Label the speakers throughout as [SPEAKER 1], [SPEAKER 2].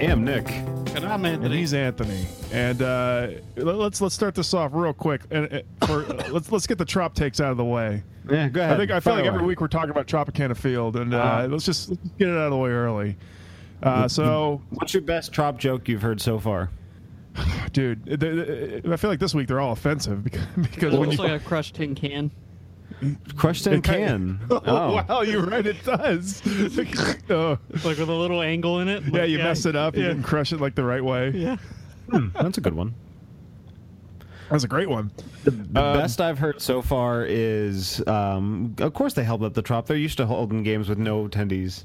[SPEAKER 1] am Nick,
[SPEAKER 2] And I'm
[SPEAKER 3] and
[SPEAKER 2] Anthony.
[SPEAKER 3] he's Anthony. And uh, let- let's let's start this off real quick, and uh, for, let's let's get the trop takes out of the way.
[SPEAKER 1] yeah, go ahead.
[SPEAKER 3] I think I feel
[SPEAKER 1] Fire
[SPEAKER 3] like every
[SPEAKER 1] away.
[SPEAKER 3] week we're talking about Tropicana Field, and uh,
[SPEAKER 1] Uh-huh.
[SPEAKER 3] let's just let's just get it out of the way early. Uh, so,
[SPEAKER 1] What's your best trop joke you've heard so far?
[SPEAKER 3] dude, th- th- I feel like this week they're all offensive because, because
[SPEAKER 2] Well,
[SPEAKER 3] when
[SPEAKER 2] it's
[SPEAKER 3] you
[SPEAKER 4] Looks like a crushed tin can.
[SPEAKER 1] Crushed in
[SPEAKER 3] kind
[SPEAKER 1] can.
[SPEAKER 3] oh, wow, you're right, it does. oh,
[SPEAKER 4] Like with a little angle in it.
[SPEAKER 3] yeah,
[SPEAKER 4] Like,
[SPEAKER 3] you mess it up, you
[SPEAKER 4] yeah.
[SPEAKER 3] didn't crush it like the right way.
[SPEAKER 4] Yeah.
[SPEAKER 1] Hmm, That's a good one.
[SPEAKER 3] That was a great one.
[SPEAKER 1] The best I've heard so far is, um, of course, they held up the trop. They're used to holding games with no attendees.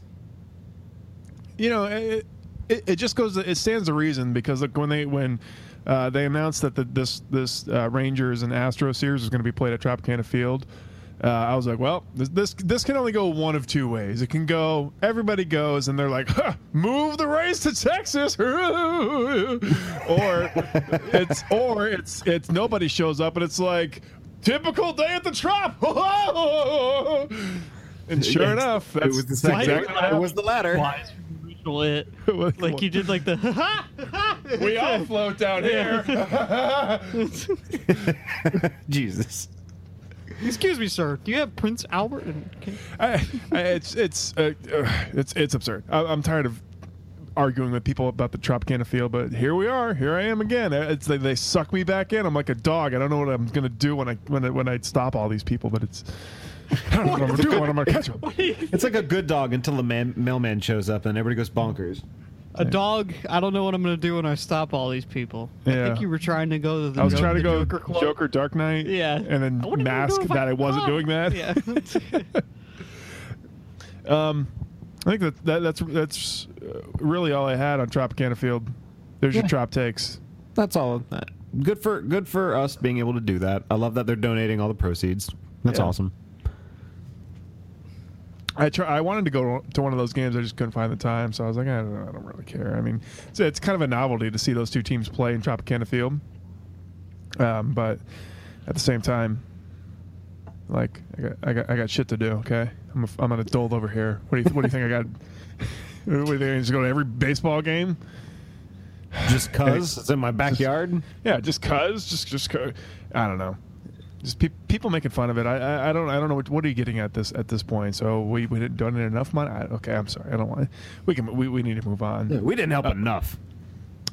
[SPEAKER 3] you know it, it, it just goes it stands to reason because look when they when uh, they announced that the, this this uh, Rangers and Astro series was going to be played at Tropicana Field. Uh, I was like, well, this, this this can only go one of two ways. It can go everybody goes, and they're like, huh, move the race to Texas, or it's or it's it's nobody shows up, and it's like typical day at the Trop. and sure
[SPEAKER 1] Yes,
[SPEAKER 3] enough, that's
[SPEAKER 1] it was the
[SPEAKER 3] that's
[SPEAKER 1] second.
[SPEAKER 3] exactly
[SPEAKER 1] it was the latter.
[SPEAKER 4] Why is your original it?
[SPEAKER 3] what-
[SPEAKER 4] Like you did like the ha ha.
[SPEAKER 3] we all float down here.
[SPEAKER 1] Jesus.
[SPEAKER 4] Excuse me, sir. Do you have Prince Albert? And, okay.
[SPEAKER 3] I, I, it's it's uh, uh, it's it's absurd. I, I'm tired of arguing with people about the Tropicana field, but here we are. Here I am again. Uh, It's they, they suck me back in. I'm like a dog. I don't know what I'm gonna do when I when I, when I stop all these people. But it's I don't know what I'm gonna do when I'm gonna catch them.
[SPEAKER 1] It's like a good dog until the man, mailman shows up and everybody goes bonkers.
[SPEAKER 4] A dog. I don't know what I'm gonna do when I stop all these people. I
[SPEAKER 3] Yeah.
[SPEAKER 4] think you were trying to go to the.
[SPEAKER 3] I was
[SPEAKER 4] Jo-
[SPEAKER 3] trying to
[SPEAKER 4] the
[SPEAKER 3] go
[SPEAKER 4] Joker, Club.
[SPEAKER 3] Joker Dark Knight.
[SPEAKER 4] Yeah.
[SPEAKER 3] and then
[SPEAKER 4] I wouldn't even
[SPEAKER 3] mask
[SPEAKER 4] know if
[SPEAKER 3] that I, wasn't
[SPEAKER 4] could.
[SPEAKER 3] doing that.
[SPEAKER 4] Yeah.
[SPEAKER 3] Um, I think that, that that's that's uh, really all I had on Tropicana Field. There's your trop takes.
[SPEAKER 1] That's all. Uh, Good for good for us being able to do that. I love that they're donating all the proceeds. That's
[SPEAKER 3] Yeah.
[SPEAKER 1] awesome.
[SPEAKER 3] I try, I wanted to go to one of those games. I just couldn't find the time, so I was like, I don't, know, I don't really care. I mean, it's, it's kind of a novelty to see those two teams play in Tropicana Field, um, but at the same time, like I got, I got, I got shit to do. Okay, I'm, a, I'm an adult over here. What do you, what do you think I got? What do you think? I just go to every baseball game?
[SPEAKER 1] Just cause it's in my backyard.
[SPEAKER 3] Yeah, just cause, just just cause. I don't know. Just pe- people making fun of it. I, I I don't I don't know what what are you getting at this at this point. So we we didn't donate enough money. I, okay, I'm sorry. I don't want. We can we, we need to move on.
[SPEAKER 1] We didn't help enough.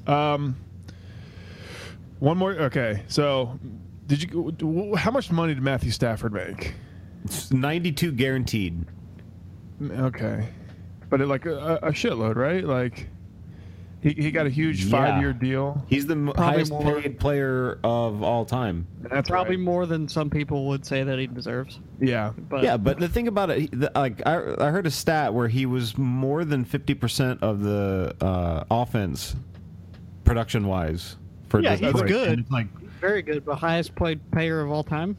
[SPEAKER 3] Um, one more. Okay, so did you? wh- wh- How much money did Matthew Stafford make?
[SPEAKER 1] It's Ninety-two guaranteed.
[SPEAKER 3] Okay, but it, like a, a shitload, right? Like he he got a huge
[SPEAKER 1] Yeah.
[SPEAKER 3] five year deal.
[SPEAKER 1] He's the m highest paid player of all time.
[SPEAKER 3] That's
[SPEAKER 4] Probably
[SPEAKER 3] right.
[SPEAKER 4] more than some people would say that he deserves.
[SPEAKER 3] yeah.
[SPEAKER 4] But
[SPEAKER 1] yeah, but the thing about it, he- the, like I, I heard a stat where he was more than fifty percent of the uh, offense production wise. For
[SPEAKER 4] Yeah,
[SPEAKER 1] Detroit.
[SPEAKER 4] he's good.
[SPEAKER 1] And it's Like
[SPEAKER 4] very good. The highest played payer of all time.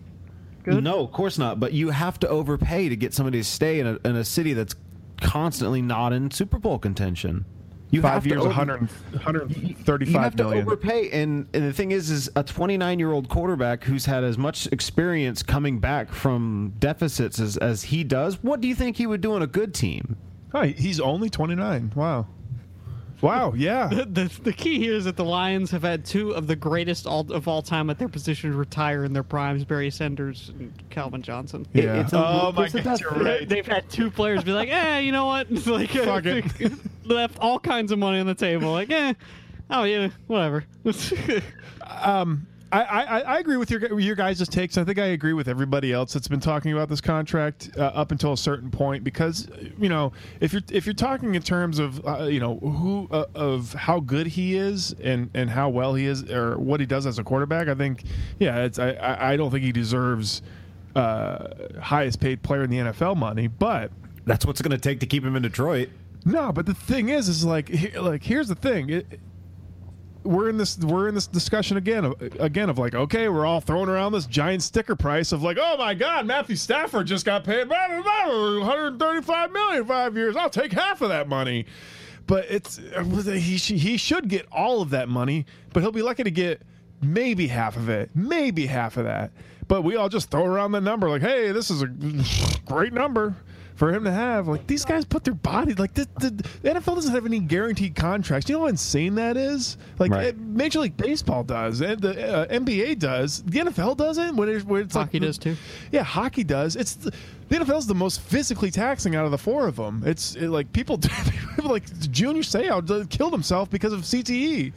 [SPEAKER 4] Good.
[SPEAKER 1] No, of course not. But you have to overpay to get somebody to stay in a, in a city that's constantly not in Super Bowl contention. You have
[SPEAKER 3] Five
[SPEAKER 1] to
[SPEAKER 3] years,
[SPEAKER 1] over-
[SPEAKER 3] 100,
[SPEAKER 1] You have
[SPEAKER 3] 135
[SPEAKER 1] to
[SPEAKER 3] million.
[SPEAKER 1] overpay, and, and the thing is, is a 29 year old quarterback who's had as much experience coming back from deficits as, as he does. What do you think he would do on a good team?
[SPEAKER 3] Oh, he- he's only 29. Wow. Wow, yeah.
[SPEAKER 4] The, the key here is that the Lions have had two of the greatest all, of all time at their position retire in their primes, Barry Sanders and Calvin Johnson.
[SPEAKER 1] It-
[SPEAKER 3] Yeah.
[SPEAKER 1] it's a-
[SPEAKER 3] Oh, my
[SPEAKER 1] it's a
[SPEAKER 3] God,
[SPEAKER 1] death-
[SPEAKER 3] you're right.
[SPEAKER 4] They've had two players be like, eh, you know what? It's like, uh,
[SPEAKER 3] Fuck it.
[SPEAKER 4] left all kinds of money on the table. Like, eh, oh yeah, whatever.
[SPEAKER 3] Um, I, I, I agree with your your guys' takes. I think I agree with everybody else that's been talking about this contract uh, up until a certain point because you know if you're if you're talking in terms of uh, you know who uh, of how good he is and and how well he is or what he does as a quarterback. I think yeah, it's I- I I don't think he deserves uh, highest paid player in the NFL money, but.
[SPEAKER 1] That's what's going to take to keep him in Detroit.
[SPEAKER 3] No, but the thing is, is like, he, like here's the thing. It, we're in this we're in this discussion again of- again of like okay we're all throwing around this giant sticker price of like oh my god Matthew Stafford just got paid blah, blah, blah, 135 million five years I'll take half of that money but it's he sh- he should get all of that money but he'll be lucky to get maybe half of it maybe half of that but we all just throw around the number like hey this is a great number for him to have like these guys put their body like the, the, the NFL doesn't have any guaranteed contracts. You know how insane that is. Like
[SPEAKER 1] Right.
[SPEAKER 3] eh, Major League Baseball does, and the uh, NBA does, the NFL doesn't. When, it, when it's
[SPEAKER 4] Hockey
[SPEAKER 3] like,
[SPEAKER 4] does, too.
[SPEAKER 3] Yeah, hockey does. It's the, the NFL's the most physically taxing out of the four of them. It's it, like people people like Junior Seau d- killed himself because of CTE.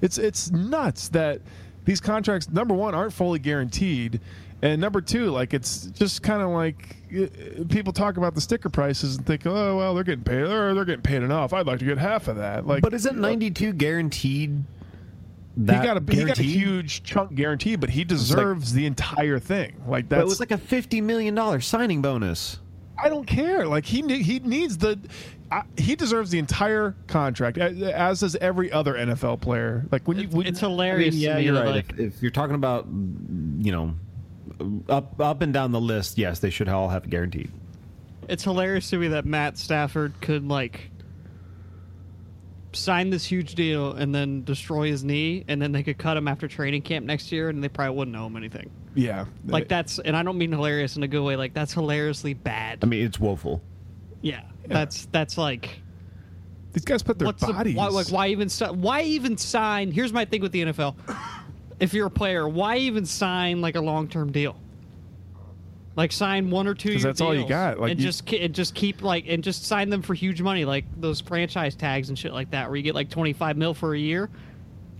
[SPEAKER 3] It's it's nuts that these contracts number one aren't fully guaranteed. And number two, like it's just kind of like eh, eh, people talk about the sticker prices and think, oh well, they're getting paid, or they're getting paid enough. I'd like to get half of that. Like,
[SPEAKER 1] But isn't 92 guaranteed?
[SPEAKER 3] he
[SPEAKER 1] That
[SPEAKER 3] got a he got a
[SPEAKER 1] guaranteed?
[SPEAKER 3] huge chunk guarantee, but he deserves the entire thing. Like
[SPEAKER 1] But
[SPEAKER 3] that's
[SPEAKER 1] it was like a 50 million dollar signing bonus.
[SPEAKER 3] I don't care. Like he ne- he needs the. I, he deserves the entire contract, a- as does every other NFL player. Like when you,
[SPEAKER 4] It's,
[SPEAKER 3] when,
[SPEAKER 4] it's hilarious. to me that, Like,
[SPEAKER 1] If, if you're talking about, you know, up up and down the list, yes, they should all have guaranteed.
[SPEAKER 4] it's hilarious to me that Matt Stafford could like sign this huge deal and then destroy his knee, and then they could cut him after training camp next year, and they probably wouldn't owe him anything.
[SPEAKER 3] yeah,
[SPEAKER 4] Like that's, and I don't mean hilarious in a good way. Like that's hilariously bad.
[SPEAKER 1] I mean, it's woeful.
[SPEAKER 4] yeah, that's that's like
[SPEAKER 3] These guys put their
[SPEAKER 4] what's the,
[SPEAKER 3] bodies.
[SPEAKER 4] why, like why even si- why even sign? Here's my thing with the NFL: if you're a player, why even sign like a long term deal? Like sign one or two.
[SPEAKER 3] 'Cause
[SPEAKER 4] year
[SPEAKER 3] that's all you
[SPEAKER 4] deals
[SPEAKER 3] got, like,
[SPEAKER 4] and
[SPEAKER 3] you-
[SPEAKER 4] just ki- and just keep like and just sign them for huge money, like those franchise tags and shit like that, where you get like 25 mil for a year,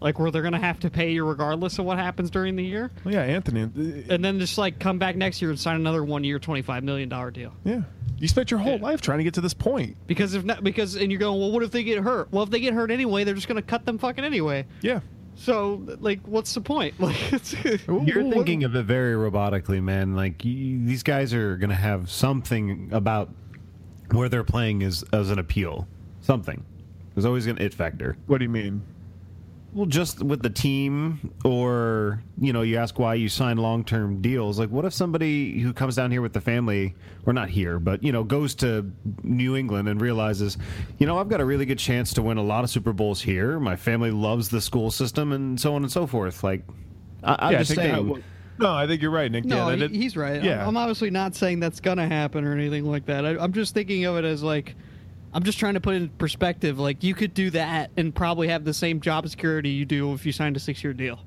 [SPEAKER 4] like where they're gonna have to pay you regardless of what happens during the year,
[SPEAKER 3] Well, yeah, Anthony. uh,
[SPEAKER 4] and then just like come back next year and sign another one year, 25 million dollar deal.
[SPEAKER 3] Yeah, you spent your whole life trying to get to this point.
[SPEAKER 4] Because if not, because and you're going, well, what if they get hurt? Well, if they get hurt anyway, they're just gonna cut them fucking anyway.
[SPEAKER 3] Yeah,
[SPEAKER 4] So, like, what's the point? Like, it's,
[SPEAKER 1] You're
[SPEAKER 3] What-
[SPEAKER 1] thinking of it very robotically, man. Like you, these guys are going to have something about where they're playing as as an appeal. Something. There's always an it factor.
[SPEAKER 3] What do you mean?
[SPEAKER 1] Well, just with the team, or you know, you ask why you sign long-term deals. Like, what if somebody who comes down here with the family, or not here, but you know, goes to New England and realizes, you know, I've got a really good chance to win a lot of Super Bowls here. My family loves the school system, and so on and so forth. Like, I, I'm
[SPEAKER 3] yeah,
[SPEAKER 1] just
[SPEAKER 3] I think that-
[SPEAKER 1] saying.
[SPEAKER 3] well, no, I think you're right, Nick.
[SPEAKER 4] no,
[SPEAKER 3] yeah, that-
[SPEAKER 4] he- he's right. I'm-
[SPEAKER 3] Yeah,
[SPEAKER 4] I'm, obviously not saying that's gonna happen or anything like that. I, I'm just thinking of it as like, I'm just trying to put it in perspective. Like, you could do that and probably have the same job security you do if you signed a six-year deal.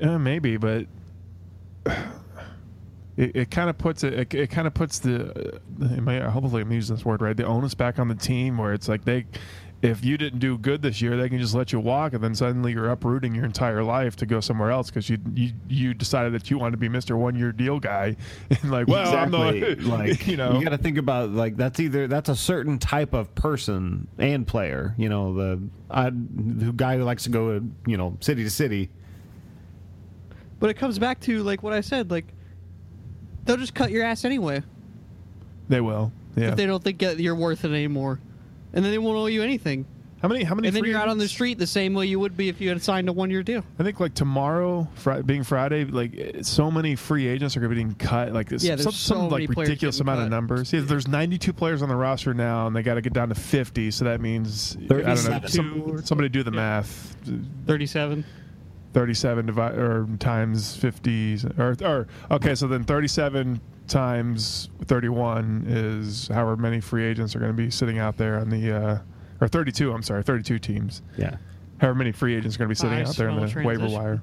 [SPEAKER 3] Uh, maybe, but it, it kind of puts it. It, it kind of puts the. Uh, am I- hopefully, I'm using this word right. The onus back on the team, where it's like they, if you didn't do good this year, they can just let you walk, and then suddenly you're uprooting your entire life to go somewhere else because you, you you decided that you wanted to be Mister One Year Deal guy, and like, well, I'm
[SPEAKER 1] exactly.
[SPEAKER 3] the
[SPEAKER 1] like
[SPEAKER 3] you know,
[SPEAKER 1] you got to think about like that's either that's a certain type of person and player. You know, the I, the guy who likes to go you know city to city.
[SPEAKER 4] But it comes back to like what I said. Like, they'll just cut your ass anyway
[SPEAKER 3] they will. Yeah.
[SPEAKER 4] if they don't think that you're worth it anymore, and then they won't owe you anything.
[SPEAKER 3] how many? How many?
[SPEAKER 4] And then
[SPEAKER 3] free
[SPEAKER 4] you're out on the
[SPEAKER 3] agents?
[SPEAKER 4] street the same way you would be if you had signed a one-year deal.
[SPEAKER 3] I think like tomorrow, Fri being Friday, like eh, so many free agents are going to be getting cut. Like it's
[SPEAKER 4] Yeah, there's
[SPEAKER 3] some,
[SPEAKER 4] so
[SPEAKER 3] some
[SPEAKER 4] many
[SPEAKER 3] like
[SPEAKER 4] players
[SPEAKER 3] ridiculous
[SPEAKER 4] getting
[SPEAKER 3] amount of
[SPEAKER 4] cut.
[SPEAKER 3] numbers. Yeah, there's 92 players on the roster now, and they got to get down to 50. So that means I don't know.
[SPEAKER 1] 37.
[SPEAKER 3] some- somebody do the math.
[SPEAKER 4] Thirty-seven.
[SPEAKER 3] 37 divi- or times 50 or, or okay, so then 37 times 31 is however many free agents are going to be sitting out there on the uh, or 32. I'm sorry, 32 teams
[SPEAKER 1] Yeah.
[SPEAKER 3] however many free agents are going to be sitting
[SPEAKER 4] I
[SPEAKER 3] out there on the
[SPEAKER 4] smell
[SPEAKER 3] waiver
[SPEAKER 4] transition.
[SPEAKER 3] wire.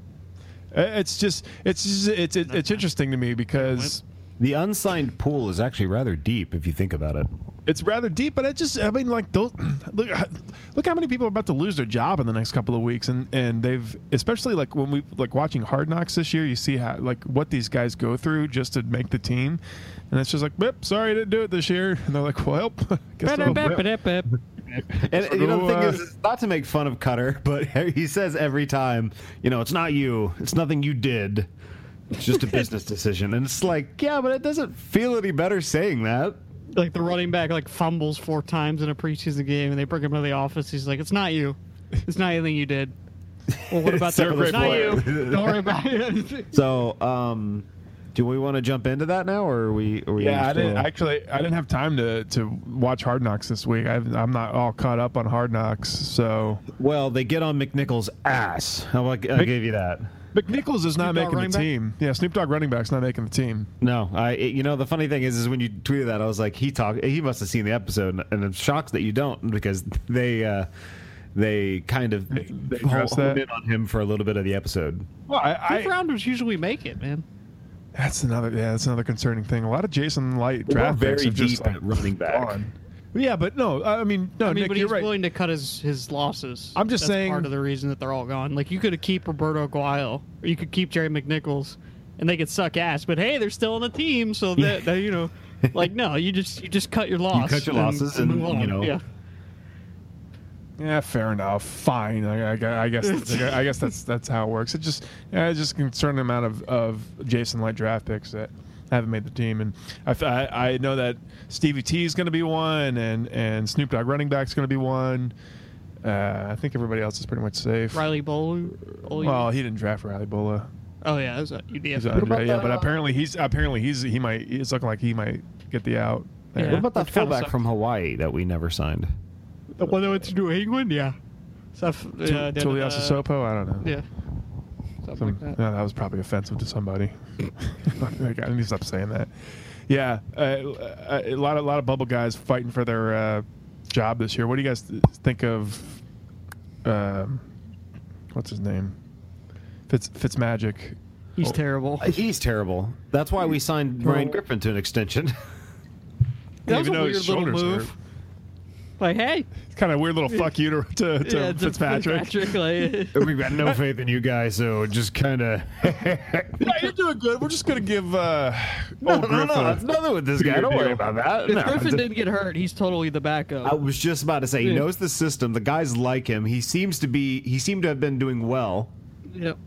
[SPEAKER 3] Uh, It's just it's just, it's it's, it's interesting to me because
[SPEAKER 1] The unsigned pool is actually rather deep if you think about it.
[SPEAKER 3] it's rather deep. But I just I mean like those look look how many people are about to lose their job in the next couple of weeks, and and they've especially like when we like watching Hard Knocks this year, you see how like what these guys go through just to make the team, and it's just like, "Yep, sorry I didn't do it this year, and they're like, well, guess I'll-
[SPEAKER 1] And you know
[SPEAKER 3] So,
[SPEAKER 1] the thing
[SPEAKER 3] uh,
[SPEAKER 1] is, is not to make fun of Cutter, but he says every time, you know, it's not you, it's nothing you did. It's just a business decision. And it's like, yeah, but it doesn't feel any better saying that.
[SPEAKER 4] like the running back like fumbles four times in a preseason game and they bring him to the office he's like it's not you it's not anything you did well what about
[SPEAKER 1] They're
[SPEAKER 4] that
[SPEAKER 1] a
[SPEAKER 4] it's
[SPEAKER 1] great
[SPEAKER 4] not
[SPEAKER 1] player.
[SPEAKER 4] you don't worry about it
[SPEAKER 1] So, um, do we want to jump into that now, or are we? Are we
[SPEAKER 3] Yeah, I
[SPEAKER 1] still-
[SPEAKER 3] didn't actually. I didn't have time to to watch Hard Knocks this week. i I'm not all caught up on Hard Knocks, so
[SPEAKER 1] Well, they get on McNichols' ass. How about I gave you that?
[SPEAKER 3] McNichols is not
[SPEAKER 4] Dogg
[SPEAKER 3] making
[SPEAKER 4] running
[SPEAKER 3] the
[SPEAKER 4] back?
[SPEAKER 3] team. Yeah, Snoop Dogg running back's not making the team.
[SPEAKER 1] No, I. it- you know, the funny thing is, is when you tweeted that, I was like, he talked. He must have seen the episode, and I'm shocked that you don't because they. uh they kind of
[SPEAKER 3] addressed that?
[SPEAKER 1] honed in on him for a little bit of the episode.
[SPEAKER 3] Well, I,
[SPEAKER 4] Fifth
[SPEAKER 3] I
[SPEAKER 4] rounders usually make it, man.
[SPEAKER 3] that's another yeah, that's another concerning thing. A lot of Jason Light draft
[SPEAKER 1] very
[SPEAKER 3] picks have just
[SPEAKER 1] deep at
[SPEAKER 3] like,
[SPEAKER 1] running back.
[SPEAKER 3] gone. Yeah, but no, I mean no,
[SPEAKER 4] I mean,
[SPEAKER 3] Nick,
[SPEAKER 4] but
[SPEAKER 3] you're
[SPEAKER 4] he's
[SPEAKER 3] right.
[SPEAKER 4] willing to cut his, his losses.
[SPEAKER 3] I'm just
[SPEAKER 4] That's
[SPEAKER 3] saying-
[SPEAKER 4] part of the reason that they're all gone. Like you could have keep Roberto Aguayo, or you could keep Jerry McNichols, and they could suck ass. But hey, they're still on the team, so that, that you know, like no, you just you just cut your loss.
[SPEAKER 1] cut your losses and,
[SPEAKER 4] move
[SPEAKER 1] you
[SPEAKER 4] on.
[SPEAKER 1] know.
[SPEAKER 4] yeah.
[SPEAKER 3] Yeah, fair enough. Fine. I, I, I guess. I guess that's that's how it works. It just yeah, it's just a concerning amount of, of Jason Light draft picks that haven't made the team, and I, f- I- I know that Stevie T is going to be one, and and Snoop Dogg running back is going to be one. Uh, I think everybody else is pretty much safe.
[SPEAKER 4] Riley Bowl. Ol-
[SPEAKER 3] Well, he didn't draft Riley Bola.
[SPEAKER 4] oh yeah, that was a
[SPEAKER 3] He's
[SPEAKER 4] UDF.
[SPEAKER 3] under,
[SPEAKER 1] about
[SPEAKER 3] yeah,
[SPEAKER 1] the-
[SPEAKER 4] uh,
[SPEAKER 3] but apparently he's apparently he's he might. It's looking like he might get the out.
[SPEAKER 4] Yeah.
[SPEAKER 1] What about that
[SPEAKER 4] Which kinda
[SPEAKER 1] fullback
[SPEAKER 4] sucks.
[SPEAKER 1] from Hawaii that we never signed?
[SPEAKER 4] The one that went to New England, yeah. Stuff.
[SPEAKER 3] Yeah,
[SPEAKER 4] Yeah, did, uh,
[SPEAKER 3] Sopo. I don't know.
[SPEAKER 4] Yeah. Something
[SPEAKER 3] Some,
[SPEAKER 4] like that.
[SPEAKER 3] No, that was probably offensive to somebody. I need to stop saying that. Yeah, uh, uh, a lot of lot of bubble guys fighting for their uh, job this year. What do you guys th- think of? Um, what's his name? Fitz Fitzmagic.
[SPEAKER 4] He's
[SPEAKER 3] Oh.
[SPEAKER 4] terrible.
[SPEAKER 1] He's terrible. That's why we signed Ryan Griffin to an extension.
[SPEAKER 4] That was
[SPEAKER 3] Even
[SPEAKER 4] a
[SPEAKER 3] though
[SPEAKER 4] weird
[SPEAKER 3] his
[SPEAKER 4] little
[SPEAKER 3] shoulders
[SPEAKER 4] move.
[SPEAKER 3] hurt.
[SPEAKER 4] Like, hey,
[SPEAKER 3] It's kind of weird little fuck you to to, to
[SPEAKER 4] yeah, it's a
[SPEAKER 3] Fitzpatrick.
[SPEAKER 4] Fitzpatrick, like-
[SPEAKER 1] We've got no faith in you guys, so just kind of.
[SPEAKER 3] Yeah, you're doing good. We're just gonna give uh,
[SPEAKER 1] no,
[SPEAKER 3] old
[SPEAKER 1] no, no,
[SPEAKER 3] Griff a-
[SPEAKER 1] that's nothing with this guy. Don't worry about that.
[SPEAKER 4] If
[SPEAKER 1] No.
[SPEAKER 4] Griffin didn't get hurt, he's totally the backup.
[SPEAKER 1] I was just about to say he
[SPEAKER 4] Yeah.
[SPEAKER 1] knows the system. The guys like him. He seems to be. He seemed to have been doing well.
[SPEAKER 4] yep.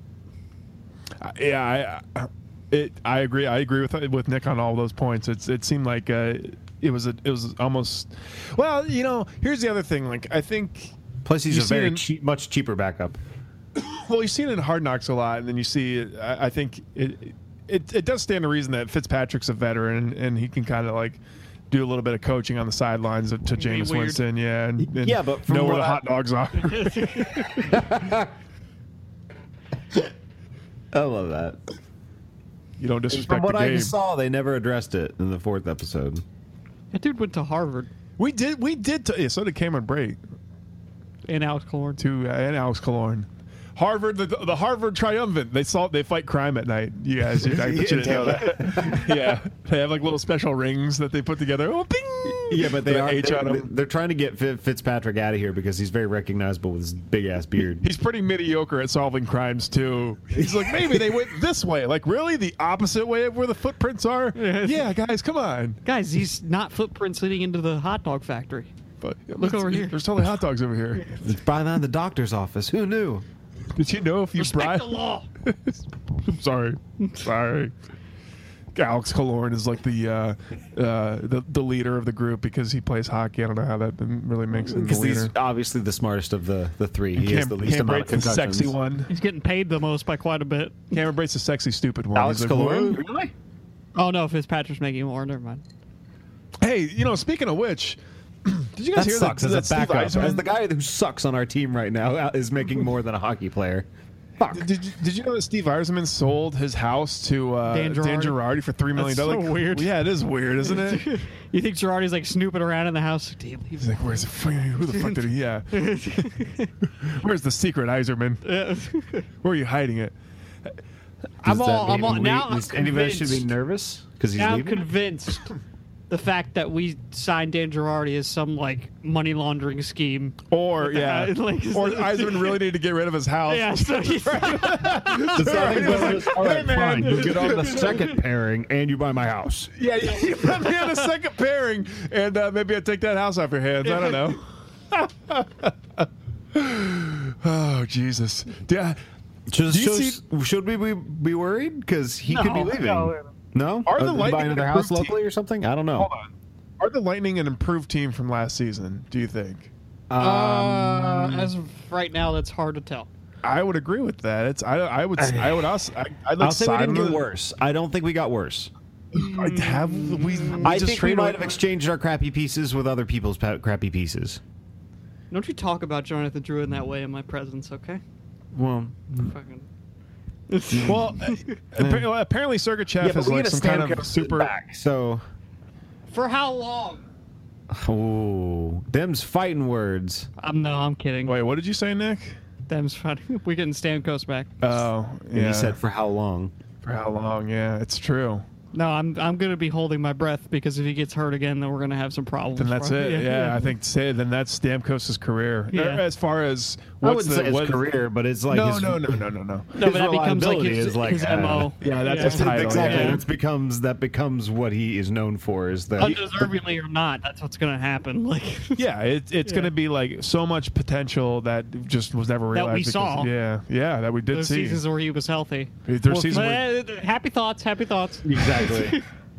[SPEAKER 3] yeah, I, I- it, I agree. I agree with with Nick on all those points. It's it seemed like uh, it was a, it was almost well, you know. Here's the other thing. Like I think
[SPEAKER 1] Plus, he's
[SPEAKER 3] You
[SPEAKER 1] a
[SPEAKER 3] see
[SPEAKER 1] very
[SPEAKER 3] him-
[SPEAKER 1] cheap, much cheaper backup.
[SPEAKER 3] well, you've seen it in Hard Knocks a lot, and then you see it. I, I think it, it it does stand to reason that Fitzpatrick's a veteran and he can kind of like. Do a little bit of coaching on the sidelines to James
[SPEAKER 4] weird.
[SPEAKER 3] Winston, yeah, and, and
[SPEAKER 1] Yeah, but from
[SPEAKER 3] know where
[SPEAKER 1] what
[SPEAKER 3] the
[SPEAKER 1] I-
[SPEAKER 3] hot dogs are.
[SPEAKER 1] I love that.
[SPEAKER 3] you don't disrespect
[SPEAKER 1] From what
[SPEAKER 3] the
[SPEAKER 1] I
[SPEAKER 3] game.
[SPEAKER 1] saw, they never addressed it in the fourth episode.
[SPEAKER 4] That dude went to Harvard
[SPEAKER 3] We did, we did. T- yeah, so did Cameron Brake.
[SPEAKER 4] and Alex Korn.
[SPEAKER 3] to uh, and Alex Kalorn. Harvard, the, the Harvard triumphant. They saw they fight crime at night. You guys, you, I bet you didn't know that. yeah, they have like little special rings that they put together. Oh, bing!
[SPEAKER 1] Yeah, but they
[SPEAKER 3] Put
[SPEAKER 1] are
[SPEAKER 3] an H on
[SPEAKER 1] they're,
[SPEAKER 3] 'em.
[SPEAKER 1] they're trying to get Fi- Fitzpatrick out of here because he's very recognizable with his big ass beard.
[SPEAKER 3] He's pretty mediocre at solving crimes too. He's like, maybe they went this way. Like, really, the opposite way of where the footprints are? Yeah, guys, come on.
[SPEAKER 4] Guys, he's not footprints leading into the hot dog factory.
[SPEAKER 3] But
[SPEAKER 4] Look over here.
[SPEAKER 3] There's totally hot dogs over here.
[SPEAKER 1] It's behind the doctor's office. Who knew?
[SPEAKER 3] Did you know if you
[SPEAKER 4] Respect
[SPEAKER 3] bribe?
[SPEAKER 4] the law.
[SPEAKER 3] I'm sorry. Sorry. Alex Kalorn is like the uh, uh, the the leader of the group because he plays hockey. I don't know how that really makes him the
[SPEAKER 1] Because he's
[SPEAKER 3] leader.
[SPEAKER 1] obviously the smartest of the, the three. He has
[SPEAKER 3] Cam-
[SPEAKER 1] the least
[SPEAKER 3] Cam
[SPEAKER 1] amount of
[SPEAKER 3] Brate's the
[SPEAKER 1] concussions.
[SPEAKER 3] sexy one.
[SPEAKER 4] He's getting paid the most by quite a bit.
[SPEAKER 3] Cameron Brate's the sexy stupid one.
[SPEAKER 1] Alex
[SPEAKER 3] He's like,
[SPEAKER 1] Kalorn?
[SPEAKER 3] "Whoa."
[SPEAKER 1] Really?
[SPEAKER 4] Oh no, Fitzpatrick's making more. Never mind.
[SPEAKER 3] Hey, you know, speaking of which, did you guys
[SPEAKER 1] That
[SPEAKER 3] hear
[SPEAKER 1] sucks
[SPEAKER 3] that?
[SPEAKER 1] as
[SPEAKER 3] that
[SPEAKER 1] a
[SPEAKER 3] Steve
[SPEAKER 1] backup. As
[SPEAKER 3] Eisman-
[SPEAKER 1] the guy who sucks on our team right now uh, is making more than a hockey player. Fuck.
[SPEAKER 3] Did you, did you know that Steve Eisman sold his house to uh, Dan,
[SPEAKER 4] Dan
[SPEAKER 3] Girardi.
[SPEAKER 4] Girardi?
[SPEAKER 3] for three million
[SPEAKER 4] That's so
[SPEAKER 3] dollars?
[SPEAKER 4] weird.
[SPEAKER 3] Yeah, it is weird, isn't it?
[SPEAKER 4] You think Girardi's like snooping around in the house? Damn, leave
[SPEAKER 3] He's like, "Where's the fuck- who the fuck did he? Yeah, where's the secret, Eiserman?
[SPEAKER 4] it.
[SPEAKER 3] Where are you hiding it?"
[SPEAKER 4] I'm all. I'm all now. I'm
[SPEAKER 1] anybody should be
[SPEAKER 4] convinced.
[SPEAKER 1] nervous because he's
[SPEAKER 4] Now I'm
[SPEAKER 1] leaving.
[SPEAKER 4] convinced the fact that we signed Dan Girardi is some like money laundering scheme.
[SPEAKER 3] Or yeah,
[SPEAKER 4] the- like-
[SPEAKER 3] or Eiserman really needed to get rid of his house.
[SPEAKER 4] Yeah, so he's
[SPEAKER 1] all right,
[SPEAKER 3] Hey, man.
[SPEAKER 1] fine. You get on the second pairing and you buy my house.
[SPEAKER 3] yeah, yeah, you put me on a second pairing, and uh, maybe I take that house off your hands. I don't know. oh Jesus! uh, Yeah,
[SPEAKER 1] Should,
[SPEAKER 3] Do you
[SPEAKER 1] should,
[SPEAKER 3] see-
[SPEAKER 1] should we be, be worried? Because he could be
[SPEAKER 4] No,
[SPEAKER 1] leaving.
[SPEAKER 4] no.
[SPEAKER 1] No,
[SPEAKER 3] Are the
[SPEAKER 1] Uh,
[SPEAKER 3] Lightning
[SPEAKER 1] buy another
[SPEAKER 3] an
[SPEAKER 1] house
[SPEAKER 3] improved
[SPEAKER 1] locally or something? I don't know.
[SPEAKER 3] hold on. Are the Lightning an improved team from last season? Do you think?
[SPEAKER 4] uh, as of right now, that's hard to tell.
[SPEAKER 3] I would agree with that. It's I, I would I would also I, I'd like
[SPEAKER 1] I'll say we
[SPEAKER 3] side
[SPEAKER 1] didn't
[SPEAKER 3] with
[SPEAKER 1] get
[SPEAKER 3] it.
[SPEAKER 1] worse. I don't think we got worse.
[SPEAKER 3] I have we, we
[SPEAKER 1] I
[SPEAKER 3] just
[SPEAKER 1] think we
[SPEAKER 3] traded
[SPEAKER 1] might
[SPEAKER 3] away-
[SPEAKER 1] have exchanged our crappy pieces with other people's pa- crappy pieces.
[SPEAKER 3] mm.
[SPEAKER 4] Don't you talk about Jonathan Drew in that way in my presence, okay?
[SPEAKER 1] Well,
[SPEAKER 4] Fucking.
[SPEAKER 3] Well, apparently, apparently Sergachev
[SPEAKER 1] Yeah, but
[SPEAKER 3] has
[SPEAKER 1] we
[SPEAKER 3] like
[SPEAKER 1] had
[SPEAKER 3] some
[SPEAKER 1] a
[SPEAKER 3] kind of
[SPEAKER 1] Stamkos
[SPEAKER 3] super.
[SPEAKER 1] back. So,
[SPEAKER 4] For how long?
[SPEAKER 1] oh, them's fighting words.
[SPEAKER 4] Um, no, I'm kidding.
[SPEAKER 3] Wait, what did you say, Nick?
[SPEAKER 4] Them's funny. We're getting Stamkos back.
[SPEAKER 3] Oh,
[SPEAKER 1] And
[SPEAKER 3] yeah.
[SPEAKER 1] he said, "For how long?"
[SPEAKER 3] for how long? Yeah, it's true.
[SPEAKER 4] No, I'm I'm gonna be holding my breath because if he gets hurt again, then we're gonna have some problems.
[SPEAKER 3] Then that's it. Yeah, I think say then that's Stamkos's career.
[SPEAKER 4] Yeah.
[SPEAKER 3] Or As far as
[SPEAKER 1] I
[SPEAKER 3] what's
[SPEAKER 1] wouldn't
[SPEAKER 3] the
[SPEAKER 1] say his
[SPEAKER 3] what-
[SPEAKER 1] career, but it's like
[SPEAKER 3] no,
[SPEAKER 1] his,
[SPEAKER 3] no, no, no, no, no.
[SPEAKER 4] No,
[SPEAKER 1] his
[SPEAKER 4] but that becomes like
[SPEAKER 1] reliability
[SPEAKER 4] his,
[SPEAKER 1] is like,
[SPEAKER 4] his
[SPEAKER 1] uh,
[SPEAKER 4] mo.
[SPEAKER 3] yeah, that's his
[SPEAKER 1] That's
[SPEAKER 3] title,
[SPEAKER 1] exactly.
[SPEAKER 3] yeah.
[SPEAKER 1] That becomes that becomes what he is known for. Is that
[SPEAKER 4] Undeservingly or not, that's what's gonna happen. Like
[SPEAKER 3] Yeah, it, it's
[SPEAKER 4] Yeah.
[SPEAKER 3] going to be like so much potential that just was never
[SPEAKER 4] That
[SPEAKER 3] realized.
[SPEAKER 4] we
[SPEAKER 3] because-
[SPEAKER 4] saw.
[SPEAKER 3] Yeah, yeah, that we did
[SPEAKER 4] those
[SPEAKER 3] see.
[SPEAKER 4] seasons where he was healthy.
[SPEAKER 3] Their season was-
[SPEAKER 4] But, uh, happy thoughts. Happy thoughts.
[SPEAKER 1] exactly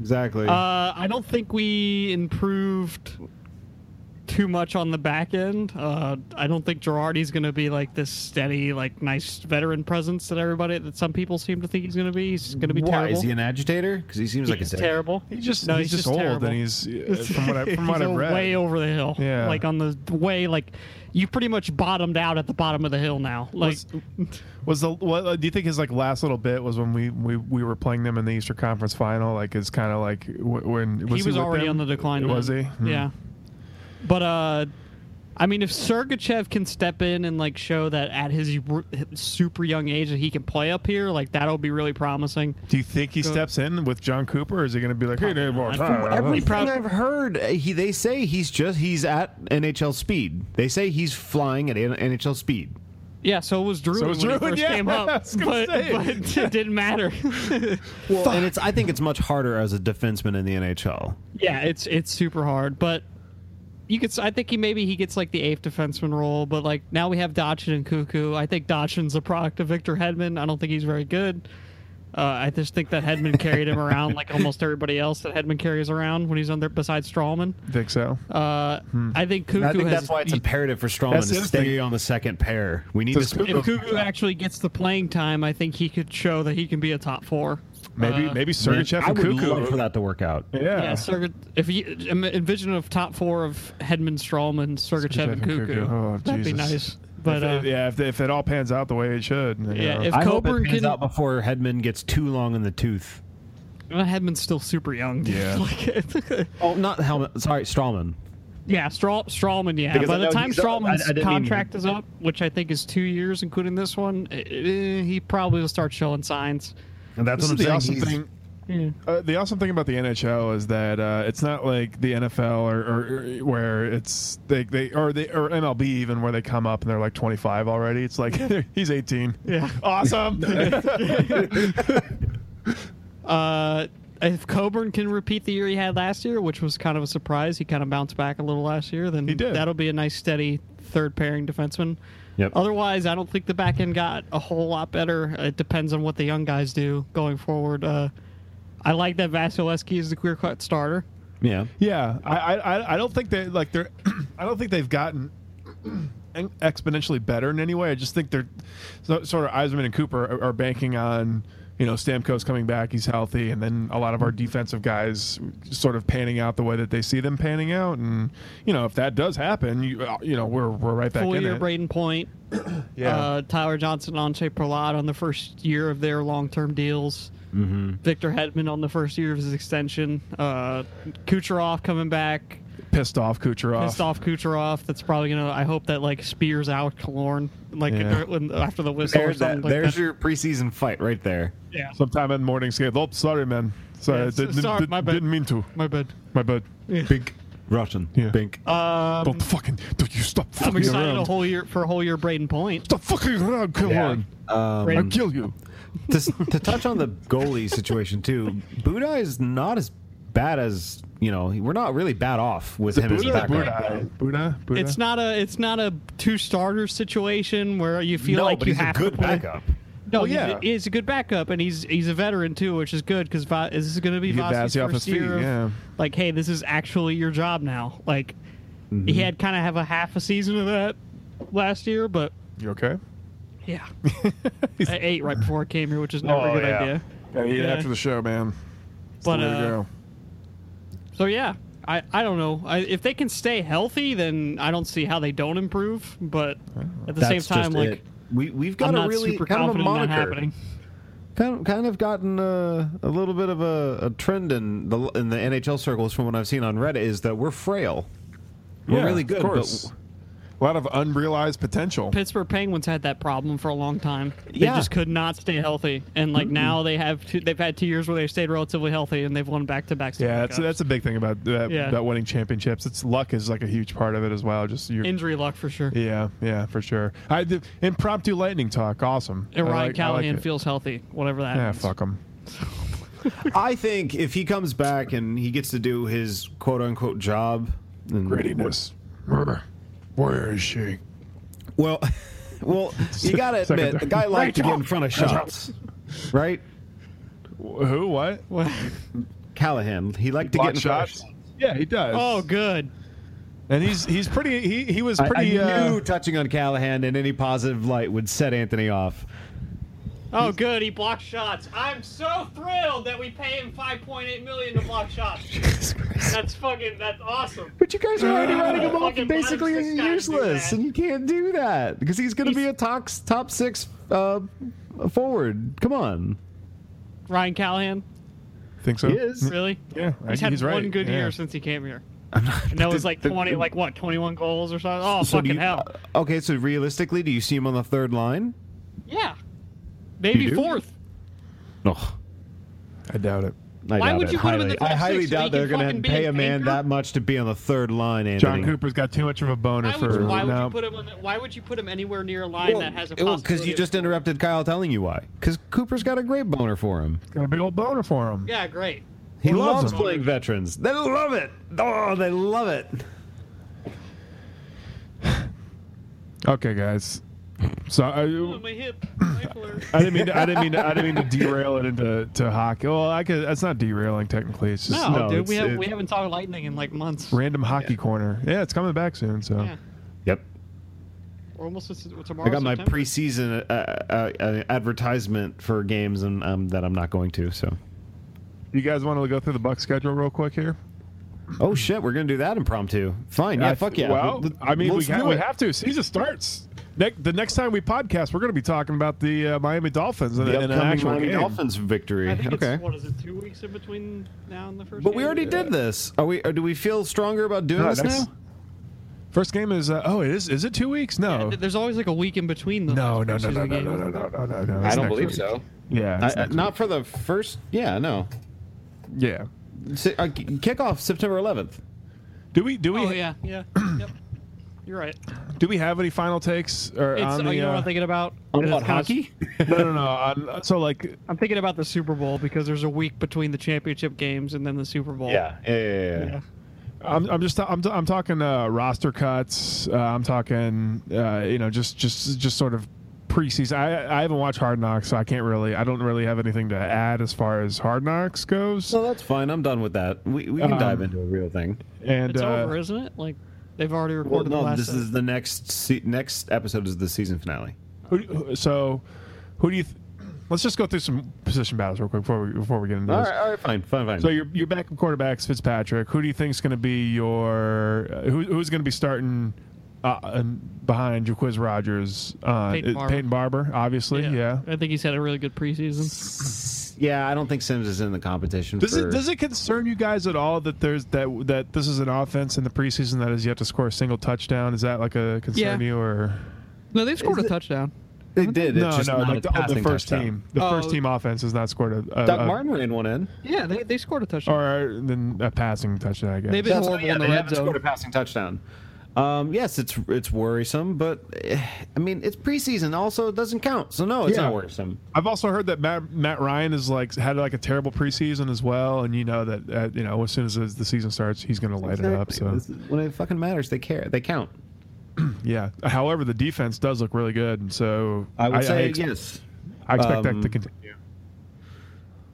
[SPEAKER 1] exactly?
[SPEAKER 4] Uh, I don't think we improved too much on the back end. Uh, I don't think Girardi's going to be like this steady, like nice veteran presence that everybody, that some people seem to think he's going to be. He's going to be
[SPEAKER 1] Why
[SPEAKER 4] terrible.
[SPEAKER 1] is he an agitator? Because he seems like a
[SPEAKER 4] He's
[SPEAKER 1] dick.
[SPEAKER 4] terrible.
[SPEAKER 3] He just
[SPEAKER 4] No,
[SPEAKER 3] he's, just, old
[SPEAKER 4] terrible.
[SPEAKER 3] and he's uh, from what I, from what
[SPEAKER 4] He's
[SPEAKER 3] I've read.
[SPEAKER 4] way over the hill.
[SPEAKER 3] Yeah.
[SPEAKER 4] like on the way, like you pretty much bottomed out at the bottom of the hill now. Like,
[SPEAKER 3] Was the what do you think his like last little bit was when we we, we were playing them in the Easter Conference Final? Like it's kind of like wh- when was he,
[SPEAKER 4] he was
[SPEAKER 3] with
[SPEAKER 4] already
[SPEAKER 3] them?
[SPEAKER 4] on the decline.
[SPEAKER 3] Was
[SPEAKER 4] then.
[SPEAKER 3] he? Hmm.
[SPEAKER 4] Yeah. But uh, I mean, if Sergachev can step in and like show that at his r- super young age that he can play up here, like that'll be really promising.
[SPEAKER 3] Do you think he steps in with John Cooper? or Is he going to be like? Hey, Dave,
[SPEAKER 4] Probably
[SPEAKER 3] uh,
[SPEAKER 4] not.
[SPEAKER 3] uh,
[SPEAKER 4] Every-
[SPEAKER 1] Everything
[SPEAKER 4] prob-
[SPEAKER 1] I've heard, uh, he they say he's just he's at NHL speed. They say he's flying at N- NHL speed.
[SPEAKER 4] Yeah, so was Drew
[SPEAKER 3] So was
[SPEAKER 4] when he
[SPEAKER 3] Druin,
[SPEAKER 4] first
[SPEAKER 3] yeah,
[SPEAKER 4] came
[SPEAKER 3] I
[SPEAKER 4] up,
[SPEAKER 3] was gonna
[SPEAKER 4] but,
[SPEAKER 3] say.
[SPEAKER 4] but it didn't matter.
[SPEAKER 1] Well, and it's I think it's much harder as a defenseman in the NHL.
[SPEAKER 4] yeah, it's it's super hard, but. You could, s- I think he maybe he gets like the eighth defenseman role, but like now we have Dotson and Cuckoo. I think Dotson's a product of Victor Hedman. I don't think he's very good. Uh, I just think that Hedman carried him around like almost everybody else that Hedman carries around when he's on there besides Strawman.
[SPEAKER 3] think so.
[SPEAKER 4] Uh, I think Cuckoo
[SPEAKER 1] Hmm. And I think
[SPEAKER 4] has.
[SPEAKER 1] that's why it's imperative for Strawman
[SPEAKER 3] That's
[SPEAKER 1] to
[SPEAKER 3] the other
[SPEAKER 1] stay
[SPEAKER 3] thing.
[SPEAKER 1] on the second pair. We need to.
[SPEAKER 3] Does
[SPEAKER 1] sp-
[SPEAKER 4] if Cuckoo actually gets the playing time, I think he could show that he can be a top four.
[SPEAKER 3] Maybe
[SPEAKER 4] uh,
[SPEAKER 3] maybe Sergachev
[SPEAKER 1] I
[SPEAKER 3] and
[SPEAKER 1] would love for
[SPEAKER 3] Cuckoo.
[SPEAKER 1] that to work out.
[SPEAKER 3] Yeah.
[SPEAKER 4] Yeah, Serge- if you im- envision of top four of Hedman, Strawman, Sergachev, and Cuckoo,
[SPEAKER 3] Oh,
[SPEAKER 4] that'd be
[SPEAKER 3] Jesus.
[SPEAKER 4] nice.
[SPEAKER 3] If
[SPEAKER 4] But uh,
[SPEAKER 3] it- yeah, if, if it all pans out the way it should. you
[SPEAKER 4] Yeah,
[SPEAKER 3] know.
[SPEAKER 4] if-
[SPEAKER 1] I hope
[SPEAKER 4] Coburn
[SPEAKER 1] it pans
[SPEAKER 4] can-
[SPEAKER 1] out before Hedman gets too long in the tooth.
[SPEAKER 4] Hedman's still super young. dude.
[SPEAKER 3] Yeah.
[SPEAKER 4] Like,
[SPEAKER 1] Oh, not Helmet. Sorry, Strawman.
[SPEAKER 4] yeah, Straw- Strawman. Yeah,
[SPEAKER 1] Because
[SPEAKER 4] by
[SPEAKER 1] I
[SPEAKER 4] the
[SPEAKER 1] know
[SPEAKER 4] time
[SPEAKER 1] he's up- I- I
[SPEAKER 4] Strawman's
[SPEAKER 1] didn't mean-
[SPEAKER 4] contract is up, which I think is two years, including this one, eh, eh, he probably will start showing signs.
[SPEAKER 1] And that's
[SPEAKER 3] This
[SPEAKER 1] what
[SPEAKER 3] is
[SPEAKER 1] I'm
[SPEAKER 3] the
[SPEAKER 1] saying.
[SPEAKER 3] awesome
[SPEAKER 1] he's-
[SPEAKER 3] thing.
[SPEAKER 4] Yeah.
[SPEAKER 3] Uh, the awesome thing about the NHL is that uh, it's not like the NFL or, or where it's they, they or they or MLB even where they come up and they're like 25 already. It's like he's 18.
[SPEAKER 4] Yeah.
[SPEAKER 3] Awesome.
[SPEAKER 4] Uh, if Coburn can repeat the year he had last year, which was kind of a surprise, he kind of bounced back a little last year. Then
[SPEAKER 3] He did.
[SPEAKER 4] that'll be a nice steady third pairing defenseman.
[SPEAKER 1] Yep.
[SPEAKER 4] Otherwise, I don't think the back end got a whole lot better. It depends on what the young guys do going forward. Uh, I like that Vasilevsky is the clear cut starter.
[SPEAKER 1] yeah.
[SPEAKER 3] yeah, I, I I- I don't think they like they're I don't think they've gotten en- exponentially better in any way. I just think they're so, sort of Eisman and Cooper are, are banking on. You know, Stamkos coming back, he's healthy, and then a lot of our defensive guys sort of panning out the way that they see them panning out. And you know, if that does happen, you uh, you know, we're we're right back
[SPEAKER 4] Full
[SPEAKER 3] in
[SPEAKER 4] year
[SPEAKER 3] it.
[SPEAKER 4] Braden Point,
[SPEAKER 3] Yeah.
[SPEAKER 4] uh, Tyler Johnson, Anche Perlot on the first year of their long term deals.
[SPEAKER 3] Mm-hmm.
[SPEAKER 4] Victor Hedman on the first year of his extension. Uh, Kucherov coming back.
[SPEAKER 3] pissed off Kucherov.
[SPEAKER 4] pissed off Kucherov. That's probably gonna. I hope that like spears out Kalorn like
[SPEAKER 3] Yeah.
[SPEAKER 4] when- after the whistle or
[SPEAKER 1] There's,
[SPEAKER 4] something.
[SPEAKER 1] that,
[SPEAKER 4] like
[SPEAKER 1] there's
[SPEAKER 4] that.
[SPEAKER 1] your preseason fight right there.
[SPEAKER 4] yeah.
[SPEAKER 3] Sometime in morning skate. Oh, sorry, man. Sorry,
[SPEAKER 4] Yeah,
[SPEAKER 3] I
[SPEAKER 4] so-
[SPEAKER 3] didn't,
[SPEAKER 4] sorry,
[SPEAKER 3] did,
[SPEAKER 4] my bad.
[SPEAKER 3] didn't mean to.
[SPEAKER 4] My bad.
[SPEAKER 3] My bad.
[SPEAKER 4] Yeah.
[SPEAKER 3] Big.
[SPEAKER 1] Russian.
[SPEAKER 3] Yeah.
[SPEAKER 1] Pink.
[SPEAKER 4] Um,
[SPEAKER 3] Don't fucking. Don't you stop
[SPEAKER 4] I'm
[SPEAKER 3] fucking
[SPEAKER 4] excited
[SPEAKER 3] around.
[SPEAKER 4] a whole year for a whole year Braden Point.
[SPEAKER 3] stop fucking around. Come on. I'll
[SPEAKER 1] Um,
[SPEAKER 3] kill you.
[SPEAKER 1] to, to touch on the goalie situation too, Budai is not as bad as you know. We're not really bad off with him as a
[SPEAKER 3] Buddha,
[SPEAKER 1] backup.
[SPEAKER 3] Buddha, Buddha, Buddha.
[SPEAKER 4] It's not a it's not a two starter situation where you feel
[SPEAKER 1] no,
[SPEAKER 4] like
[SPEAKER 1] but
[SPEAKER 4] you
[SPEAKER 1] he's a
[SPEAKER 4] have
[SPEAKER 1] good
[SPEAKER 4] to play.
[SPEAKER 1] backup.
[SPEAKER 4] No,
[SPEAKER 3] Well,
[SPEAKER 4] he's-
[SPEAKER 3] Oh, yeah.
[SPEAKER 4] he's a good backup, and he's he's a veteran too, which is good because Va- this is going to be
[SPEAKER 3] You get
[SPEAKER 4] Vasi's
[SPEAKER 3] Vasi off
[SPEAKER 4] first
[SPEAKER 3] his feet,
[SPEAKER 4] year. of,
[SPEAKER 3] yeah.
[SPEAKER 4] Like, hey, this is actually your job now. Like,
[SPEAKER 3] Mm-hmm.
[SPEAKER 4] he had kind of have a half a season of that last year, but
[SPEAKER 3] You okay?
[SPEAKER 4] Yeah. I ate right before I came here, which is never a
[SPEAKER 1] Oh,
[SPEAKER 4] good
[SPEAKER 1] yeah.
[SPEAKER 4] idea.
[SPEAKER 3] Yeah, eat
[SPEAKER 4] Yeah.
[SPEAKER 3] after the show, man. It's
[SPEAKER 4] But,
[SPEAKER 3] the way to
[SPEAKER 4] uh,
[SPEAKER 3] go.
[SPEAKER 4] So, yeah, I, I don't know. I, if they can stay healthy, then I don't see how they don't improve. But at the same
[SPEAKER 1] That's
[SPEAKER 4] time,
[SPEAKER 1] just
[SPEAKER 4] like,
[SPEAKER 1] it. we we've got
[SPEAKER 4] I'm
[SPEAKER 1] a
[SPEAKER 4] not
[SPEAKER 1] really
[SPEAKER 4] super
[SPEAKER 1] kind of a
[SPEAKER 4] confident in that
[SPEAKER 1] moniker.
[SPEAKER 4] happening.
[SPEAKER 1] kind of, kind of gotten a, a little bit of a, a trend in the in the NHL circles from what I've seen on Reddit is that we're frail. We're
[SPEAKER 3] Yeah,
[SPEAKER 1] really good,
[SPEAKER 3] Of course. a lot of unrealized potential.
[SPEAKER 4] Pittsburgh Penguins had that problem for a long time. They
[SPEAKER 1] Yeah.
[SPEAKER 4] just could not stay healthy, and like now they have two, they've had two years where they've stayed relatively healthy and they've won back to back.
[SPEAKER 3] Yeah, that's that's a big thing about that,
[SPEAKER 4] Yeah.
[SPEAKER 3] about winning championships. It's luck is like a huge part of it as well. Just your
[SPEAKER 4] injury luck for sure.
[SPEAKER 3] yeah, yeah, for sure. I the impromptu lightning talk, awesome.
[SPEAKER 4] And
[SPEAKER 3] I
[SPEAKER 4] Ryan
[SPEAKER 3] like- I like
[SPEAKER 4] Callahan
[SPEAKER 3] it.
[SPEAKER 4] feels healthy, whatever that.
[SPEAKER 3] yeah,
[SPEAKER 4] means.
[SPEAKER 3] fuck him.
[SPEAKER 1] I think if he comes back and he gets to do his quote unquote job,
[SPEAKER 3] Mm.
[SPEAKER 1] and-
[SPEAKER 3] Grittiness, murder. Where is she?
[SPEAKER 1] Well, well, you gotta
[SPEAKER 3] Second
[SPEAKER 1] admit the
[SPEAKER 3] time.
[SPEAKER 1] guy liked to get in front of shots, right?
[SPEAKER 3] Who? What?
[SPEAKER 4] What?
[SPEAKER 1] Callahan, he liked to
[SPEAKER 3] Block
[SPEAKER 1] get in front of
[SPEAKER 3] shots? Yeah, he does.
[SPEAKER 4] Oh, good.
[SPEAKER 3] and he's he's pretty. He he was
[SPEAKER 1] I-
[SPEAKER 3] pretty.
[SPEAKER 1] I,
[SPEAKER 3] uh,
[SPEAKER 1] knew touching on Callahan in any positive light would set Anthony off.
[SPEAKER 4] Oh, good. He blocked shots. I'm so thrilled that we pay him 5.8 million to block shots. that's fucking. That's awesome.
[SPEAKER 1] But you guys are already writing him off
[SPEAKER 4] Fucking
[SPEAKER 1] basically
[SPEAKER 4] Bob's
[SPEAKER 1] as
[SPEAKER 4] just gotta do
[SPEAKER 1] useless,
[SPEAKER 4] that.
[SPEAKER 1] and you can't do that because he's going to be a top top six uh, forward. Come on,
[SPEAKER 4] Ryan Callahan,
[SPEAKER 3] think so.
[SPEAKER 1] he is.
[SPEAKER 4] really?
[SPEAKER 3] Yeah, I-
[SPEAKER 4] He's had
[SPEAKER 3] right.
[SPEAKER 4] one good
[SPEAKER 3] yeah.
[SPEAKER 4] year since he came here. and that was like
[SPEAKER 1] the-
[SPEAKER 4] 20, like what, 21 goals or something? Oh,
[SPEAKER 1] So do you-
[SPEAKER 4] fucking
[SPEAKER 1] uh,
[SPEAKER 4] hell.
[SPEAKER 1] Okay, so realistically, do you see him on the third line?
[SPEAKER 4] Yeah. Maybe
[SPEAKER 3] You do?
[SPEAKER 4] fourth.
[SPEAKER 1] No.
[SPEAKER 3] I doubt it.
[SPEAKER 1] I
[SPEAKER 4] Why
[SPEAKER 1] doubt
[SPEAKER 4] would
[SPEAKER 1] it
[SPEAKER 4] you put him in
[SPEAKER 1] highly.
[SPEAKER 4] the top
[SPEAKER 1] I highly
[SPEAKER 4] six so
[SPEAKER 1] doubt
[SPEAKER 4] he
[SPEAKER 1] they're
[SPEAKER 4] can
[SPEAKER 1] going
[SPEAKER 4] fucking
[SPEAKER 1] to
[SPEAKER 4] be
[SPEAKER 1] pay a
[SPEAKER 4] an
[SPEAKER 1] man
[SPEAKER 4] anchor?
[SPEAKER 1] that much to be on the third line. Anthony.
[SPEAKER 3] John Cooper's got too much of a boner
[SPEAKER 4] Why would,
[SPEAKER 3] for.
[SPEAKER 4] you, why would
[SPEAKER 3] no.
[SPEAKER 4] you put him on the, Why would you put him anywhere near a line that has a
[SPEAKER 1] Well, because
[SPEAKER 4] possibility
[SPEAKER 1] you
[SPEAKER 4] of-
[SPEAKER 1] just interrupted Kyle telling you why. Because Cooper's got a great boner for him.
[SPEAKER 3] got a big old boner for him.
[SPEAKER 4] Yeah, great.
[SPEAKER 1] He
[SPEAKER 3] loves
[SPEAKER 1] loves
[SPEAKER 3] him.
[SPEAKER 1] playing veterans. They love it. Oh, they love it.
[SPEAKER 3] Okay, guys. So I,
[SPEAKER 4] Oh, my hip. My flirt.
[SPEAKER 3] I didn't mean to, I didn't mean to, I didn't mean to derail it into to hockey. Well, I could. That's not derailing technically. It's just
[SPEAKER 4] No,
[SPEAKER 1] No,
[SPEAKER 4] dude, we,
[SPEAKER 1] it's-
[SPEAKER 4] have,
[SPEAKER 1] it-
[SPEAKER 4] we haven't talked lightning in like months.
[SPEAKER 3] random hockey corner. Yeah, it's coming back soon. So
[SPEAKER 4] Yeah,
[SPEAKER 1] Yep.
[SPEAKER 4] we're almost to- tomorrow.
[SPEAKER 1] I got my
[SPEAKER 4] September.
[SPEAKER 1] preseason uh, uh, uh, advertisement for games and um, that I'm not going to. So.
[SPEAKER 3] you guys want to go through the Buck schedule real quick here?
[SPEAKER 1] Oh shit, we're gonna do that impromptu. Fine. Yeah.
[SPEAKER 3] I-
[SPEAKER 1] fuck yeah.
[SPEAKER 3] Well,
[SPEAKER 1] Let-
[SPEAKER 3] I mean, we,
[SPEAKER 1] let's
[SPEAKER 3] ha-
[SPEAKER 1] do
[SPEAKER 3] we
[SPEAKER 1] it.
[SPEAKER 3] have to. Season starts. Ne- the next time we podcast, we're going to be talking about the uh, Miami Dolphins and,
[SPEAKER 1] the
[SPEAKER 3] and an
[SPEAKER 1] upcoming
[SPEAKER 3] actual
[SPEAKER 1] Miami
[SPEAKER 3] game.
[SPEAKER 1] Dolphins victory.
[SPEAKER 4] I think
[SPEAKER 1] Okay.
[SPEAKER 4] it's, what is it? Two weeks in between now and the first.
[SPEAKER 1] But we
[SPEAKER 4] game?
[SPEAKER 1] already did this. Are we? Or do we feel stronger about doing
[SPEAKER 3] No,
[SPEAKER 1] this
[SPEAKER 3] that's-
[SPEAKER 1] now?
[SPEAKER 3] First game is uh, oh, it is is it two weeks? No,
[SPEAKER 4] Th- There's always like a week in between. The
[SPEAKER 3] no, no,
[SPEAKER 4] last
[SPEAKER 3] no, no,
[SPEAKER 4] preseason
[SPEAKER 3] no,
[SPEAKER 4] game.
[SPEAKER 3] no, no, no, no, no, no. It's next week. Yeah,
[SPEAKER 1] I,
[SPEAKER 3] it's
[SPEAKER 1] I-
[SPEAKER 3] next-
[SPEAKER 1] not for the first. Yeah, no.
[SPEAKER 3] yeah.
[SPEAKER 1] Si- uh, k- Kickoff September 11th.
[SPEAKER 3] Do we do we
[SPEAKER 4] Oh yeah, yeah. yep. You're right.
[SPEAKER 3] do we have any final takes or
[SPEAKER 4] It's,
[SPEAKER 3] on the?
[SPEAKER 4] oh, you know what
[SPEAKER 3] uh,
[SPEAKER 4] I'm thinking about?
[SPEAKER 1] On
[SPEAKER 4] It's
[SPEAKER 1] what
[SPEAKER 4] gonna-
[SPEAKER 1] hockey?
[SPEAKER 3] no, no, no. on- uh, so like
[SPEAKER 4] I'm thinking about the Super Bowl because there's a week between the championship games and then the Super Bowl.
[SPEAKER 1] yeah, yeah, yeah.
[SPEAKER 4] Yeah.
[SPEAKER 3] I'm, I'm just I'm, I'm talking uh, roster cuts. Uh, I'm talking uh, you know just just just sort of preseason. I I haven't watched Hard Knocks, so I can't really I don't really have anything to add as far as Hard Knocks goes.
[SPEAKER 1] So that's fine. I'm done with that. We, we can
[SPEAKER 3] Um,
[SPEAKER 1] dive into a real thing.
[SPEAKER 3] And
[SPEAKER 4] It's
[SPEAKER 3] uh,
[SPEAKER 4] over, isn't it? Like they've already
[SPEAKER 1] Well,
[SPEAKER 4] recorded the
[SPEAKER 1] no,
[SPEAKER 4] last.
[SPEAKER 1] this is the next se- next episode is the season finale.
[SPEAKER 3] who do you- so who do you? Th- let's just go through some position battles real quick before we before we get into
[SPEAKER 1] All
[SPEAKER 3] this.
[SPEAKER 1] right, all right, fine, fine, fine.
[SPEAKER 3] So your your backup quarterbacks Fitzpatrick. Who do you think's going to be your uh, who, who's going to be starting uh, and behind your Quiz Rogers? Uh,
[SPEAKER 4] Peyton
[SPEAKER 3] uh,
[SPEAKER 4] Barber.
[SPEAKER 3] Peyton Barber, obviously. yeah.
[SPEAKER 4] I think he's had a really good preseason.
[SPEAKER 1] yeah, I don't think Sims is in the competition.
[SPEAKER 3] Does
[SPEAKER 1] for-
[SPEAKER 3] it does it concern you guys at all that there's that that this is an offense in the preseason that has yet to score a single touchdown? Is that like a concern
[SPEAKER 4] Yeah.
[SPEAKER 3] to you or
[SPEAKER 4] No, they've scored
[SPEAKER 1] Is
[SPEAKER 4] a
[SPEAKER 1] it-
[SPEAKER 4] touchdown.
[SPEAKER 1] They did. It's
[SPEAKER 3] no
[SPEAKER 1] just
[SPEAKER 3] no
[SPEAKER 1] not
[SPEAKER 3] like
[SPEAKER 1] a
[SPEAKER 3] the, of the
[SPEAKER 1] passing
[SPEAKER 3] first
[SPEAKER 1] touchdown.
[SPEAKER 3] team the
[SPEAKER 4] Oh.
[SPEAKER 3] first team offense has not scored a, a,
[SPEAKER 1] Doc
[SPEAKER 3] a-
[SPEAKER 1] Martin ran one in.
[SPEAKER 4] Yeah, they, they scored a touchdown.
[SPEAKER 3] or uh, then a passing touchdown I guess.
[SPEAKER 4] They've been horrible in the
[SPEAKER 1] they
[SPEAKER 4] red
[SPEAKER 1] haven't
[SPEAKER 4] zone.
[SPEAKER 1] scored a passing touchdown. Um, yes, it's it's worrisome, but eh, I mean it's preseason. Also, it doesn't count, so no, it's
[SPEAKER 3] Yeah.
[SPEAKER 1] not worrisome.
[SPEAKER 3] I've also heard that Matt, Matt Ryan is like had like a terrible preseason as well, and you know that uh, you know as soon as the season starts, he's going to light it up. So
[SPEAKER 1] This is- when it fucking matters, they care. They count.
[SPEAKER 3] yeah. However, the defense does look really good, and so
[SPEAKER 1] I would say
[SPEAKER 3] ex-
[SPEAKER 1] yes.
[SPEAKER 3] I expect
[SPEAKER 1] um,
[SPEAKER 3] that to continue.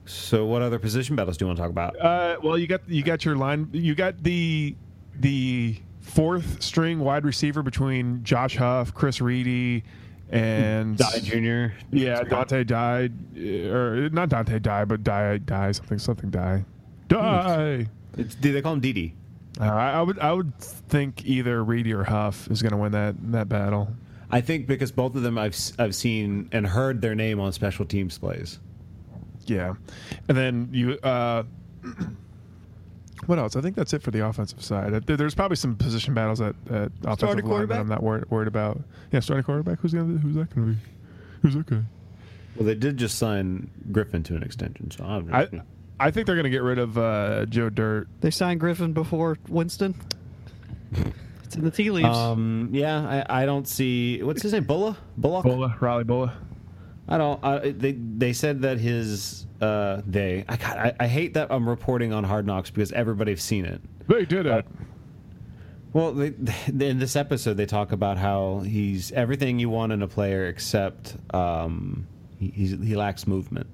[SPEAKER 1] So, what other position battles do you want to talk about?
[SPEAKER 3] Uh, well, you got you got your line. You got the the fourth string wide receiver between Josh Huff, Chris Reedy, and
[SPEAKER 1] Junior.
[SPEAKER 3] yeah, Dante died eh, or not Dante died, but die die something something die die.
[SPEAKER 1] It's, do they call him Didi?
[SPEAKER 3] Uh, I I would I would think either Reedy or Huff is going to win that that battle.
[SPEAKER 1] I think because both of them I've s- I've seen and heard their name on special teams plays.
[SPEAKER 3] yeah, and then you. Uh, what else? I think that's it for the offensive side. There- There's probably some position battles at, at offensive line that
[SPEAKER 2] quarterback?
[SPEAKER 3] I'm not wor- worried about. Yeah, starting quarterback. Who's gonna? Who's that gonna be? Who's that guy?
[SPEAKER 1] Well, they did just sign Griffin to an extension, so I'm
[SPEAKER 3] I I think they're gonna get rid of uh, Joe Dirt.
[SPEAKER 4] They signed Griffin before Winston. It's in the tea leaves.
[SPEAKER 1] um, yeah, I, I don't see what's his name, Bulla, Bullock.
[SPEAKER 3] Bola, Raleigh Bola.
[SPEAKER 1] I don't. I, they they said that his uh, they. I, God, I I hate that I'm reporting on Hard Knocks because everybody's seen it.
[SPEAKER 3] They did it.
[SPEAKER 1] Well, they, they- in this episode, they talk about how he's everything you want in a player except um, he, he's, he lacks movement.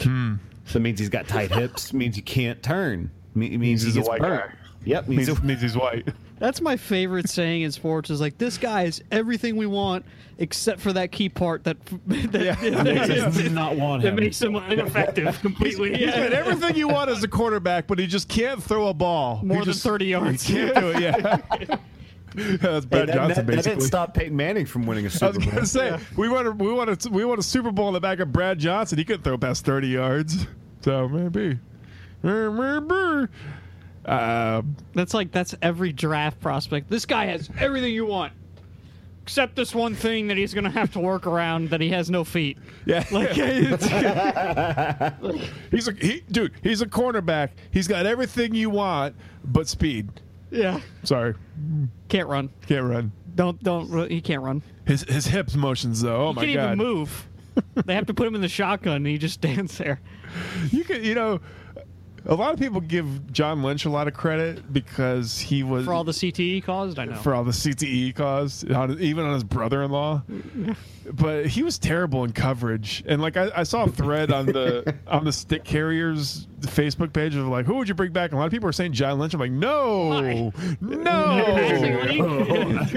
[SPEAKER 3] Hmm.
[SPEAKER 1] So it means he's got tight hips. Means he can't turn. Me- It means
[SPEAKER 3] he's
[SPEAKER 1] he
[SPEAKER 3] a
[SPEAKER 1] gets
[SPEAKER 3] white
[SPEAKER 1] burnt.
[SPEAKER 3] guy.
[SPEAKER 1] Yep. Means
[SPEAKER 3] means,
[SPEAKER 1] a-
[SPEAKER 3] means he's white.
[SPEAKER 4] That's my favorite saying in sports is like, this guy is everything we want except for that key part that, that, that,
[SPEAKER 1] I do not want him.
[SPEAKER 4] makes him ineffective completely. Yeah.
[SPEAKER 3] But everything you want as a quarterback, but he just can't throw a ball.
[SPEAKER 4] More
[SPEAKER 3] He
[SPEAKER 4] than
[SPEAKER 3] just-
[SPEAKER 4] 30 yards.
[SPEAKER 3] He can't do it. Yeah. Yeah, That's
[SPEAKER 1] Hey,
[SPEAKER 3] Brad Johnson,
[SPEAKER 1] that, that- that didn't
[SPEAKER 3] basically.
[SPEAKER 1] stop Peyton Manning from winning a
[SPEAKER 3] I was
[SPEAKER 1] Super Bowl.
[SPEAKER 3] gonna say we want a, we want a, we want a Super Bowl in the back of Brad Johnson. He could throw past thirty yards, so maybe, maybe. Uh,
[SPEAKER 4] That's like, that's every draft prospect. This guy has everything you want except this one thing that he's going to have to work around that he has no feet.
[SPEAKER 3] yeah, he's a he, dude. He's a cornerback. He's got everything you want, but speed.
[SPEAKER 4] Yeah.
[SPEAKER 3] Sorry,
[SPEAKER 4] Can't run.
[SPEAKER 3] can't run.
[SPEAKER 4] Don't, don't, he can't run.
[SPEAKER 3] His his hips motions though. Oh my
[SPEAKER 4] can't
[SPEAKER 3] god,
[SPEAKER 4] even move. they have to put him in the shotgun and he just stands there.
[SPEAKER 3] You could, you know, a lot of people give John Lynch a lot of credit because he was
[SPEAKER 4] For all the CTE he caused, I know.
[SPEAKER 3] for all the CTE caused, on, even on his brother-in-law. but he was terrible in coverage, and like I, I saw a thread on the on the stick carriers Facebook page of like, who would you bring back? And a lot of people are saying John Lynch. I'm like, no, no.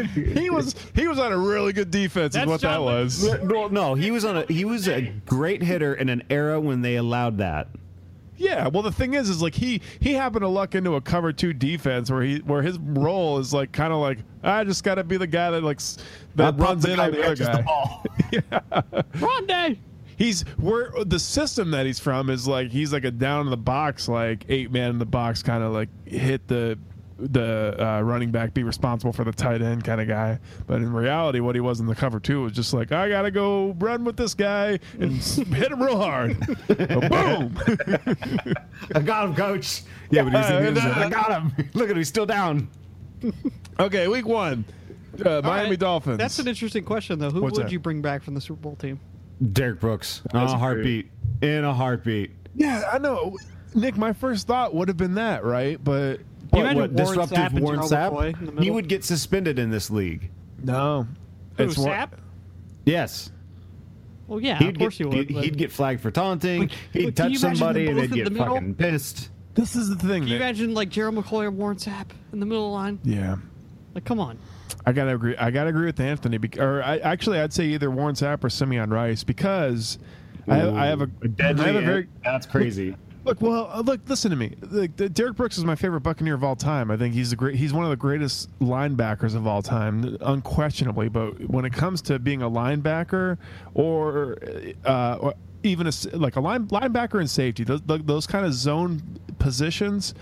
[SPEAKER 3] he was he was on a really good defense.
[SPEAKER 4] That's
[SPEAKER 3] is what that
[SPEAKER 4] John Lynch.
[SPEAKER 3] was.
[SPEAKER 1] Well, no, he was on a he was a great hitter in an era when they allowed that.
[SPEAKER 3] Yeah, well, the thing is, is like he he happened to luck into a cover two defense where he where his role is like kind of like I just got to be the guy that like s- that
[SPEAKER 1] Up
[SPEAKER 3] runs
[SPEAKER 1] the
[SPEAKER 3] in
[SPEAKER 1] guy
[SPEAKER 3] on the
[SPEAKER 1] who
[SPEAKER 3] other
[SPEAKER 1] catches
[SPEAKER 3] guy.
[SPEAKER 1] ball.
[SPEAKER 4] Rondé!
[SPEAKER 3] He's where the system that he's from is like he's like a down in the box, like eight man in the box, kind of like hit the the uh, running back, be responsible for the tight end kind of guy. But in reality, what he was in the cover two was just like I gotta go run with this guy and s- hit him real hard, boom.
[SPEAKER 1] I got him, coach. Yeah, but he's in the end zone. I got him. Look at him, he's still down.
[SPEAKER 3] Okay, week one. Uh, Miami
[SPEAKER 4] right.
[SPEAKER 3] Dolphins.
[SPEAKER 4] That's an interesting question, though. Who
[SPEAKER 3] What's
[SPEAKER 4] would
[SPEAKER 3] that?
[SPEAKER 4] you bring back from the Super Bowl team?
[SPEAKER 1] Derek Brooks. In a heartbeat. In a heartbeat.
[SPEAKER 3] yeah, I know. Nick, my first thought would have been that, right? But
[SPEAKER 4] you imagine Warren Sapp and Terrell McCoy in the
[SPEAKER 1] He
[SPEAKER 4] middle?
[SPEAKER 1] would get suspended in this league.
[SPEAKER 3] no,
[SPEAKER 4] Who,
[SPEAKER 3] one-
[SPEAKER 4] Sapp?
[SPEAKER 1] Yes.
[SPEAKER 4] Well, yeah,
[SPEAKER 1] He'd
[SPEAKER 4] of course
[SPEAKER 1] get,
[SPEAKER 4] you would.
[SPEAKER 1] He'd,
[SPEAKER 4] but-
[SPEAKER 1] he'd get flagged for taunting.
[SPEAKER 4] But-
[SPEAKER 1] he'd
[SPEAKER 4] but can
[SPEAKER 1] touch
[SPEAKER 4] you imagine
[SPEAKER 1] somebody and
[SPEAKER 4] them both
[SPEAKER 1] they'd
[SPEAKER 4] in the
[SPEAKER 1] get
[SPEAKER 4] middle?
[SPEAKER 1] fucking pissed.
[SPEAKER 3] This is the thing.
[SPEAKER 4] Can you
[SPEAKER 3] Nick.
[SPEAKER 4] imagine like Gerald McCoy or Warren Sapp in the middle of the line?
[SPEAKER 3] yeah,
[SPEAKER 4] Like, come on.
[SPEAKER 3] I gotta agree. I gotta agree with Anthony. Bec- or I, actually, I'd say either Warren Sapp or Simeon Rice because I, I have a I have a very
[SPEAKER 1] That's crazy.
[SPEAKER 3] Look, well, uh, look, listen to me. Like, the- Derek Brooks is my favorite Buccaneer of all time. I think he's the great. He's one of the greatest linebackers of all time, unquestionably. But when it comes to being a linebacker, or, uh, or even a s like a line, linebacker and safety, those, those- those kind of zone positions.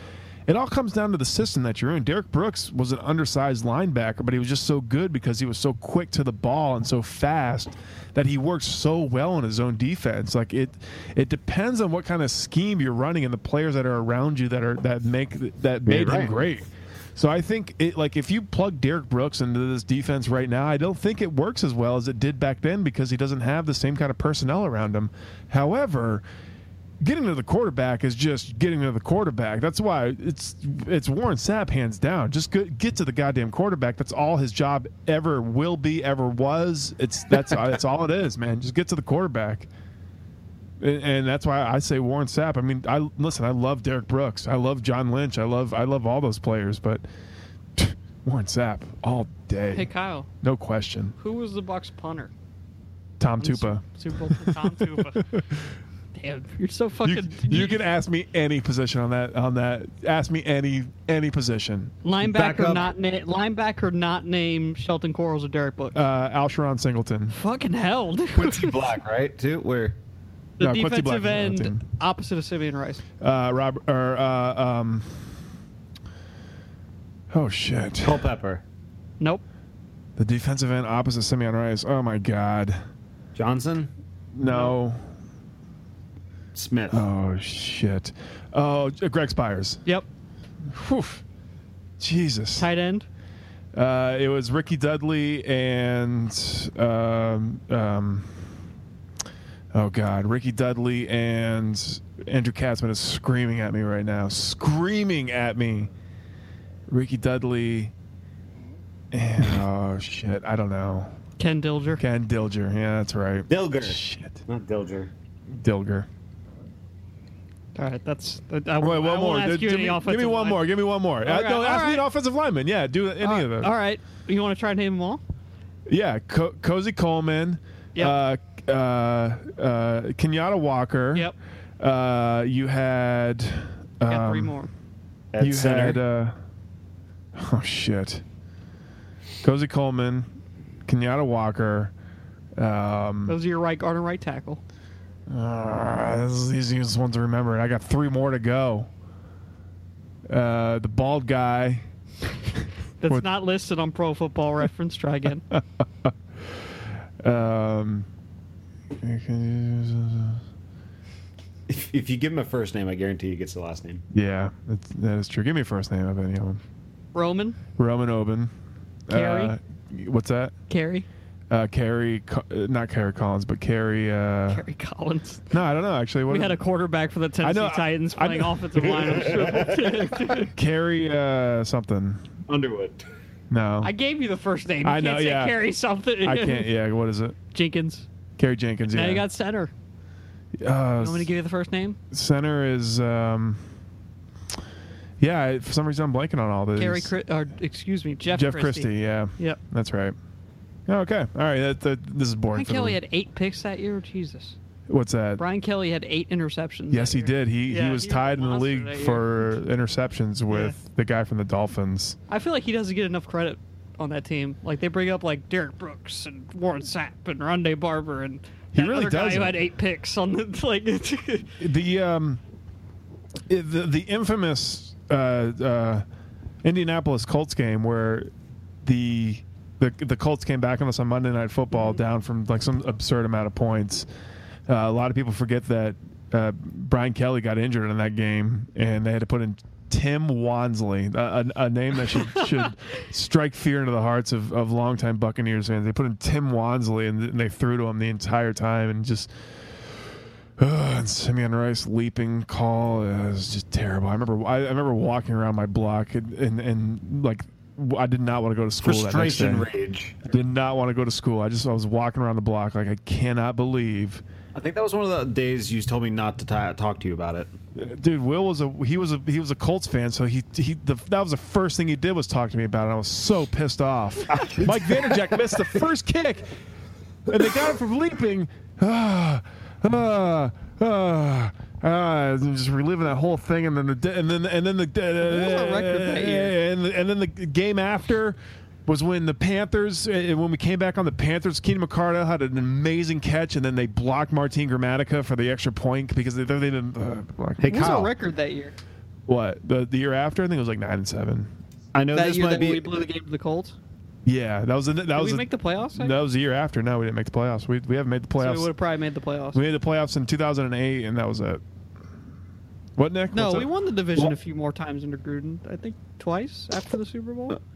[SPEAKER 3] It all comes down to the system that you're in. Derek Brooks was an undersized linebacker, but he was just so good because he was so quick to the ball and so fast that he worked so well in his own defense. Like it, it depends on what kind of scheme you're running and the players that are around you that are that make that made
[SPEAKER 1] right.
[SPEAKER 3] him great. So I think it like if you plug Derek Brooks into this defense right now, I don't think it works as well as it did back then because he doesn't have the same kind of personnel around him. However, getting to the quarterback is just getting to the quarterback. That's why it's it's Warren Sapp hands down. Just get, get to the goddamn quarterback. That's all his job ever will be, ever was. It's that's that's all it is, man. Just get to the quarterback. And, and that's why I say Warren Sapp. I mean, I listen. I love Derek Brooks. I love John Lynch. I love I love all those players, but Warren Sapp all day,
[SPEAKER 4] Hey, Kyle,
[SPEAKER 3] no question.
[SPEAKER 4] who was the Bucks punter?
[SPEAKER 3] Tom Tupa.
[SPEAKER 4] Super Bowl Tom Tupa. Damn, you're so
[SPEAKER 3] You,
[SPEAKER 4] fucking.
[SPEAKER 3] you can ask me any position on that on that. Ask me any any position.
[SPEAKER 1] back
[SPEAKER 4] linebacker
[SPEAKER 1] up.
[SPEAKER 4] not na- linebacker not named Shelton Quarles or Derek Book.
[SPEAKER 3] Uh, Alsharon Uh, Singleton.
[SPEAKER 4] fucking hell, dude.
[SPEAKER 1] Quincy Black, right? Too where
[SPEAKER 4] The
[SPEAKER 3] No, Quincy
[SPEAKER 4] defensive
[SPEAKER 3] Blackman's on the
[SPEAKER 4] end
[SPEAKER 3] team.
[SPEAKER 4] opposite of Simeon Rice.
[SPEAKER 3] Uh, Rob or uh, um. Oh shit!
[SPEAKER 1] Culpepper,
[SPEAKER 4] Nope.
[SPEAKER 3] The defensive end opposite Simeon Rice. Oh my god!
[SPEAKER 1] Johnson,
[SPEAKER 3] No.
[SPEAKER 1] Smith.
[SPEAKER 3] Oh shit! Oh, Greg Spires.
[SPEAKER 4] Yep.
[SPEAKER 3] Whew. Jesus.
[SPEAKER 4] Tight end.
[SPEAKER 3] Uh, it was Ricky Dudley and um, um, oh god, Ricky Dudley and Andrew Katzman is screaming at me right now, screaming at me. Ricky Dudley and oh shit, I don't know.
[SPEAKER 4] Ken Dilger.
[SPEAKER 3] Ken Dilger, yeah, that's right.
[SPEAKER 1] Dilger,
[SPEAKER 3] Shit,
[SPEAKER 1] not Dilger.
[SPEAKER 3] Dilger.
[SPEAKER 4] All right, that's. I, I,
[SPEAKER 3] Wait, one
[SPEAKER 4] I
[SPEAKER 3] more.
[SPEAKER 4] Won't ask
[SPEAKER 3] Give,
[SPEAKER 4] you
[SPEAKER 3] give me,
[SPEAKER 4] any
[SPEAKER 3] give me
[SPEAKER 4] offensive
[SPEAKER 3] one
[SPEAKER 4] line.
[SPEAKER 3] more. Give me one more. Uh,
[SPEAKER 4] right,
[SPEAKER 3] no, ask
[SPEAKER 4] all
[SPEAKER 3] me an
[SPEAKER 4] right.
[SPEAKER 3] offensive lineman. Yeah, do any
[SPEAKER 4] All
[SPEAKER 3] of
[SPEAKER 4] right,
[SPEAKER 3] those.
[SPEAKER 4] All right. You want to try to name them all?
[SPEAKER 3] Yeah, Co- Cozy Coleman.
[SPEAKER 4] Yep.
[SPEAKER 3] Uh, uh, uh, Kenyatta Walker.
[SPEAKER 4] Yep.
[SPEAKER 3] Uh, you had. Um,
[SPEAKER 4] Got three more.
[SPEAKER 1] At
[SPEAKER 3] you
[SPEAKER 1] center,
[SPEAKER 3] had. Uh, oh shit. Cozy Coleman, Kenyatta Walker. Um,
[SPEAKER 4] Those are your right guard and right tackle.
[SPEAKER 3] uh, this is the easiest one to remember. I got three more to go. Uh, the bald guy.
[SPEAKER 4] That's
[SPEAKER 3] What-
[SPEAKER 4] not listed on Pro Football Reference. Try again.
[SPEAKER 3] Um,
[SPEAKER 1] if, if you give him a first name, I guarantee he gets the last name.
[SPEAKER 3] yeah, that's, that is true. Give me a first name of anyone.
[SPEAKER 4] Roman,
[SPEAKER 3] Roman Oban.
[SPEAKER 4] Carey?
[SPEAKER 3] Uh, what's that?
[SPEAKER 4] Kerry,
[SPEAKER 3] Uh, Carrie, Co- uh, not Carrie Collins, but Carrie. Uh,
[SPEAKER 4] Kerry Collins.
[SPEAKER 3] no, I don't know actually. What
[SPEAKER 4] We
[SPEAKER 3] is
[SPEAKER 4] had a
[SPEAKER 3] it?
[SPEAKER 4] quarterback for the Tennessee
[SPEAKER 3] know, I-
[SPEAKER 4] Titans
[SPEAKER 3] I
[SPEAKER 4] playing
[SPEAKER 3] know.
[SPEAKER 4] offensive line. on triple team.
[SPEAKER 3] Carrie uh, something.
[SPEAKER 1] Underwood.
[SPEAKER 3] No,
[SPEAKER 4] I gave you the first name. You
[SPEAKER 3] I know,
[SPEAKER 4] Can't say
[SPEAKER 3] yeah.
[SPEAKER 4] Kerry something.
[SPEAKER 3] I can't. Yeah, what is it?
[SPEAKER 4] Jenkins.
[SPEAKER 3] Carrie Jenkins. Yeah.
[SPEAKER 4] Now you got center.
[SPEAKER 3] uh,
[SPEAKER 4] I'm going to give you the first name.
[SPEAKER 3] center is. Um, yeah, I- for some reason I'm blanking on all these.
[SPEAKER 4] Kerry, Cri- or excuse me, Jeff.
[SPEAKER 3] Jeff Christie. Yeah,
[SPEAKER 4] Yep.
[SPEAKER 3] that's right. Okay, all right. That, that, this is boring.
[SPEAKER 4] Brian
[SPEAKER 3] for the
[SPEAKER 4] Kelly
[SPEAKER 3] week.
[SPEAKER 4] had eight picks that year. Jesus.
[SPEAKER 3] What's that?
[SPEAKER 4] Brian Kelly had eight interceptions.
[SPEAKER 3] Yes, he
[SPEAKER 4] that year.
[SPEAKER 3] did. He he
[SPEAKER 4] Yeah,
[SPEAKER 3] was
[SPEAKER 4] he was a
[SPEAKER 3] tied in the
[SPEAKER 4] monster
[SPEAKER 3] league
[SPEAKER 4] that year.
[SPEAKER 3] for interceptions with the guy from the Dolphins.
[SPEAKER 4] I feel like he doesn't get enough credit on that team. Like they bring up like Derek Brooks and Warren Sapp and Rondé Barber and
[SPEAKER 3] He
[SPEAKER 4] that
[SPEAKER 3] really
[SPEAKER 4] other guy
[SPEAKER 3] doesn't.
[SPEAKER 4] Who had eight picks on the like?
[SPEAKER 3] The um, i- the, the infamous uh, uh, Indianapolis Colts game where the the the Colts came back on us on Monday Night Football down from like some absurd amount of points. Uh, a lot of people forget that uh, Brian Kelly got injured in that game, and they had to put in Tim Wansley, a, a, a name that should, should strike fear into the hearts of, of longtime Buccaneers fans. They put in Tim Wansley, and, th- and they threw to him the entire time, and just. Ugh, and Simeon Rice leaping call uh, it was just terrible. I remember I, I remember walking around my block and and, and like w- I did not want to go to school. That next day.
[SPEAKER 1] Frustration rage.
[SPEAKER 3] Did not want to go to school. I just I was walking around the block like I cannot believe
[SPEAKER 1] I think that was one of the days you told me not to t- talk to you about it.
[SPEAKER 3] Dude, Will was a he was a he was a Colts fan, so he he the, that was the first thing he did was talk to me about it. I was so pissed off. Mike Vanderjack missed the first kick, and they got him from leaping. Ah, ah, ah, ah, and just reliving that whole thing, and then the de- and then and then the
[SPEAKER 4] was our record that year?
[SPEAKER 3] and and then the game after. Was when the Panthers, eh, when we came back on the Panthers, Keenan McCardell had an amazing catch, and then they blocked Martin Grammatica for the extra point because they, they didn't. Uh, block-
[SPEAKER 1] Hey, Kyle,
[SPEAKER 4] record that year?
[SPEAKER 3] what the the year after? I think it was like nine and seven.
[SPEAKER 1] I know
[SPEAKER 4] That
[SPEAKER 1] this
[SPEAKER 4] year
[SPEAKER 1] might
[SPEAKER 4] that
[SPEAKER 1] be.
[SPEAKER 4] we blew the game to the Colts.
[SPEAKER 3] Yeah, that was the, that
[SPEAKER 4] Did
[SPEAKER 3] was
[SPEAKER 4] we
[SPEAKER 3] the,
[SPEAKER 4] make the playoffs?
[SPEAKER 3] that was the year after. No, we didn't make the playoffs. We we haven't made the
[SPEAKER 4] so we
[SPEAKER 3] playoffs.
[SPEAKER 4] would have probably made the playoffs.
[SPEAKER 3] we made the playoffs in two thousand and eight, and that was it. What Nick?
[SPEAKER 4] no,
[SPEAKER 3] What's
[SPEAKER 4] we
[SPEAKER 3] up?
[SPEAKER 4] won the division
[SPEAKER 1] Well-
[SPEAKER 4] a few more times under Gruden. I think twice after the Super Bowl.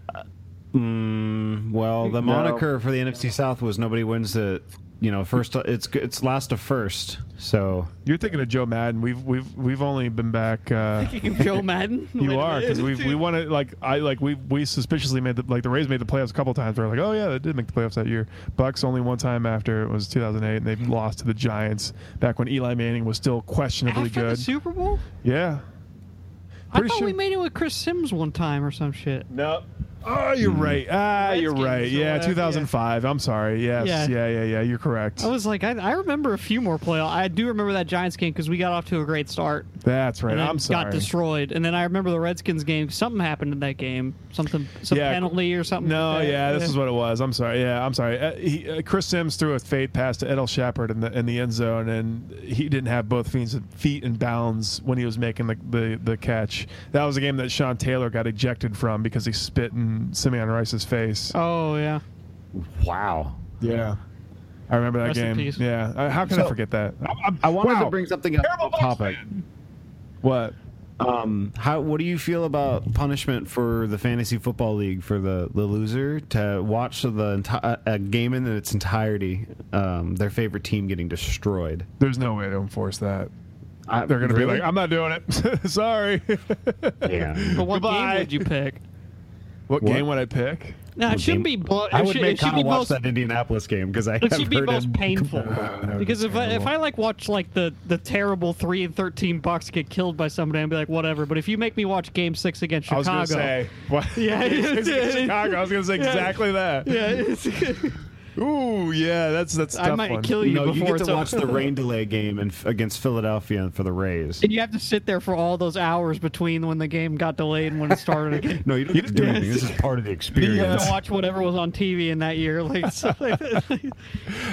[SPEAKER 1] Mm, well, the
[SPEAKER 3] No.
[SPEAKER 1] moniker for the NFC South was nobody wins the, you know, first. It's it's last to first. So
[SPEAKER 3] You're thinking of Joe Madden. We've we've we've only been back. Uh,
[SPEAKER 4] Thinking of Joe Madden. Wait
[SPEAKER 3] you
[SPEAKER 4] a
[SPEAKER 3] are because
[SPEAKER 4] minute.
[SPEAKER 3] we we won it. Like I like we we suspiciously made the like the Rays made the playoffs a couple times. We're like, oh yeah, they did make the playoffs that year. Bucks only one time after it was two thousand eight, and they lost to the Giants back when Eli Manning was still questionably
[SPEAKER 4] after the
[SPEAKER 3] good.
[SPEAKER 4] Super Bowl.
[SPEAKER 3] yeah.
[SPEAKER 4] I thought we made it with Chris Sims one time or some shit.
[SPEAKER 3] No. Oh, you're
[SPEAKER 4] Hmm.
[SPEAKER 3] right. Ah, you're
[SPEAKER 4] Redskins
[SPEAKER 3] right.
[SPEAKER 4] or
[SPEAKER 3] Yeah,
[SPEAKER 4] whatever,
[SPEAKER 3] 2005. I'm sorry. Yes. Yeah.
[SPEAKER 4] Yeah.
[SPEAKER 3] yeah, yeah, You're correct.
[SPEAKER 4] I was like, I, I remember a few more playoff. I do remember that Giants game because we got off to a great start
[SPEAKER 3] That's right.
[SPEAKER 4] and then
[SPEAKER 3] I'm sorry.
[SPEAKER 4] got destroyed. And then I remember the Redskins game. Something happened in that game. Something, some
[SPEAKER 3] Yeah.
[SPEAKER 4] penalty or something.
[SPEAKER 3] No,
[SPEAKER 4] like that.
[SPEAKER 3] yeah, this is what it was. I'm sorry. Yeah, I'm sorry. Uh, he, uh, Chris Sims threw a fade pass to Edel Shepard in the in the end zone, and he didn't have both feet feet in bounds when he was making the, the, the catch. That was a game that Sean Taylor got ejected from because he spit in Simeon Rice's face.
[SPEAKER 4] Oh yeah.
[SPEAKER 1] Wow.
[SPEAKER 3] Yeah, I remember that
[SPEAKER 4] Rest in
[SPEAKER 3] game.
[SPEAKER 4] peace.
[SPEAKER 3] Yeah, Uh, how can I
[SPEAKER 1] So-
[SPEAKER 3] forget that?
[SPEAKER 1] I wanted
[SPEAKER 3] Wow.
[SPEAKER 1] to bring something up.
[SPEAKER 3] Terrible
[SPEAKER 1] off topic.
[SPEAKER 3] What?
[SPEAKER 1] Um, how what do you feel about punishment for the fantasy football league for the, the loser to watch the enti- uh, a game in its entirety, um, their favorite team getting destroyed?
[SPEAKER 3] There's no way to enforce that.
[SPEAKER 1] I-
[SPEAKER 3] They're going to
[SPEAKER 1] really?
[SPEAKER 3] be like, I'm not doing it. sorry.
[SPEAKER 1] yeah.
[SPEAKER 4] But what
[SPEAKER 3] Goodbye.
[SPEAKER 4] game would you pick?
[SPEAKER 3] what,
[SPEAKER 1] What?
[SPEAKER 3] game would I pick?
[SPEAKER 4] No, it shouldn't be.
[SPEAKER 1] game-
[SPEAKER 4] Blo-
[SPEAKER 1] I
[SPEAKER 4] it
[SPEAKER 1] would
[SPEAKER 4] should,
[SPEAKER 1] make
[SPEAKER 4] it should
[SPEAKER 1] Connor
[SPEAKER 4] be
[SPEAKER 1] watch
[SPEAKER 4] most,
[SPEAKER 1] that Indianapolis game because I
[SPEAKER 4] It
[SPEAKER 1] have
[SPEAKER 4] should be
[SPEAKER 1] heard
[SPEAKER 4] most
[SPEAKER 1] him.
[SPEAKER 4] painful.
[SPEAKER 3] would be
[SPEAKER 4] because if I, if
[SPEAKER 3] terrible.
[SPEAKER 4] I like watch like the the terrible three and thirteen Bucks get killed by somebody, I'd be like whatever. But if you make me watch Game Six against
[SPEAKER 3] I
[SPEAKER 4] Chicago,
[SPEAKER 3] was going to say. What?
[SPEAKER 4] Yeah,
[SPEAKER 3] It's
[SPEAKER 4] yeah.
[SPEAKER 3] Chicago. I was going to say exactly that.
[SPEAKER 4] yeah, it's,
[SPEAKER 3] Ooh, yeah, that's that's a
[SPEAKER 4] I
[SPEAKER 3] tough
[SPEAKER 4] might
[SPEAKER 3] one.
[SPEAKER 4] kill you
[SPEAKER 1] No, you
[SPEAKER 4] before
[SPEAKER 1] get
[SPEAKER 4] it's
[SPEAKER 1] to watch
[SPEAKER 4] over.
[SPEAKER 1] the rain delay game in, against Philadelphia for the Rays.
[SPEAKER 4] And you have to sit there for all those hours between when the game got delayed and when it started again.
[SPEAKER 1] No, you don't get to do anything. This is part of the
[SPEAKER 4] You have
[SPEAKER 1] experience.
[SPEAKER 4] to watch whatever was on TV in that year. Like, so,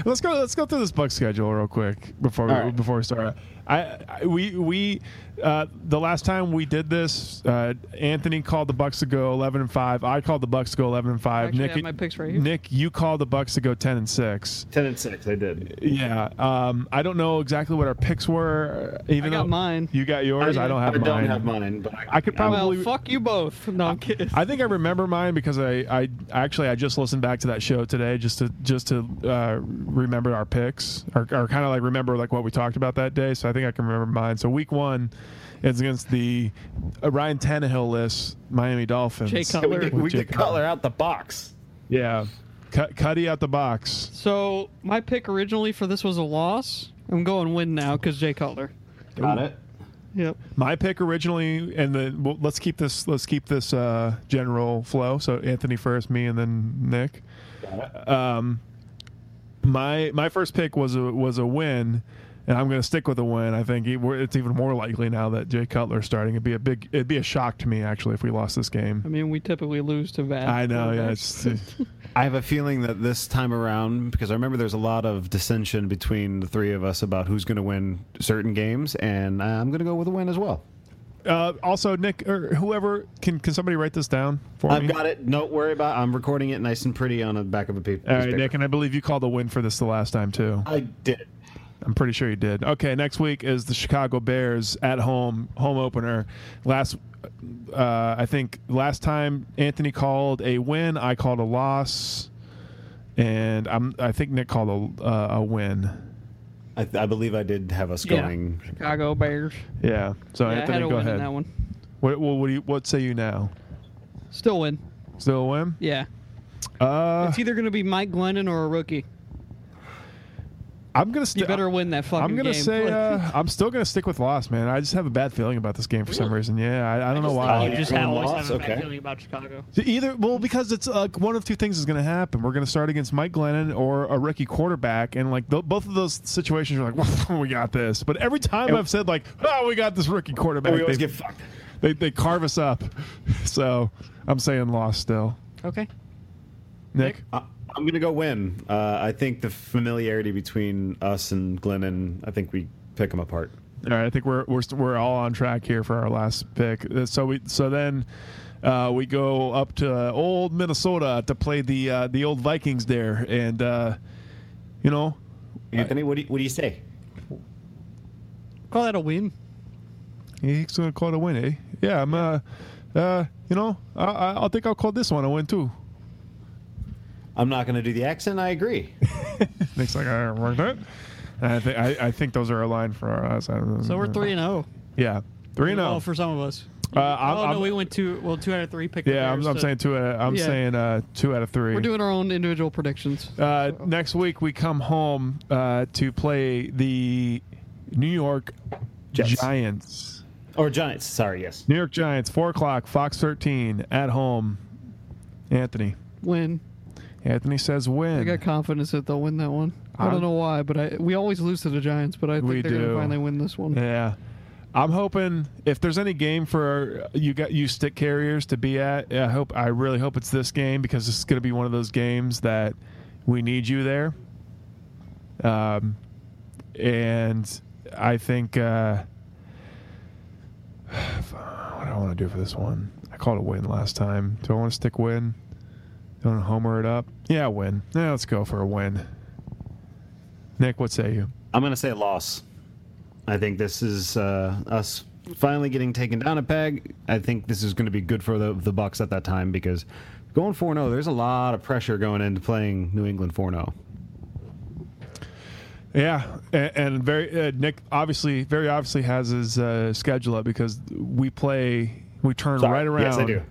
[SPEAKER 3] Let's go. Let's go through this bug schedule real quick before we,
[SPEAKER 1] All right.
[SPEAKER 3] before we start. I, I we we uh, the last time we did this, uh, Anthony called the Bucks to go eleven and five. I called the Bucks to go eleven and five.
[SPEAKER 4] Actually, I
[SPEAKER 3] Nick,
[SPEAKER 4] have my picks right here.
[SPEAKER 3] Nick, you called the Bucks to go ten and six.
[SPEAKER 1] Ten and six, I did.
[SPEAKER 3] Yeah. Um, I don't know exactly what our picks were. Even
[SPEAKER 4] I got
[SPEAKER 3] though
[SPEAKER 4] mine.
[SPEAKER 3] You got yours. I, don't have
[SPEAKER 1] I
[SPEAKER 3] mine.
[SPEAKER 1] don't have mine, but I,
[SPEAKER 3] I could probably.
[SPEAKER 4] well, fuck you both. No, I'm kidding.
[SPEAKER 3] I think I remember mine because I, I actually I just listened back to that show today just to just to uh, remember our picks or, or kind of like remember like what we talked about that day. So I think I can remember mine. So week one is against the uh, Ryan Tannehill list Miami Dolphins.
[SPEAKER 4] Jay Cutler.
[SPEAKER 1] we
[SPEAKER 4] With
[SPEAKER 1] could, we
[SPEAKER 3] Jay
[SPEAKER 1] could color out the box.
[SPEAKER 3] Yeah, Cut Cuddy out the box.
[SPEAKER 4] so my pick originally for this was a loss. I'm going win now because Jay Cutler.
[SPEAKER 1] Got it.
[SPEAKER 4] Yep.
[SPEAKER 3] My pick originally, and the well, let's keep this let's keep this uh, general flow. So Anthony first, me, and then Nick. Um, my my first pick was a was a win, and I'm going to stick with a win. I think it- we're- it's even more likely now that Jay Cutler's starting. It'd be a big it'd be a shock to me actually if we lost this
[SPEAKER 4] I
[SPEAKER 3] game.
[SPEAKER 4] mean, we typically lose to bad.
[SPEAKER 3] I know, yeah,
[SPEAKER 4] quarterbacks.
[SPEAKER 3] it's,
[SPEAKER 1] I have a feeling that this time around, because I remember there's a lot of dissension between the three of us about who's going to win certain games, and I'm going to go with a win as well.
[SPEAKER 3] uh, also Nick or whoever can can somebody write this down for me?
[SPEAKER 1] I've got it. Don't worry about. it. I'm recording it nice and pretty on the back of a paper.
[SPEAKER 3] All right, Nick, and I believe you called a win for this the last time too.
[SPEAKER 1] I did.
[SPEAKER 3] I'm pretty sure you did. Okay, next week is the Chicago Bears at home home opener. Last, uh, I think last time Anthony called a win, I called a loss, and I'm I think Nick called a uh, a win.
[SPEAKER 1] I, I believe I did have us
[SPEAKER 4] Yeah.
[SPEAKER 1] going.
[SPEAKER 4] Chicago Bears.
[SPEAKER 3] Yeah. So
[SPEAKER 4] Yeah, I had
[SPEAKER 3] Anthony,
[SPEAKER 4] a
[SPEAKER 3] go
[SPEAKER 4] win
[SPEAKER 3] ahead.
[SPEAKER 4] in that one.
[SPEAKER 3] What, what what do you what say you now?
[SPEAKER 4] Still win.
[SPEAKER 3] Still a win?
[SPEAKER 4] Yeah.
[SPEAKER 3] Uh,
[SPEAKER 4] It's either going to be Mike Glennon or a rookie.
[SPEAKER 3] I'm gonna.
[SPEAKER 4] You
[SPEAKER 3] St-
[SPEAKER 4] better win that fucking
[SPEAKER 3] I'm gonna
[SPEAKER 4] game.
[SPEAKER 3] say uh, I'm still gonna stick with loss, man. I just have a bad feeling about this game for some reason. Yeah, I, I don't know why.
[SPEAKER 1] think
[SPEAKER 4] You
[SPEAKER 1] you just
[SPEAKER 4] just have
[SPEAKER 1] had- always
[SPEAKER 4] always
[SPEAKER 1] have a
[SPEAKER 4] a
[SPEAKER 1] bad Okay.
[SPEAKER 4] feeling
[SPEAKER 1] feeling
[SPEAKER 4] about Chicago.
[SPEAKER 3] To Either well, because it's like one of two things is going to happen. We're going to start against Mike Glennon or a rookie quarterback, and like th- both of those situations, you're like, well, we got this. But every time I've said like, oh, we got this rookie quarterback,
[SPEAKER 1] We always
[SPEAKER 3] they,
[SPEAKER 1] get fucked.
[SPEAKER 3] they they carve us up. So I'm saying loss still.
[SPEAKER 4] Okay.
[SPEAKER 3] Nick,
[SPEAKER 1] I, Uh, I'm going to go win. Uh, I think the familiarity between us and Glennon. I think we pick them apart.
[SPEAKER 3] all right, I think we're we're st- we're all on track here for our last pick. Uh, So we so then. Uh, we go up to uh, old Minnesota to play the uh, the old Vikings there, and uh, you know
[SPEAKER 1] Anthony, what do you, what do you say?
[SPEAKER 4] Call that a win.
[SPEAKER 3] He's gonna call it a win, eh? Yeah, I'm. Uh, uh, you know, I, I I think I'll call this one a win too.
[SPEAKER 1] I'm not going to do the accent. I agree.
[SPEAKER 3] Nick's like, I worked it. And I think I, I think those are aligned for us. I don't know.
[SPEAKER 4] So we're three and zero.
[SPEAKER 3] Yeah, Mm-hmm. three and oh.
[SPEAKER 4] Well,
[SPEAKER 3] zero.
[SPEAKER 4] for some of us.
[SPEAKER 3] Uh, I'm,
[SPEAKER 4] oh
[SPEAKER 3] I'm-
[SPEAKER 4] no, we went two. Well, two out of three picked. the
[SPEAKER 3] yeah, I'm,
[SPEAKER 4] Bears,
[SPEAKER 3] I'm
[SPEAKER 4] so
[SPEAKER 3] saying two. Out of, I'm
[SPEAKER 4] Yeah.
[SPEAKER 3] saying uh, two out of 3
[SPEAKER 4] we're doing our own individual predictions.
[SPEAKER 3] Uh, next week we come home uh, to play the New York
[SPEAKER 1] Jets.
[SPEAKER 3] Giants.
[SPEAKER 1] Or Giants. Sorry. Yes.
[SPEAKER 3] New York Giants, four o'clock, Fox 13 at home. Anthony.
[SPEAKER 4] Win.
[SPEAKER 3] Anthony says
[SPEAKER 4] I
[SPEAKER 3] win.
[SPEAKER 4] got confidence that they'll win that one. I
[SPEAKER 3] I'm-
[SPEAKER 4] don't know why, but I, we always lose to the Giants, but I think
[SPEAKER 3] We
[SPEAKER 4] they're going
[SPEAKER 3] do.
[SPEAKER 4] to finally win this one.
[SPEAKER 3] Yeah. I'm hoping if there's any game for uh, you got you stick carriers to be at, I hope I really hope it's this game because this is going to be one of those games that we need you there. Um, and I think uh, what do I want to do for this one? I called a win last time. Do I want to stick win? Do I want to homer it up? Yeah, win. Yeah, let's go for a win. Nick, what say you?
[SPEAKER 1] I'm going to say loss. I think this is uh, us finally getting taken down a peg. I think this is going to be good for the, the Bucks at that time because going 4 0, there's a lot of pressure going into playing New England oh. 4 0.
[SPEAKER 3] Yeah, and, and very uh, Nick obviously very obviously has his uh, schedule up because we play we turn
[SPEAKER 1] Sorry.
[SPEAKER 3] right around.
[SPEAKER 1] Yes, I do.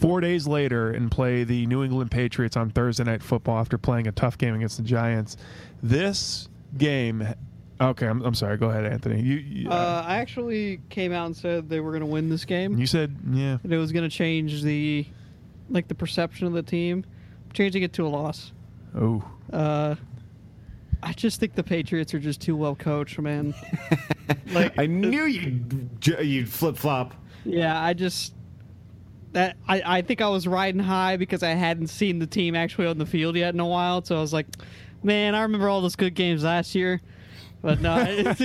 [SPEAKER 3] Four days later, and play the New England Patriots on Thursday Night Football after playing a tough game against the Giants. This game, okay, I'm, I'm sorry. Go ahead, Anthony. You you,
[SPEAKER 4] Uh, I actually came out and said they were going to win this game.
[SPEAKER 3] you said yeah.
[SPEAKER 4] and it was going to change the like the perception of the team. I'm changing it to a loss.
[SPEAKER 3] Oh,
[SPEAKER 4] Uh, I just think the Patriots are just too well coached, man. like
[SPEAKER 1] I knew you'd, j- you'd flip flop.
[SPEAKER 4] yeah, I just that I, I think I was riding high because I hadn't seen the team actually on the field yet in a while, so I was like, man, I remember all those good games last year. But no, it's,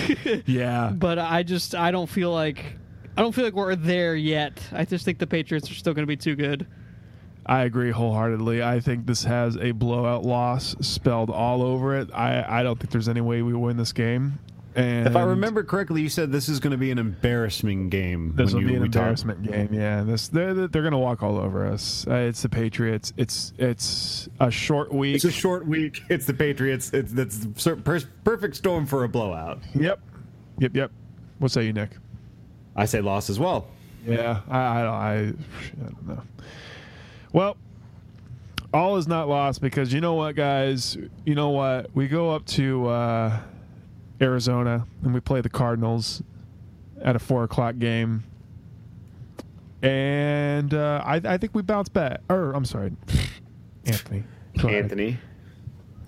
[SPEAKER 4] it's,
[SPEAKER 3] yeah.
[SPEAKER 4] but I just I don't feel like I don't feel like we're there yet. I just think the Patriots are still going to be too good.
[SPEAKER 3] I agree wholeheartedly. I think this has a blowout loss spelled all over it. I, I don't think there's any way we win this game. And
[SPEAKER 1] If I remember correctly, you said this is going to be an embarrassing game.
[SPEAKER 3] This will
[SPEAKER 1] when you-
[SPEAKER 3] be an
[SPEAKER 1] we talk.
[SPEAKER 3] embarrassment game. Yeah, this they're they're gonna walk all over us. Uh, it's the Patriots. It's it's a short week.
[SPEAKER 1] It's a short week. It's the Patriots. It's that's cer- per- perfect storm for a blowout.
[SPEAKER 3] yep, yep, yep. What say you, Nick?
[SPEAKER 1] I say loss as well.
[SPEAKER 3] Yeah, I I, I, I don't know. Well, all is not lost because you know what, guys. You know what? We go up to uh, Arizona and we play the Cardinals at a four o'clock game. And uh, I, I think we bounce back. Or I'm sorry, Anthony. Go ahead.
[SPEAKER 1] Anthony,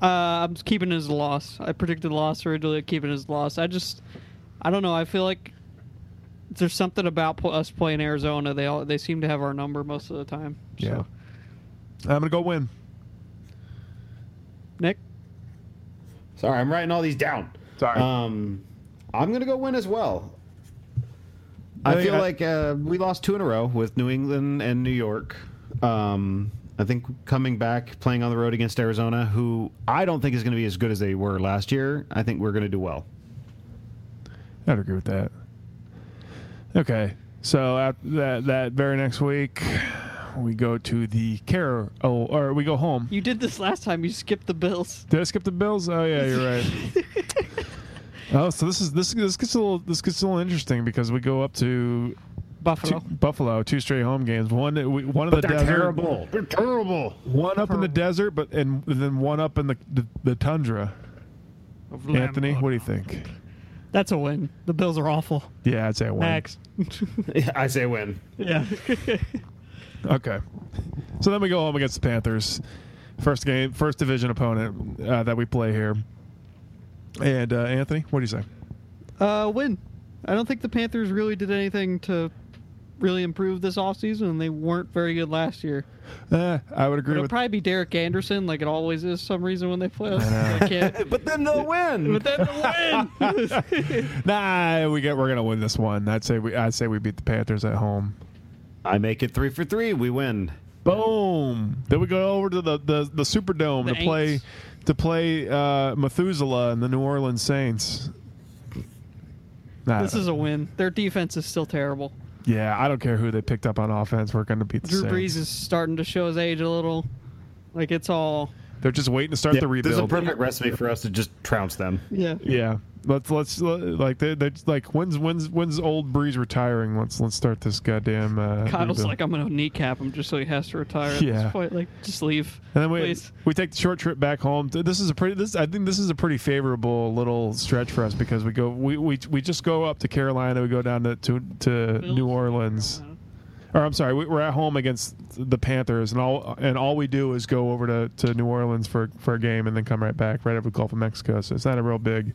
[SPEAKER 4] Uh, I'm just keeping it as a loss. I predicted a loss originally, keeping it as a loss. I just, I don't know. I feel like there's something about pl- us playing Arizona. They all they seem to have our number most of the time.
[SPEAKER 3] Yeah.
[SPEAKER 4] So,
[SPEAKER 3] I'm gonna go win.
[SPEAKER 4] Nick,
[SPEAKER 1] sorry, I'm writing all these down.
[SPEAKER 3] Sorry.
[SPEAKER 1] Um, I'm gonna go win as well.
[SPEAKER 3] I
[SPEAKER 1] I
[SPEAKER 3] think
[SPEAKER 1] feel
[SPEAKER 3] I-
[SPEAKER 1] like uh, we lost two in a row with New England and New York. Um, I think coming back, playing on the road against Arizona, who I don't think is going to be as good as they were last year. I think we're going to do well.
[SPEAKER 3] I'd agree with that. Okay, so at that that very next week, we go to the Carol, or we go home.
[SPEAKER 4] you did this last time. You skipped the Bills.
[SPEAKER 3] Did I skip the Bills? Oh yeah, you're right. oh, so this is this this gets a little this gets a little interesting because we go up to
[SPEAKER 4] Buffalo.
[SPEAKER 3] two, Buffalo two straight home games. One that we, one of the desert,
[SPEAKER 1] They're terrible.
[SPEAKER 3] one up in the desert, but and then one up in the the, the tundra.
[SPEAKER 4] Of
[SPEAKER 3] Anthony,
[SPEAKER 4] Lambeau.
[SPEAKER 3] what do you think?
[SPEAKER 4] That's a win. The Bills are awful.
[SPEAKER 3] Yeah, I'd say one.
[SPEAKER 4] Next.
[SPEAKER 1] I say win.
[SPEAKER 4] yeah.
[SPEAKER 3] Okay. So then we go home against the Panthers, first game, first division opponent uh, that we play here. And uh, Anthony, what do you say?
[SPEAKER 4] uh, win. I don't think the Panthers really did anything to really improve this offseason, and they weren't very good last year.
[SPEAKER 3] Uh, I would agree
[SPEAKER 4] It'll
[SPEAKER 3] with.
[SPEAKER 4] probably be Derek Anderson, like it always is. Some reason when they play us,
[SPEAKER 3] know.
[SPEAKER 4] They can't-
[SPEAKER 1] But then they'll win.
[SPEAKER 4] but then they win.
[SPEAKER 3] nah, we get we're gonna win this one. I'd say we I'd say we beat the Panthers at home.
[SPEAKER 1] I make it three for three. We win.
[SPEAKER 3] Boom. Then we go over to the the, the Superdome
[SPEAKER 4] The
[SPEAKER 3] to play
[SPEAKER 4] Aints.
[SPEAKER 3] to play uh, Methuselah and the New Orleans Saints. Nah,
[SPEAKER 4] this is a win. Their defense is still terrible.
[SPEAKER 3] yeah. I don't care who they picked up on offense. We're gonna beat the
[SPEAKER 4] Drew
[SPEAKER 3] Saints.
[SPEAKER 4] Brees is starting to show his age a little. Like it's all
[SPEAKER 3] They're just waiting to start the rebuild.
[SPEAKER 1] This is a perfect recipe for us to just trounce them.
[SPEAKER 4] yeah.
[SPEAKER 3] Yeah, let's let's like they they like when's when's when's old Breeze retiring? Let's let's start this goddamn. Uh,
[SPEAKER 4] Kyle's
[SPEAKER 3] rebuild.
[SPEAKER 4] like, I'm gonna kneecap him just so he has to retire at
[SPEAKER 3] Yeah.
[SPEAKER 4] this point. Like, just leave.
[SPEAKER 3] and then we
[SPEAKER 4] please.
[SPEAKER 3] we take the short trip back home. Th- This is a pretty this I think this is a pretty favorable little stretch for us because we go we we, we just go up to Carolina, we go down to to, to
[SPEAKER 4] Bills?
[SPEAKER 3] New Orleans. or I'm sorry, we- we're at home against the Panthers, and all and all we do is go over to, to New Orleans for for a game, and then come right back right over the Gulf of Mexico. So it's not a real big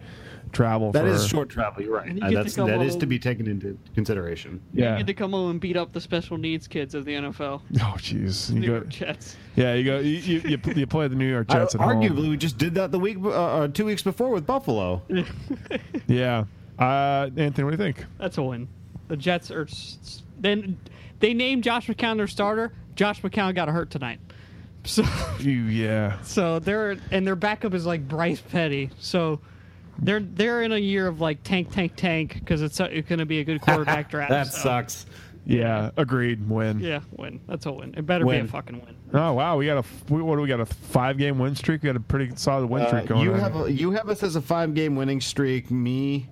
[SPEAKER 3] travel.
[SPEAKER 1] That
[SPEAKER 3] for,
[SPEAKER 1] is short travel. You're right.
[SPEAKER 4] And you
[SPEAKER 1] Uh,
[SPEAKER 4] get to
[SPEAKER 1] that's
[SPEAKER 4] go
[SPEAKER 1] that is to
[SPEAKER 4] home.
[SPEAKER 1] be taken into consideration.
[SPEAKER 4] You
[SPEAKER 3] Yeah.
[SPEAKER 4] get to come home and beat up the special needs kids of the NFL.
[SPEAKER 3] Oh, jeez. You
[SPEAKER 4] New
[SPEAKER 3] go.
[SPEAKER 4] York Jets.
[SPEAKER 3] Yeah, you go. You, you, you, pl- you play the New York Jets
[SPEAKER 1] I-
[SPEAKER 3] at home.
[SPEAKER 1] arguably, we just did that the week, uh, uh, two weeks before with Buffalo.
[SPEAKER 3] Yeah. Uh, Anthony, what do you think?
[SPEAKER 4] That's a win. The Jets are. s- s- Then they named Josh McCown their starter. Josh McCown got hurt tonight, so
[SPEAKER 3] You, yeah.
[SPEAKER 4] so they're and their backup is like Bryce Petty. So they're they're in a year of like tank tank tank because it's, a- it's going to be a good quarterback draft.
[SPEAKER 1] that
[SPEAKER 4] so.
[SPEAKER 1] sucks.
[SPEAKER 3] Yeah. Agreed. Win.
[SPEAKER 4] Yeah, win. That's a win. It better be
[SPEAKER 1] Win.
[SPEAKER 4] a fucking win.
[SPEAKER 3] Oh wow, we got a f- we- what do we got a five game win streak? We got a pretty solid win
[SPEAKER 1] Uh,
[SPEAKER 3] streak going.
[SPEAKER 1] you
[SPEAKER 3] on.
[SPEAKER 1] have a, you have us as a five game winning streak. Me,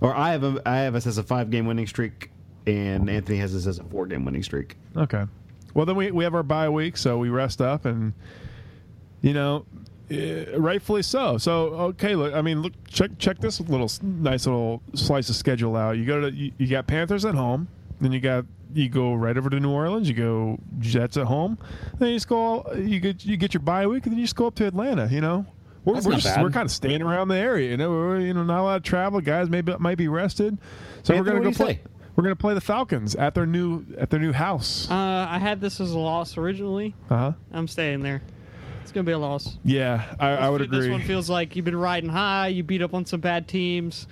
[SPEAKER 1] or I have a, I have us as a five game winning streak, and Anthony has us as a four game winning streak.
[SPEAKER 3] Okay. Well, then we, we have our bye week, so we rest up and, you know, eh, rightfully so. So okay, look, I mean, look, check check this little s- nice little slice of schedule out. You go to you, you got Panthers at home, then you got you go right over to New Orleans. You go Jets at home, then you just go you get you get your bye week, and then you just go up to Atlanta. You know. We're,
[SPEAKER 1] That's
[SPEAKER 3] we're,
[SPEAKER 1] not
[SPEAKER 3] just,
[SPEAKER 1] bad.
[SPEAKER 3] we're kind of staying around the area, you know. We're, you know, not a lot of travel. Guys, maybe might be rested, so
[SPEAKER 1] Anthony,
[SPEAKER 3] we're
[SPEAKER 1] what
[SPEAKER 3] gonna
[SPEAKER 1] do
[SPEAKER 3] go
[SPEAKER 1] you
[SPEAKER 3] play.
[SPEAKER 1] say?
[SPEAKER 3] We're gonna play the Falcons at their new at their new house.
[SPEAKER 4] Uh, I had this as a loss originally.
[SPEAKER 3] Uh huh.
[SPEAKER 4] I'm staying there. It's going to be a loss.
[SPEAKER 3] Yeah, I, I would
[SPEAKER 4] This one
[SPEAKER 3] agree.
[SPEAKER 4] feels like you've been riding high. You beat up on some bad teams.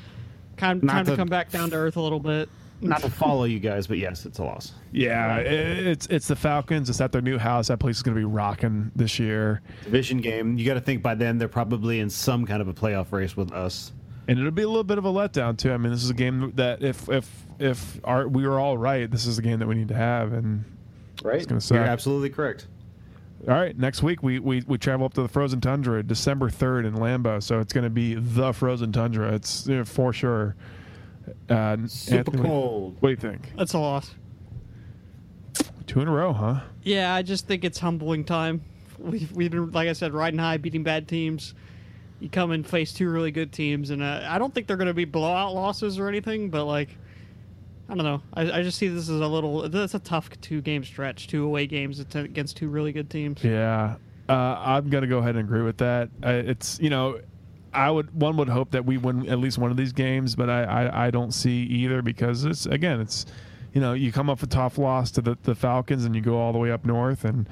[SPEAKER 4] Time,
[SPEAKER 1] Not
[SPEAKER 4] time to,
[SPEAKER 1] to-
[SPEAKER 4] come back down to earth a little bit.
[SPEAKER 1] Not to follow you guys, but yes, it's a loss.
[SPEAKER 3] Yeah, i- it's it's the Falcons. It's at their new house. That place is going to be rocking this year,
[SPEAKER 1] Division game. You got to think by then they're probably in some kind of a playoff race with us.
[SPEAKER 3] and it'll be a little bit of a letdown too. I mean, this is a game that if if if our, we were all right, this is the game that we need to have. And
[SPEAKER 1] Right?
[SPEAKER 3] gonna suck.
[SPEAKER 1] You're absolutely correct.
[SPEAKER 3] all right, next week we we, we travel up to the frozen tundra, December third in Lambeau. So it's going to be the frozen tundra. It's you know, for sure. Uh,
[SPEAKER 1] Super
[SPEAKER 3] Anthony,
[SPEAKER 1] cold.
[SPEAKER 3] What do you think?
[SPEAKER 4] That's a loss.
[SPEAKER 3] Two in a row, huh?
[SPEAKER 4] Yeah, I just think it's humbling time. We've, we've been, like I said, riding high, beating bad teams. You come and face two really good teams, and uh, I don't think they're going to be blowout losses or anything, but like, I don't know. I, I just see this as a little, that's a tough two game stretch, two away games at- against two really good teams.
[SPEAKER 3] Yeah, uh, I'm gonna go ahead and agree with that. Uh, it's you know, I would one would hope that we win at least one of these games, but I I, I don't see either because it's again it's you know you come up a tough loss to the, the Falcons and you go all the way up north and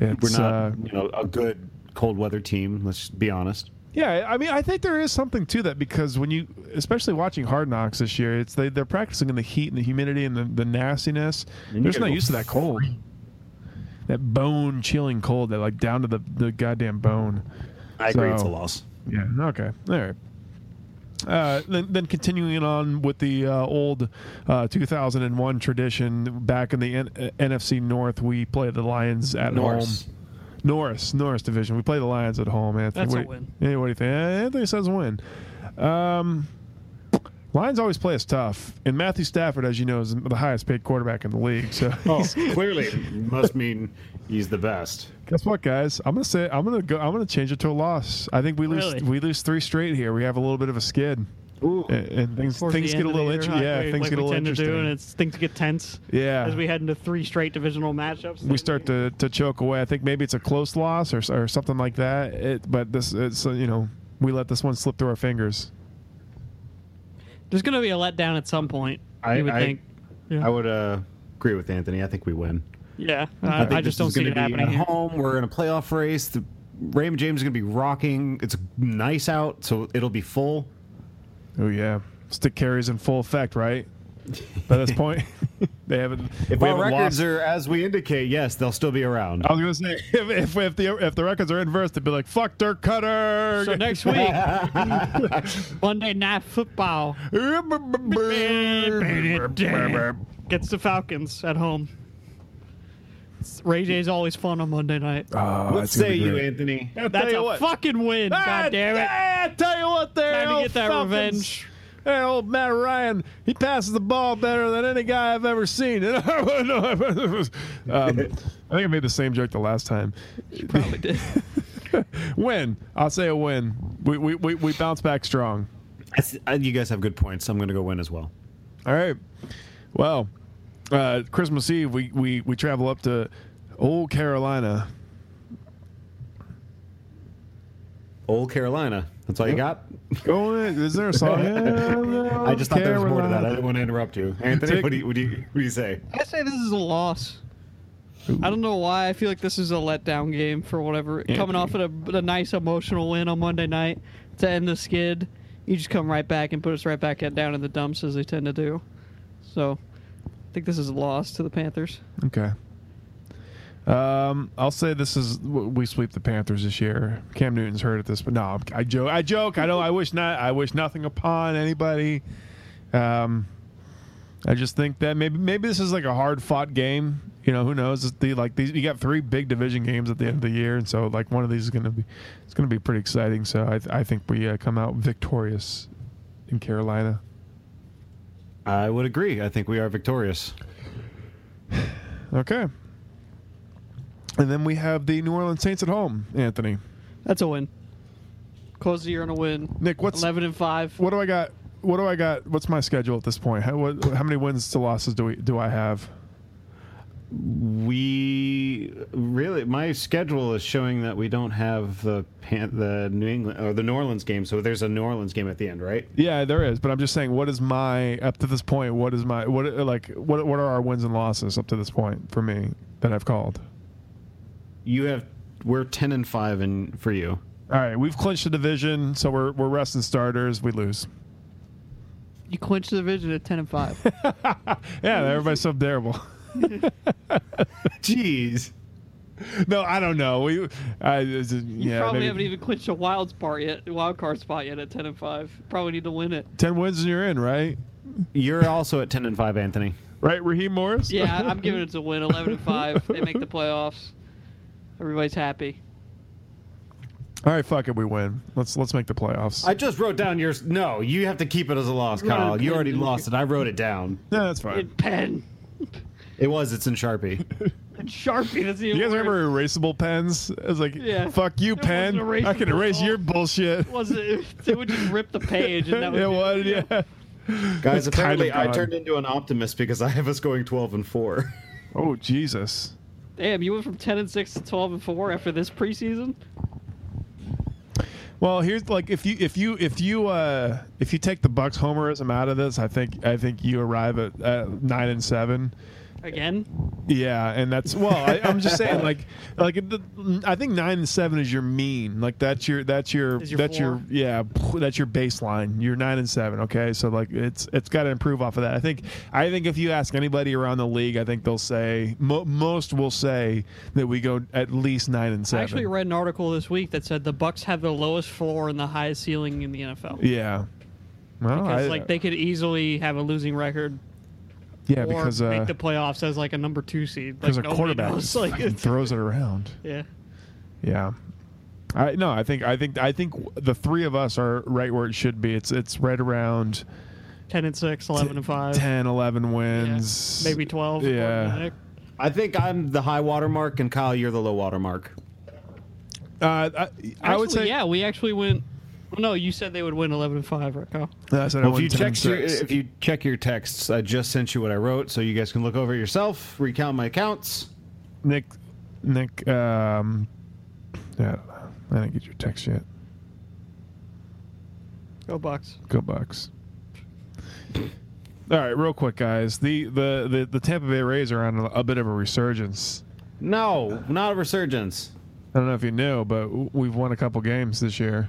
[SPEAKER 1] We're
[SPEAKER 3] it's
[SPEAKER 1] not,
[SPEAKER 3] uh,
[SPEAKER 1] you know, a good cold weather team. Let's be honest.
[SPEAKER 3] yeah I mean I think there is something to that because when you especially watching Hard Knocks this year it's they they're practicing in the heat and the humidity and the, the nastiness.
[SPEAKER 1] you
[SPEAKER 3] They're just
[SPEAKER 1] gotta
[SPEAKER 3] not
[SPEAKER 1] go
[SPEAKER 3] used to that cold. That bone chilling cold, that like down to the, the goddamn bone.
[SPEAKER 1] I agree. It's a
[SPEAKER 3] So-
[SPEAKER 1] loss.
[SPEAKER 3] Yeah. Okay. All right. Uh, then, then continuing on with the uh, old uh, 2001 tradition, back in the N- uh, NFC North, we play the Lions at home. Norris, Norris division. We play the Lions at home. Anthony,
[SPEAKER 4] That's
[SPEAKER 3] what
[SPEAKER 4] a
[SPEAKER 3] do-
[SPEAKER 4] win.
[SPEAKER 3] Yeah, what do you think? Uh, Anthony says win. Um, Lions always play us tough, and Matthew Stafford, as you know, is the highest paid quarterback in the league. So
[SPEAKER 1] Oh, clearly must mean he's the best.
[SPEAKER 3] Guess what, guys? I'm gonna say I'm gonna go. I'm gonna change it to a loss. I think we lose.
[SPEAKER 4] Really?
[SPEAKER 3] We lose three straight here. We have a little bit of a skid,
[SPEAKER 1] Ooh.
[SPEAKER 3] and, and things
[SPEAKER 4] towards
[SPEAKER 3] things
[SPEAKER 4] the
[SPEAKER 3] get a
[SPEAKER 4] end of the
[SPEAKER 3] little
[SPEAKER 4] year,
[SPEAKER 3] interesting.
[SPEAKER 4] like
[SPEAKER 3] Yeah,
[SPEAKER 4] we-
[SPEAKER 3] things
[SPEAKER 4] like
[SPEAKER 3] get a
[SPEAKER 4] we
[SPEAKER 3] little
[SPEAKER 4] tend to do,
[SPEAKER 3] interesting.
[SPEAKER 4] and it's things get tense.
[SPEAKER 3] yeah,
[SPEAKER 4] As we head into three straight divisional matchups,
[SPEAKER 3] we start to, to choke away. I think maybe it's a close loss or, or something like that. It, but this, it's uh, you know, we let this one slip through our fingers.
[SPEAKER 4] There's going to be a letdown at some point.
[SPEAKER 1] I-
[SPEAKER 4] you would
[SPEAKER 1] I-
[SPEAKER 4] think. Yeah,
[SPEAKER 1] I would uh, agree with Anthony. I think we win.
[SPEAKER 4] yeah. I, I,
[SPEAKER 1] think this
[SPEAKER 4] just don't
[SPEAKER 1] is
[SPEAKER 4] see
[SPEAKER 1] gonna
[SPEAKER 4] it
[SPEAKER 1] be
[SPEAKER 4] happening.
[SPEAKER 1] At
[SPEAKER 4] Here.
[SPEAKER 1] home, we're in a playoff race. The Raymond James is going to be rocking. It's nice out, so it'll be full.
[SPEAKER 3] Oh yeah, stick carries in full effect, right? By this point, they haven't.
[SPEAKER 1] If
[SPEAKER 3] we
[SPEAKER 1] our
[SPEAKER 3] haven't
[SPEAKER 1] records
[SPEAKER 3] lost.
[SPEAKER 1] are as we indicate, yes, they'll still be around.
[SPEAKER 4] Oh,
[SPEAKER 3] I was gonna say if, if, if the if the records are inverse, they'd be like fuck Dirk Cutter.
[SPEAKER 4] So next week, Monday Night Football
[SPEAKER 3] Oh,
[SPEAKER 4] gets the Falcons at home. Ray J's always fun on Monday night.
[SPEAKER 3] Oh,
[SPEAKER 1] what say you, Anthony?
[SPEAKER 3] I'll tell
[SPEAKER 4] That's
[SPEAKER 3] you
[SPEAKER 4] a
[SPEAKER 3] what. Ah,
[SPEAKER 4] fucking win. God damn it!
[SPEAKER 3] I tell you what, there.
[SPEAKER 4] Time to
[SPEAKER 3] old
[SPEAKER 4] get that
[SPEAKER 3] Falcons.
[SPEAKER 4] revenge.
[SPEAKER 3] That old Matt Ryan, he passes the ball better than any guy I've ever seen. And I wouldn't know if it was- um, I think I made the same joke the last time.
[SPEAKER 4] Probably did.
[SPEAKER 3] Win. I'll say a win. We, we, we, we bounce back strong.
[SPEAKER 1] uh, I s- I- you guys have good points. I'm going to go win as well.
[SPEAKER 3] All right. Well, uh, Christmas Eve, we, we, we travel up to Old Carolina.
[SPEAKER 1] Old Carolina. That's all you got?
[SPEAKER 3] Oh, is there a song?
[SPEAKER 1] I just thought there was more to that. I didn't want to interrupt you. Anthony,
[SPEAKER 3] Take-
[SPEAKER 1] what do you, what do you, what do you say?
[SPEAKER 4] I say this is a loss. I don't know why. I feel like this is a letdown game for whatever. Coming off of a, a nice emotional win on Monday night to end the skid, you just come right back and put us right back at down in the dumps as they tend to do. So, I think this is a loss to the Panthers.
[SPEAKER 3] Okay. Um, I'll say this is we sweep the Panthers this year. Cam Newton's hurt at this, but no, I'm- I joke. I joke. I don't. I wish not. I wish nothing upon anybody. Um, I just think that maybe maybe this is like a hard fought game. You know, who knows? It's the like these you got three big division games at the end of the year, and so like one of these is gonna be it's gonna be pretty exciting. So I I think we uh, come out victorious in Carolina.
[SPEAKER 1] I would agree. I think we are victorious.
[SPEAKER 3] Okay. And then we have the New Orleans Saints at home, Anthony.
[SPEAKER 4] That's a win. Close the year on a win.
[SPEAKER 3] Nick, what's
[SPEAKER 4] Eleven and five.
[SPEAKER 3] what do I got? What do I got? What's my schedule at this point? How, what, how many wins to losses do we do I have?
[SPEAKER 1] We really, my schedule is showing that we don't have the Pan, the New England or the New Orleans game. So there's a New Orleans game at the end, right?
[SPEAKER 3] Yeah, there is, but I'm just saying, what is my up to this point? What is my what like what what are our wins and losses up to this point for me that I've called?
[SPEAKER 1] You have we're ten and five in for you.
[SPEAKER 3] All right, we've clinched the division, so we're we're resting starters. We lose.
[SPEAKER 4] You clinch the division at ten and five.
[SPEAKER 3] Yeah, everybody's so terrible.
[SPEAKER 1] Jeez.
[SPEAKER 3] no, I don't know. We, I, it's-
[SPEAKER 4] You
[SPEAKER 3] yeah,
[SPEAKER 4] probably
[SPEAKER 3] maybe
[SPEAKER 4] haven't even clinched a wild spot yet, wild card spot yet at ten and five. Probably need to win it.
[SPEAKER 3] ten wins and you're in, right?
[SPEAKER 1] You're also at ten and five, Anthony.
[SPEAKER 3] Right, Raheem Morris.
[SPEAKER 4] Yeah, I- I'm giving it to win. Eleven and five. They make the playoffs. Everybody's happy.
[SPEAKER 3] All right, fuck it, we win. Let's let's make the playoffs.
[SPEAKER 1] I just wrote down yours. No, you have to keep it as a loss, Kyle. You already lost it. I wrote it down.
[SPEAKER 3] no, that's fine.
[SPEAKER 4] And pen.
[SPEAKER 1] It was. It's in Sharpie.
[SPEAKER 4] And Sharpie. That's even
[SPEAKER 3] You guys
[SPEAKER 4] worse.
[SPEAKER 3] remember erasable pens? I was like,
[SPEAKER 4] Yeah.
[SPEAKER 3] fuck you,
[SPEAKER 4] It
[SPEAKER 3] pen.
[SPEAKER 4] wasn't
[SPEAKER 3] I can
[SPEAKER 4] erasable
[SPEAKER 3] erase
[SPEAKER 4] at all.
[SPEAKER 3] your bullshit.
[SPEAKER 4] Was it? They would just rip the page, and that would
[SPEAKER 3] it
[SPEAKER 4] be-
[SPEAKER 3] was, yeah.
[SPEAKER 1] Guys,
[SPEAKER 3] It's kind of
[SPEAKER 1] apparently I
[SPEAKER 3] gone.
[SPEAKER 1] turned into an optimist because I have us going twelve and four.
[SPEAKER 3] Oh, Jesus.
[SPEAKER 4] Damn, you went from ten and six to twelve and four after this preseason.
[SPEAKER 3] Well, here's like if you if you if you uh if you take the Bucks homerism out of this, I think I think you arrive at uh, nine and seven.
[SPEAKER 4] Again,
[SPEAKER 3] Yeah, and that's well. I, I'm just saying, like, like the, I think nine and seven is your mean. Like that's your that's your,
[SPEAKER 4] Is your
[SPEAKER 3] that's
[SPEAKER 4] floor.
[SPEAKER 3] your yeah that's your baseline. You're nine and seven. Okay, so like it's it's got to improve off of that. I think I think if you ask anybody around the league, I think they'll say mo- most will say that we go at least nine and
[SPEAKER 4] I
[SPEAKER 3] seven.
[SPEAKER 4] actually read an article this week that said the Bucks have the lowest floor and the highest ceiling in the NFL.
[SPEAKER 3] yeah. Well,
[SPEAKER 4] Because
[SPEAKER 3] I-
[SPEAKER 4] like they could easily have a losing record
[SPEAKER 3] yeah
[SPEAKER 4] or
[SPEAKER 3] because uh,
[SPEAKER 4] make the playoffs as like a number two seed. Like
[SPEAKER 3] because a
[SPEAKER 4] nobody
[SPEAKER 3] quarterback
[SPEAKER 4] knows.
[SPEAKER 3] just
[SPEAKER 4] Like,
[SPEAKER 3] fucking
[SPEAKER 4] it's,
[SPEAKER 3] throws it around.
[SPEAKER 4] yeah.
[SPEAKER 3] Yeah. I no, I think I think I think the three of us are right where it should be. It's it's right around
[SPEAKER 4] 10 and 6, 11 and 5.
[SPEAKER 3] 10, 11
[SPEAKER 4] Yeah.
[SPEAKER 3] wins.
[SPEAKER 4] Maybe 12. according to
[SPEAKER 3] Yeah.
[SPEAKER 4] Nick.
[SPEAKER 1] I think I'm the high water mark, and Kyle, you're the low water mark.
[SPEAKER 3] Uh, I, I would
[SPEAKER 4] Actually,
[SPEAKER 3] say
[SPEAKER 4] yeah, we actually went. well, No, you said they would win 11 and 5, right, Kyle?
[SPEAKER 3] No, I said I
[SPEAKER 1] Well, if
[SPEAKER 3] won
[SPEAKER 1] you
[SPEAKER 3] 10 and
[SPEAKER 1] check your,
[SPEAKER 3] six.
[SPEAKER 1] if you check your texts, I just sent you what I wrote, so you guys can look over it yourself, recount my counts.
[SPEAKER 3] Nick Nick um yeah, I didn't get your text yet.
[SPEAKER 4] Go Bucks.
[SPEAKER 3] Go Bucks. All right, real quick, guys. The the the, the Tampa Bay Rays are on a, a bit of a resurgence.
[SPEAKER 1] No, not a resurgence.
[SPEAKER 3] I don't know if you knew, but w- we've won a couple games this year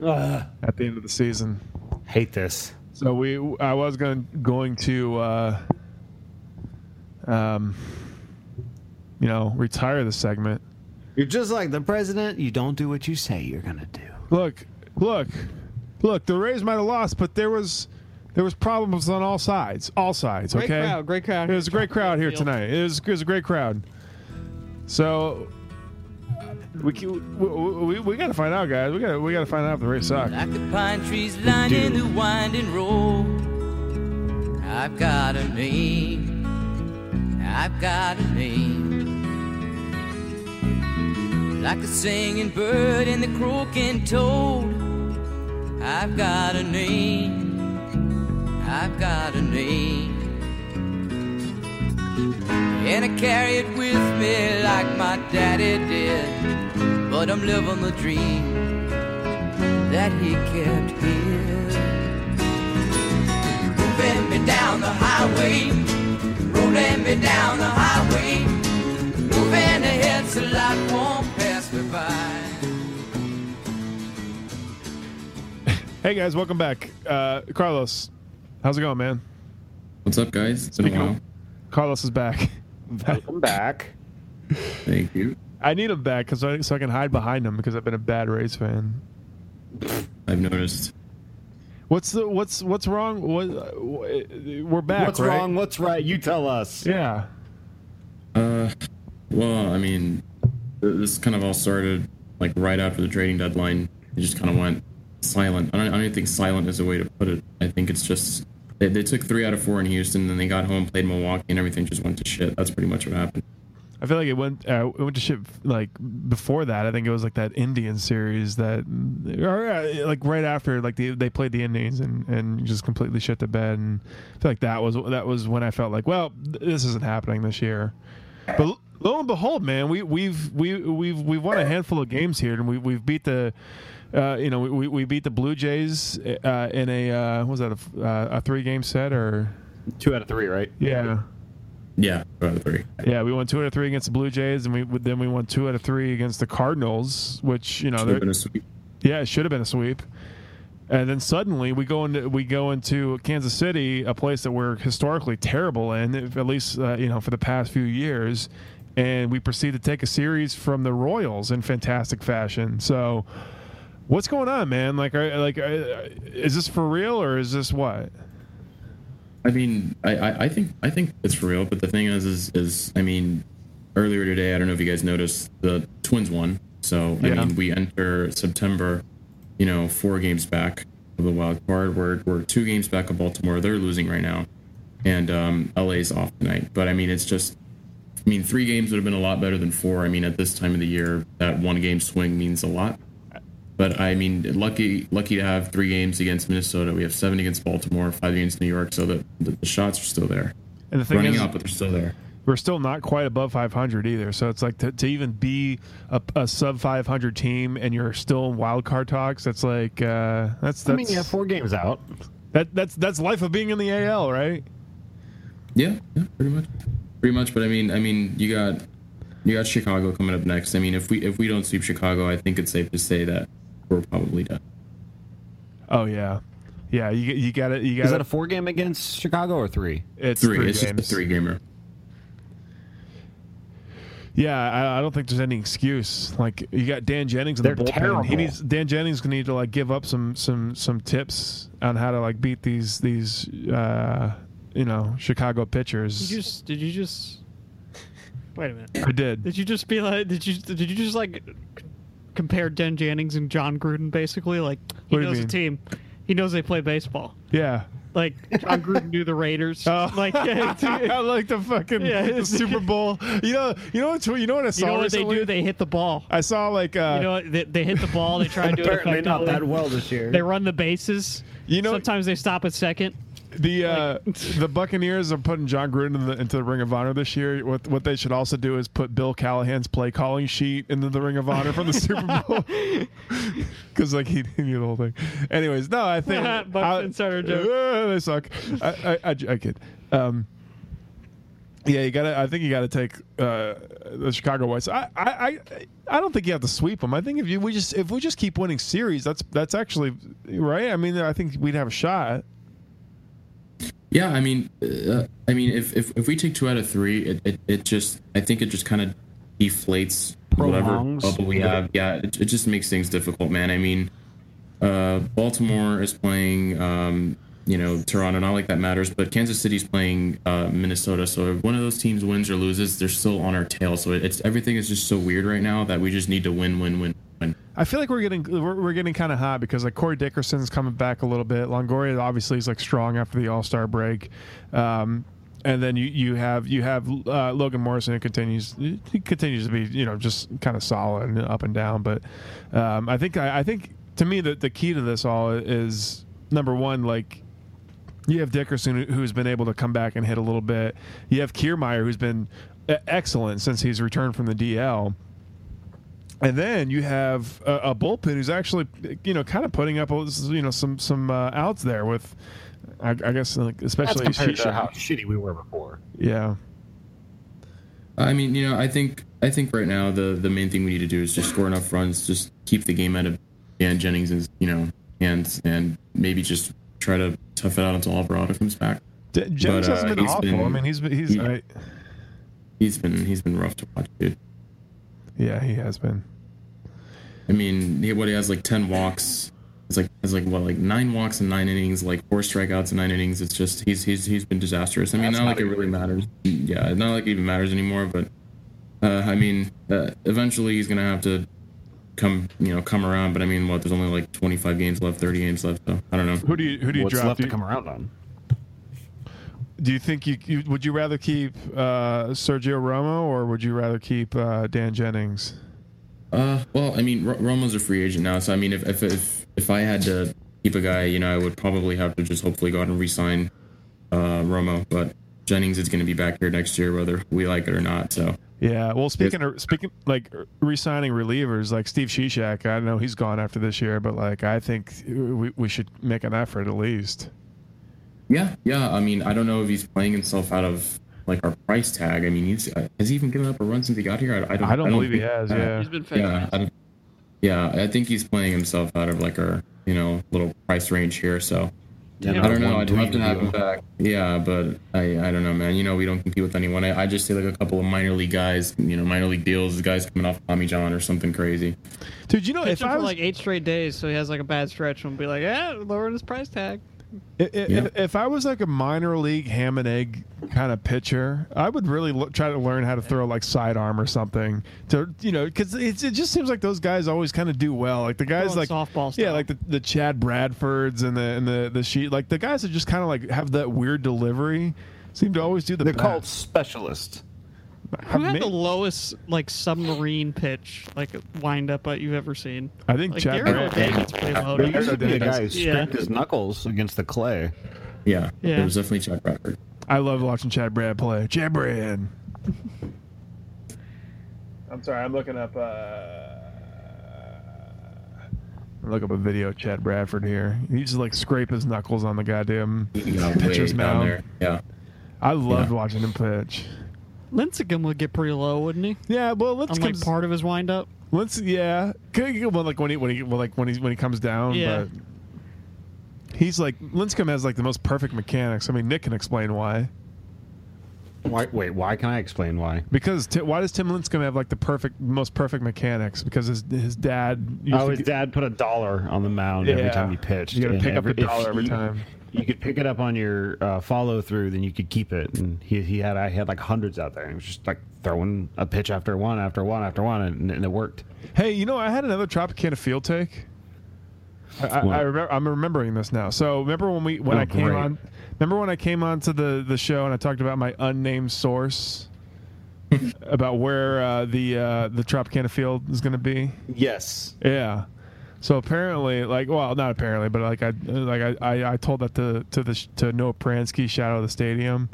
[SPEAKER 3] at the end of the season.
[SPEAKER 1] Hate this.
[SPEAKER 3] So we, I was going going to, uh, um, you know, retire the segment.
[SPEAKER 1] You're just like the president. You don't do what you say you're gonna do.
[SPEAKER 3] Look, look, look. The Rays might have lost, but there was there was problems on all sides. All sides.
[SPEAKER 4] Great
[SPEAKER 3] okay.
[SPEAKER 4] crowd. Great crowd.
[SPEAKER 3] It was a great crowd here
[SPEAKER 4] Field.
[SPEAKER 3] tonight. It was, it was a great crowd. So. We, c- we, we, we gotta find out, guys. We gotta we gotta find out if the Rays suck.
[SPEAKER 2] Like the pine trees lining the winding road. I've got a name. I've got a name. Like a singing bird and the croaking toad. I've got a name. I've got a name. And I carry it with me like my daddy did. But I'm living the dream that he kept here. Moving me down the highway, rolling me down the highway. Moving ahead so life won't pass me by.
[SPEAKER 3] Hey guys, welcome back. Uh, Carlos, how's it going, man?
[SPEAKER 5] What's up, guys? It's been
[SPEAKER 3] Speaking
[SPEAKER 5] a
[SPEAKER 3] of-
[SPEAKER 5] while.
[SPEAKER 3] Carlos is back.
[SPEAKER 1] Welcome back.
[SPEAKER 5] Thank you.
[SPEAKER 3] I need him back 'cause I, so I can hide behind him because I've been a bad Rays fan.
[SPEAKER 5] I've noticed.
[SPEAKER 3] What's the what's what's wrong? What, uh, we're back.
[SPEAKER 1] What's
[SPEAKER 3] right?
[SPEAKER 1] wrong? What's right? You tell us.
[SPEAKER 3] Yeah.
[SPEAKER 5] Uh, well, I mean, th- this kind of all started like right after the trading deadline. It just kind of went silent. I don't, I don't think silent is a way to put it. I think it's just they, they took three out of four in Houston, then they got home, played Milwaukee, and everything just went to shit. That's pretty much what happened.
[SPEAKER 3] I feel like it went uh, it went to shit like before that. I think it was like that Indian series that, or uh, like right after, like they, they played the Indians and, and just completely shit the bed. And I feel like that was that was when I felt like, well, th- this isn't happening this year. But lo and behold, man, we we've we we've we've won a handful of games here, and we we've beat the. Uh, you know, we- we, we beat the Blue Jays uh, in a uh, what was that a, f- uh, a three game set or
[SPEAKER 1] Two out of three, right?
[SPEAKER 3] yeah
[SPEAKER 5] Yeah, two out of three.
[SPEAKER 3] yeah, we won two out of three against the Blue Jays, and we then we won two out of three against the Cardinals, which you know,
[SPEAKER 5] Should've
[SPEAKER 3] they're-
[SPEAKER 5] been a sweep.
[SPEAKER 3] yeah, it should have been a sweep. And then suddenly we go into we go into Kansas City, a place that we're historically terrible in, if- at least uh, you know for the past few years, and we proceed to take a series from the Royals in fantastic fashion. So, what's going on, man? Like, are, like, are, is this for real or is this what?
[SPEAKER 5] I mean, I, I, I think I think it's for real. But the thing is, is, is I mean, earlier today, I don't know if you guys noticed the Twins won. So I
[SPEAKER 3] Yeah.
[SPEAKER 5] mean, we enter September, you know, four games back of the wild card. We're we're two games back of Baltimore. They're losing right now, and um, LA's off tonight. But I mean, it's just. I mean, three games would have been a lot better than four. I mean, at this time of the year, that one game swing means a lot. But I mean, lucky lucky to have three games against Minnesota. We have seven against Baltimore, five against New York. So the the, the shots are still there,
[SPEAKER 3] And the thing
[SPEAKER 5] running
[SPEAKER 3] is,
[SPEAKER 5] out, but they're still there.
[SPEAKER 3] we're still not quite above 500 either. So it's like to, to even be a, a sub 500 team and you're still in wild card talks. That's like uh, that's that's
[SPEAKER 1] I mean, yeah, four games out.
[SPEAKER 3] that, that's that's life of being in the AL, right?
[SPEAKER 5] Yeah, yeah, pretty much, pretty much. But I mean, I mean, you got you got Chicago coming up next. I mean, if we if we don't sweep Chicago, I think it's safe to say that we're probably done.
[SPEAKER 3] Oh yeah, yeah. You you got it. You got
[SPEAKER 1] Is that a
[SPEAKER 3] it.
[SPEAKER 1] four game against Chicago or three?
[SPEAKER 3] It's
[SPEAKER 5] Three,
[SPEAKER 3] three,
[SPEAKER 5] it's
[SPEAKER 3] games.
[SPEAKER 5] just a three gamer.
[SPEAKER 3] Yeah, I, I don't think there's any excuse. Like you got Dan Jennings in
[SPEAKER 1] They're
[SPEAKER 3] the bullpen.
[SPEAKER 1] terrible.
[SPEAKER 3] He needs Dan Jennings gonna need to like give up some some some tips on how to like beat these these uh, you know Chicago pitchers.
[SPEAKER 4] Did you just? Did you just? Wait a minute.
[SPEAKER 3] I did.
[SPEAKER 4] Did you just be like? Did you? Did you just like compare Den Jannings and John Gruden basically? Like he
[SPEAKER 3] What do you
[SPEAKER 4] knows
[SPEAKER 3] mean?
[SPEAKER 4] a team. He knows they play baseball.
[SPEAKER 3] Yeah.
[SPEAKER 4] Like John Gruden knew the Raiders.
[SPEAKER 3] Oh.
[SPEAKER 4] Like
[SPEAKER 3] I like the fucking
[SPEAKER 4] Yeah,
[SPEAKER 3] the
[SPEAKER 4] it's-
[SPEAKER 3] Super Bowl. You know, you know what? You know what I saw
[SPEAKER 4] you know what they
[SPEAKER 3] recently?
[SPEAKER 4] do? They hit the ball.
[SPEAKER 3] I saw like uh,
[SPEAKER 4] You know what? They, they hit the ball. They try and do it effectively.
[SPEAKER 1] well this year.
[SPEAKER 4] They run the bases.
[SPEAKER 3] You know-
[SPEAKER 4] sometimes they stop at second.
[SPEAKER 3] the uh, the Buccaneers are putting John Gruden in the, into the Ring of Honor this year. What what they should also do is put Bill Callahan's play calling sheet into the Ring of Honor from the Super Bowl because like he, he knew the whole thing. Anyways, no, I think
[SPEAKER 4] Bucks
[SPEAKER 3] I-
[SPEAKER 4] insider joke.
[SPEAKER 3] Uh, they suck. I I, I, I kid. Um, Yeah, you gotta. I think you gotta take uh, the Chicago White Sox. I, I, I, I don't think you have to sweep them. I think if you we just if we just keep winning series, that's that's actually right. I mean, I think we'd have a shot.
[SPEAKER 5] Yeah, I mean, uh, I mean, if, if if we take two out of three, it, it, it just I think it just kind of deflates
[SPEAKER 1] Prolongs.
[SPEAKER 5] whatever bubble we have. Yeah, it, it just makes things difficult, man. I mean, uh, Baltimore is playing, um, you know, Toronto. Not like that matters, but Kansas City's playing uh, Minnesota. So if one of those teams wins or loses, they're still on our tail. So it, it's everything is just so weird right now that we just need to win, win, win, win.
[SPEAKER 3] I feel like we're getting we're, we're getting kind of hot because like Corey Dickerson's coming back a little bit. Longoria obviously is like strong after the All Star break, um, and then you, you have you have uh, Logan Morrison who continues he continues to be you know just kind of solid and up and down. But um, I think I, I think to me the the key to this all is number one like You have Dickerson, who- who's been able to come back and hit a little bit. You have Kiermeyer, who's been uh, excellent since he's returned from the DL. And then you have a, a bullpen who's actually, you know, kind of putting up, you know, some some uh, outs there with, I, I guess, like, especially
[SPEAKER 1] shitty we were before.
[SPEAKER 3] yeah,
[SPEAKER 5] I mean, you know, I think I think right now the the main thing we need to do is just score enough runs, just keep the game out of Dan Jennings' you know hands, and maybe just try to tough it out until Alvarado comes back.
[SPEAKER 3] D- Jennings
[SPEAKER 5] But, uh,
[SPEAKER 3] hasn't been
[SPEAKER 5] he's
[SPEAKER 3] awful.
[SPEAKER 5] been-
[SPEAKER 3] I mean, he's been, he's
[SPEAKER 5] he-
[SPEAKER 3] I-
[SPEAKER 5] He's been he's been rough to watch, dude.
[SPEAKER 3] yeah, he has been.
[SPEAKER 5] I mean, he what he has like ten walks. It's like it's like what like nine walks and nine innings, like four strikeouts and nine innings. It's just he's he's he's been disastrous. I mean, not like it really matters. Yeah, not like it even matters anymore. But uh, I mean, uh, eventually he's gonna have to come you know come around. But I mean, what there's only like 25 games left, 30 games left. So I don't know.
[SPEAKER 3] Who do you who do you
[SPEAKER 1] What's
[SPEAKER 3] drop?
[SPEAKER 1] left
[SPEAKER 3] do,
[SPEAKER 1] to
[SPEAKER 3] you,
[SPEAKER 1] come around on?
[SPEAKER 3] do you think you, you would you rather keep uh, Sergio Romo or would you rather keep uh, Dan Jennings?
[SPEAKER 5] Uh, well, I mean, R- Romo's a free agent now, so I mean, if if if, if I had to keep a guy, you know, I would probably have to just hopefully go out and re-sign uh, Romo. But Jennings is going to be back here next year, whether we like it or not. So
[SPEAKER 3] Yeah, well, speaking of speaking like re-signing relievers, like Steve Shishak, I know he's gone after this year, but like I think we, we should make an effort at least.
[SPEAKER 5] yeah, yeah. I mean, I don't know if he's playing himself out of like our price tag. I mean, he's uh, has he even given up a run since he got here? I, I don't.
[SPEAKER 3] I don't believe he
[SPEAKER 5] think-
[SPEAKER 3] has.
[SPEAKER 5] uh,
[SPEAKER 3] Yeah,
[SPEAKER 4] He's been fake.
[SPEAKER 5] Yeah, I don't- yeah. I think he's playing himself out of like our you know little price range here. So I don't know. I'd love to have him back. Yeah, but I, I don't know, man. You know, we don't compete with anyone. I, I just see like a couple of minor league guys, you know, minor league deals, guys coming off Tommy John or something crazy.
[SPEAKER 3] dude, you know
[SPEAKER 4] Pitched
[SPEAKER 3] if
[SPEAKER 4] him
[SPEAKER 3] I
[SPEAKER 4] for
[SPEAKER 3] was,
[SPEAKER 4] like eight straight days, so he has like a bad stretch and be like, yeah, lower his price tag.
[SPEAKER 3] I- I-
[SPEAKER 5] Yeah.
[SPEAKER 3] If, if I was like a minor league ham and egg kind of pitcher, I would really lo- try to learn how to throw like sidearm or something to you know because it just seems like those guys always kind of do well. Like the guys
[SPEAKER 4] Throwing
[SPEAKER 3] like
[SPEAKER 4] softball
[SPEAKER 3] yeah,
[SPEAKER 4] style.
[SPEAKER 3] like the, the Chad Bradfords and the and the the sheet like the guys that just kind of like have that weird delivery seem to always do the
[SPEAKER 1] They're
[SPEAKER 3] best.
[SPEAKER 1] called specialists.
[SPEAKER 3] I,
[SPEAKER 4] Who had the
[SPEAKER 3] mean,
[SPEAKER 4] lowest like submarine pitch like wind up that you've ever seen?
[SPEAKER 3] I think
[SPEAKER 4] Like
[SPEAKER 3] Chad
[SPEAKER 4] Derek O'Day
[SPEAKER 3] Brad.
[SPEAKER 4] gets pretty low.
[SPEAKER 1] There used to be a
[SPEAKER 3] Yeah.
[SPEAKER 1] guy who scraped
[SPEAKER 4] Yeah.
[SPEAKER 1] his knuckles against the clay.
[SPEAKER 5] Yeah,
[SPEAKER 4] Yeah.
[SPEAKER 5] it was definitely Chuck Bradford.
[SPEAKER 3] I love watching Chad Brad play. Chad Brad. I'm sorry, I'm looking up. Uh, look up a video of Chad Bradford here. He used to like scrape his knuckles on the goddamn
[SPEAKER 5] Yeah, way
[SPEAKER 3] pitcher's
[SPEAKER 5] down
[SPEAKER 3] mound.
[SPEAKER 5] there. Yeah,
[SPEAKER 3] I loved watching him pitch.
[SPEAKER 4] Lincecum would get pretty low, wouldn't he?
[SPEAKER 3] Yeah, well, let's
[SPEAKER 4] On like
[SPEAKER 3] comes,
[SPEAKER 4] part of his wind up.
[SPEAKER 3] let's yeah. Could- Well, like when he when he well, like when he when he comes down,
[SPEAKER 4] Yeah.
[SPEAKER 3] but he's like Lincecum has like the most perfect mechanics. I mean, Nick can explain why.
[SPEAKER 1] Why, wait, why can I explain why?
[SPEAKER 3] Because t- why does Tim Lincecum have like the perfect, most perfect mechanics? Because his his dad. Used
[SPEAKER 1] Oh,
[SPEAKER 3] to
[SPEAKER 1] his
[SPEAKER 3] get-
[SPEAKER 1] dad put a dollar on the mound every
[SPEAKER 3] Yeah.
[SPEAKER 1] time he pitched.
[SPEAKER 3] You gotta
[SPEAKER 1] and
[SPEAKER 3] pick up the
[SPEAKER 1] if
[SPEAKER 3] dollar every
[SPEAKER 1] you-
[SPEAKER 3] time.
[SPEAKER 1] You could pick it up on your uh, follow through, then you could keep it. And he, he had I had like hundreds out there, and he was just like throwing a pitch after one, after one, after one, and, and it worked.
[SPEAKER 3] Hey, you know, I had another Tropicana field take. I, I,
[SPEAKER 1] What?
[SPEAKER 3] I remember, I'm remembering this now. So remember when we when
[SPEAKER 1] Oh,
[SPEAKER 3] I came
[SPEAKER 1] great.
[SPEAKER 3] on, remember when I came on to the the show and I talked about my unnamed source about where uh, the uh, the Tropicana field is going to be.
[SPEAKER 1] Yes.
[SPEAKER 3] Yeah. So apparently, like, well, not apparently, but like, I like I, I, I told that to to the to Noah Pransky, shadow of the stadium,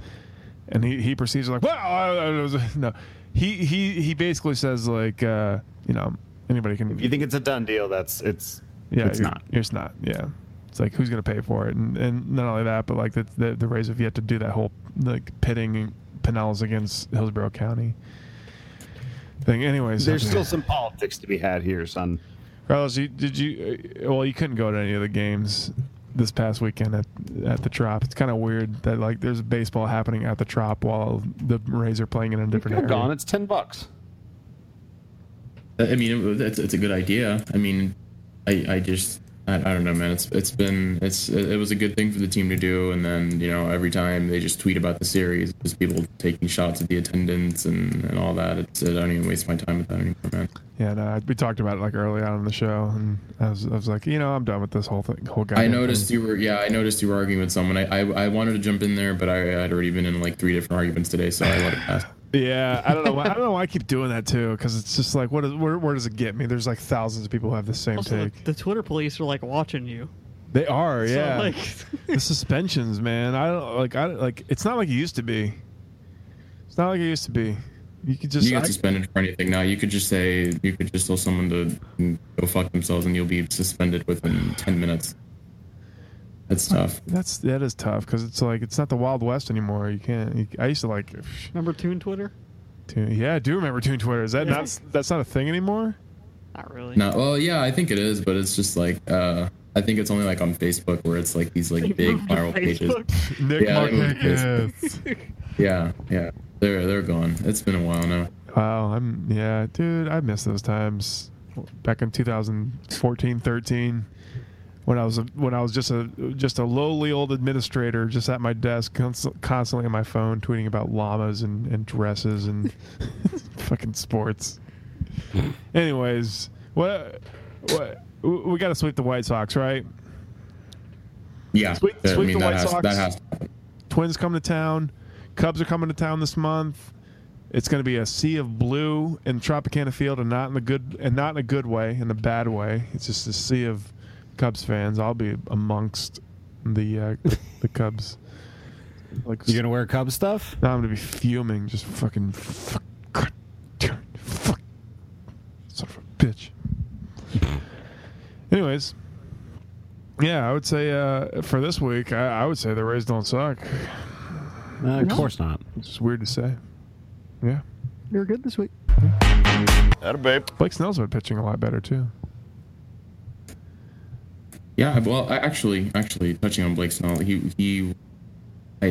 [SPEAKER 3] and he he proceeds like, well, I, I was, no, he he he basically says like, uh, you know, anybody can,
[SPEAKER 1] If you think it's a done deal, that's it's
[SPEAKER 3] yeah,
[SPEAKER 1] it's
[SPEAKER 3] you're-
[SPEAKER 1] not.
[SPEAKER 3] you're just not, yeah. It's like who's gonna pay for it, and and not only that, but like the the, the Rays have yet to do that whole like pitting Pinellas against Hillsborough County thing. Anyways,
[SPEAKER 1] There's still some politics to be had here, son.
[SPEAKER 3] Carlos, you, did you? uh, Well, you couldn't go to any of the games this past weekend at at the Trop. It's kind of weird that like there's baseball happening at the Trop while the Rays are playing in a different
[SPEAKER 1] You're
[SPEAKER 3] area.
[SPEAKER 1] gone. It's ten bucks.
[SPEAKER 5] I mean, it's it's a good idea. I mean, I I just. I, I don't know, man. It's it's been it's it was a good thing for the team to do, and then you know every time they just tweet about the series, just people taking shots at the attendance and, and all that. It's I don't even waste my time with that anymore, man.
[SPEAKER 3] Yeah, no, I- we talked about it like early on in the show, and I was, I was like, you know, I'm done with this whole thing. Whole guy.
[SPEAKER 5] I noticed you were yeah. I noticed you were arguing with someone. I I, I wanted to jump in there, but I had already been in like three different arguments today, so I let it pass.
[SPEAKER 3] Yeah, I don't know. Why, I don't know why I keep doing that too, because it's just like, what? Is, where, where does it get me? There's like thousands of people who have the same
[SPEAKER 4] Also,
[SPEAKER 3] take.
[SPEAKER 4] the, the Twitter police are like watching you.
[SPEAKER 3] They are,
[SPEAKER 4] So,
[SPEAKER 3] yeah.
[SPEAKER 4] like,
[SPEAKER 3] the suspensions, man. I don't like. I don't- like. It's not like it used to be. It's not like it used to be. You could just.
[SPEAKER 5] You
[SPEAKER 3] I-
[SPEAKER 5] get suspended for anything now. You could just say you could just tell someone to go fuck themselves, and you'll be suspended within ten minutes. That's tough.
[SPEAKER 3] that's that is tough because it's like it's not the Wild West anymore. You can't. You, I used to like.
[SPEAKER 4] remember Toon Twitter?
[SPEAKER 3] Tune, yeah, I do remember Toon Twitter. Is that
[SPEAKER 4] Yeah.
[SPEAKER 3] not? That's not a thing anymore.
[SPEAKER 4] Not really.
[SPEAKER 5] No, well, yeah, I think it is, but it's just like uh, I think it's only like on Facebook where it's like these like big viral pages.
[SPEAKER 3] Nick
[SPEAKER 5] Yeah, they moved this.
[SPEAKER 3] Markakis.
[SPEAKER 5] Yeah, yeah, they're they're gone. It's been a while now.
[SPEAKER 3] wow, I'm yeah, dude. I miss those times back in 2014, 13, when I was a, when I was just a just a lowly old administrator, just at my desk, const- constantly on my phone, tweeting about llamas and, and dresses and fucking sports. Anyways, what what we got to sweep the White Sox, right?
[SPEAKER 5] Yeah,
[SPEAKER 3] Sweep-
[SPEAKER 5] I
[SPEAKER 3] sweep the
[SPEAKER 5] mean that
[SPEAKER 3] White
[SPEAKER 5] has,
[SPEAKER 3] Sox.
[SPEAKER 5] that has to happen.
[SPEAKER 3] Twins come to town. Cubs are coming to town this month. It's going to be a sea of blue in Tropicana Field, and not in the good and not in a good way, in a bad way. It's just a sea of Cubs fans. I'll be amongst the uh, the Cubs. Like
[SPEAKER 1] You're gonna wear Cub stuff?
[SPEAKER 3] now, I'm going to be fuming. Just fucking fuck, God, damn it, fuck, son of a bitch. Anyways, yeah, I would say uh, for this week, I, I would say the Rays don't suck.
[SPEAKER 1] Uh, of course not.
[SPEAKER 3] It's weird to say. Yeah.
[SPEAKER 4] You're good this week.
[SPEAKER 3] Blake Snell's been pitching a lot better too.
[SPEAKER 5] Yeah, well, I actually, actually touching on Blake Snell, he he, I,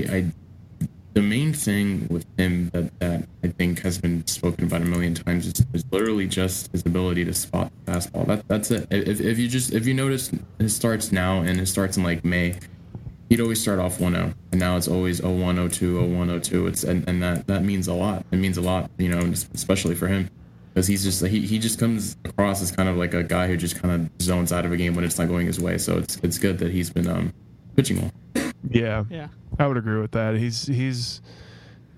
[SPEAKER 5] I, the main thing with him that that I think has been spoken about a million times is, is literally just his ability to spot the fastball. That that's it. If, if you just if you notice his starts now and his starts in like May, he'd always start off 1-0 and now it's always 0-1 0-2 0-1 0-2 it's and, and that that means a lot it means a lot you know and especially for him because he's just he, he just comes across as kind of like a guy who just kind of zones out of a game when it's not going his way so it's it's good that he's been um pitching well
[SPEAKER 3] Yeah,
[SPEAKER 4] Yeah,
[SPEAKER 3] I would agree with that. He's he's.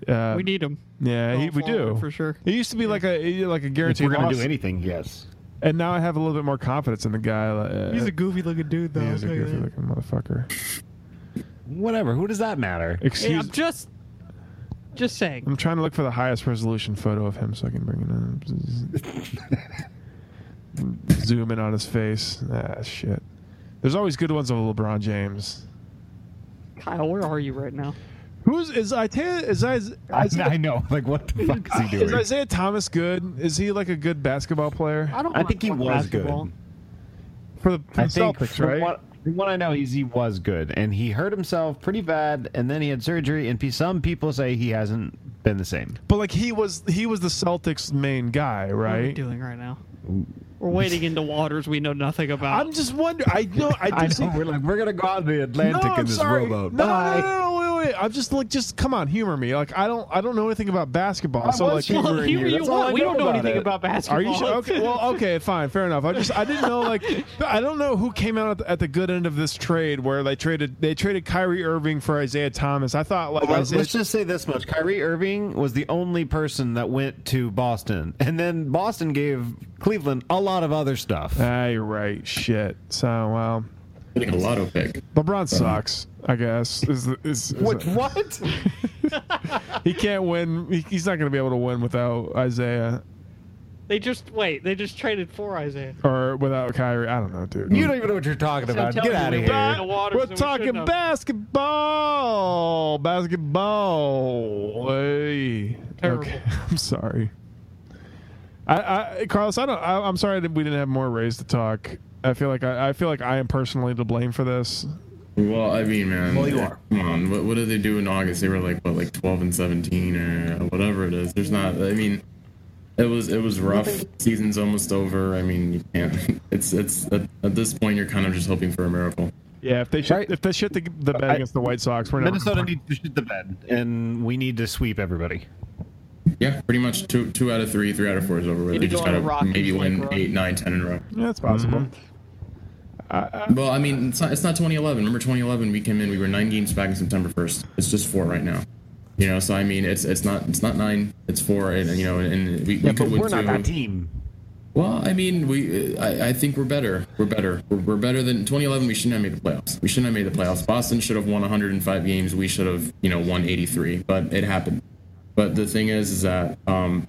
[SPEAKER 3] Uh,
[SPEAKER 4] we need him.
[SPEAKER 3] yeah, he,
[SPEAKER 4] going
[SPEAKER 3] we do
[SPEAKER 4] forward for sure.
[SPEAKER 3] It used to be like a like a
[SPEAKER 1] If
[SPEAKER 3] guaranteed
[SPEAKER 1] we're gonna
[SPEAKER 3] loss,
[SPEAKER 1] do anything, yes.
[SPEAKER 3] and now I have a little bit more confidence in the guy. Uh,
[SPEAKER 4] He's a goofy looking dude, though.
[SPEAKER 3] he
[SPEAKER 4] I'll
[SPEAKER 3] is a
[SPEAKER 4] tell you
[SPEAKER 3] goofy
[SPEAKER 4] that.
[SPEAKER 3] looking motherfucker.
[SPEAKER 1] Whatever. Who does that matter?
[SPEAKER 3] Excuse.
[SPEAKER 4] Hey, I'm just, just saying.
[SPEAKER 3] I'm trying to look for the highest resolution photo of him so I can bring it up. Zoom in on his face. Ah, shit. There's always good ones of LeBron James.
[SPEAKER 4] Kyle, where are you right now?
[SPEAKER 3] Who's is Isaiah? Is Isaiah?
[SPEAKER 1] I, I know. Like, what the fuck is he
[SPEAKER 3] Is
[SPEAKER 1] doing?
[SPEAKER 3] Isaiah Thomas good? Is he like a good basketball player
[SPEAKER 4] I don't.
[SPEAKER 1] I
[SPEAKER 4] want
[SPEAKER 1] think he
[SPEAKER 4] to talk
[SPEAKER 1] was
[SPEAKER 4] basketball.
[SPEAKER 1] good.
[SPEAKER 3] for the, for
[SPEAKER 1] I
[SPEAKER 3] the
[SPEAKER 1] think
[SPEAKER 3] Celtics?
[SPEAKER 1] from
[SPEAKER 3] Right?
[SPEAKER 1] What, from what I know, he's, he was good, and he hurt himself pretty bad, and then he had surgery. And pe- some people say he hasn't been the same.
[SPEAKER 3] But like he was, he was the Celtics' main guy,
[SPEAKER 4] What are we
[SPEAKER 3] right?
[SPEAKER 4] doing right now?
[SPEAKER 1] Mm.
[SPEAKER 4] We're wading into waters we know nothing about.
[SPEAKER 3] I'm just wondering. I know. I, did see-
[SPEAKER 1] We're like, we're gonna go out in the Atlantic
[SPEAKER 3] No, I'm sorry. No, no, no, no, no, wait, wait. I'm just like, just come on, humor me. Like, I don't, I don't know anything about basketball. so like,
[SPEAKER 1] was
[SPEAKER 4] well,
[SPEAKER 1] humor in
[SPEAKER 4] you,
[SPEAKER 1] you.
[SPEAKER 4] you
[SPEAKER 1] That's all
[SPEAKER 4] want-
[SPEAKER 1] I
[SPEAKER 4] we
[SPEAKER 1] know
[SPEAKER 4] don't know
[SPEAKER 1] about
[SPEAKER 4] anything
[SPEAKER 1] it.
[SPEAKER 4] about basketball.
[SPEAKER 3] Are you sure? Okay. Well, okay. Fine. Fair enough. I just I didn't know. Like I don't know who came out at the, at the good end of this trade where they traded they traded Kyrie Irving for Isaiah Thomas. I thought like
[SPEAKER 1] Let's,
[SPEAKER 3] Isaiah,
[SPEAKER 1] just say this much: Kyrie Irving was the only person that went to Boston, and then Boston gave Cleveland a lot of other stuff.
[SPEAKER 3] ah, you're right. Shit. So well,
[SPEAKER 5] getting a lotto pick
[SPEAKER 3] LeBron sucks. I guess is is, is
[SPEAKER 1] Which what?
[SPEAKER 3] he can't win. He, he's not going to be able to win without Isaiah
[SPEAKER 4] They just wait. They just traded for Isaiah.
[SPEAKER 3] or without Kyrie. I don't know, dude.
[SPEAKER 1] you don't even know what you're talking about.
[SPEAKER 4] tell
[SPEAKER 1] Get
[SPEAKER 4] me
[SPEAKER 1] out of
[SPEAKER 4] we-
[SPEAKER 1] here.
[SPEAKER 4] the water,
[SPEAKER 3] We're
[SPEAKER 4] so we
[SPEAKER 3] talking
[SPEAKER 4] should know.
[SPEAKER 3] basketball. Basketball. Hey.
[SPEAKER 4] Terrible.
[SPEAKER 3] Okay. I'm sorry. I, I Carlos, I don't. I, I'm sorry that we didn't have more rays to talk. I feel like I, I feel like I am personally to blame for this.
[SPEAKER 5] well i mean man
[SPEAKER 1] Well, you are.
[SPEAKER 5] come on what, what did they do in august they were like what like 12 and 17 or whatever it is there's not i mean it was it was rough season's almost over i mean you can't it's it's at, at this point you're kind of just hoping for a miracle
[SPEAKER 3] Yeah, if they shit,
[SPEAKER 1] Right.
[SPEAKER 3] if they shit the, the bed
[SPEAKER 1] I-
[SPEAKER 3] against the White Sox, we're never
[SPEAKER 1] Minnesota needs to shoot the bed, and we need to sweep everybody.
[SPEAKER 5] Yeah, pretty much two two out of three, three out of four is over with.
[SPEAKER 4] Need
[SPEAKER 5] They
[SPEAKER 4] to
[SPEAKER 5] just
[SPEAKER 4] go on a
[SPEAKER 5] gotta
[SPEAKER 4] Rockies
[SPEAKER 5] maybe win
[SPEAKER 4] like run.
[SPEAKER 5] eight, nine, ten in a row.
[SPEAKER 3] Yeah, it's possible.
[SPEAKER 5] Well, I mean, it's not, it's not 2011. Remember 2011? We came in, we were nine games back in September 1st. It's just four right now. You know, so I mean, it's it's not it's not nine, it's four, and you know, and we, we
[SPEAKER 1] Yeah, but
[SPEAKER 5] could win
[SPEAKER 1] we're not
[SPEAKER 5] two.
[SPEAKER 1] that team.
[SPEAKER 5] Well, I mean, we. uh, I, I think we're better. We're better. We're, we're better than 2011. We shouldn't have made the playoffs. We shouldn't have made the playoffs. Boston should have won 105 games. We should have, you know, won 83. But it happened. But the thing is, is that um,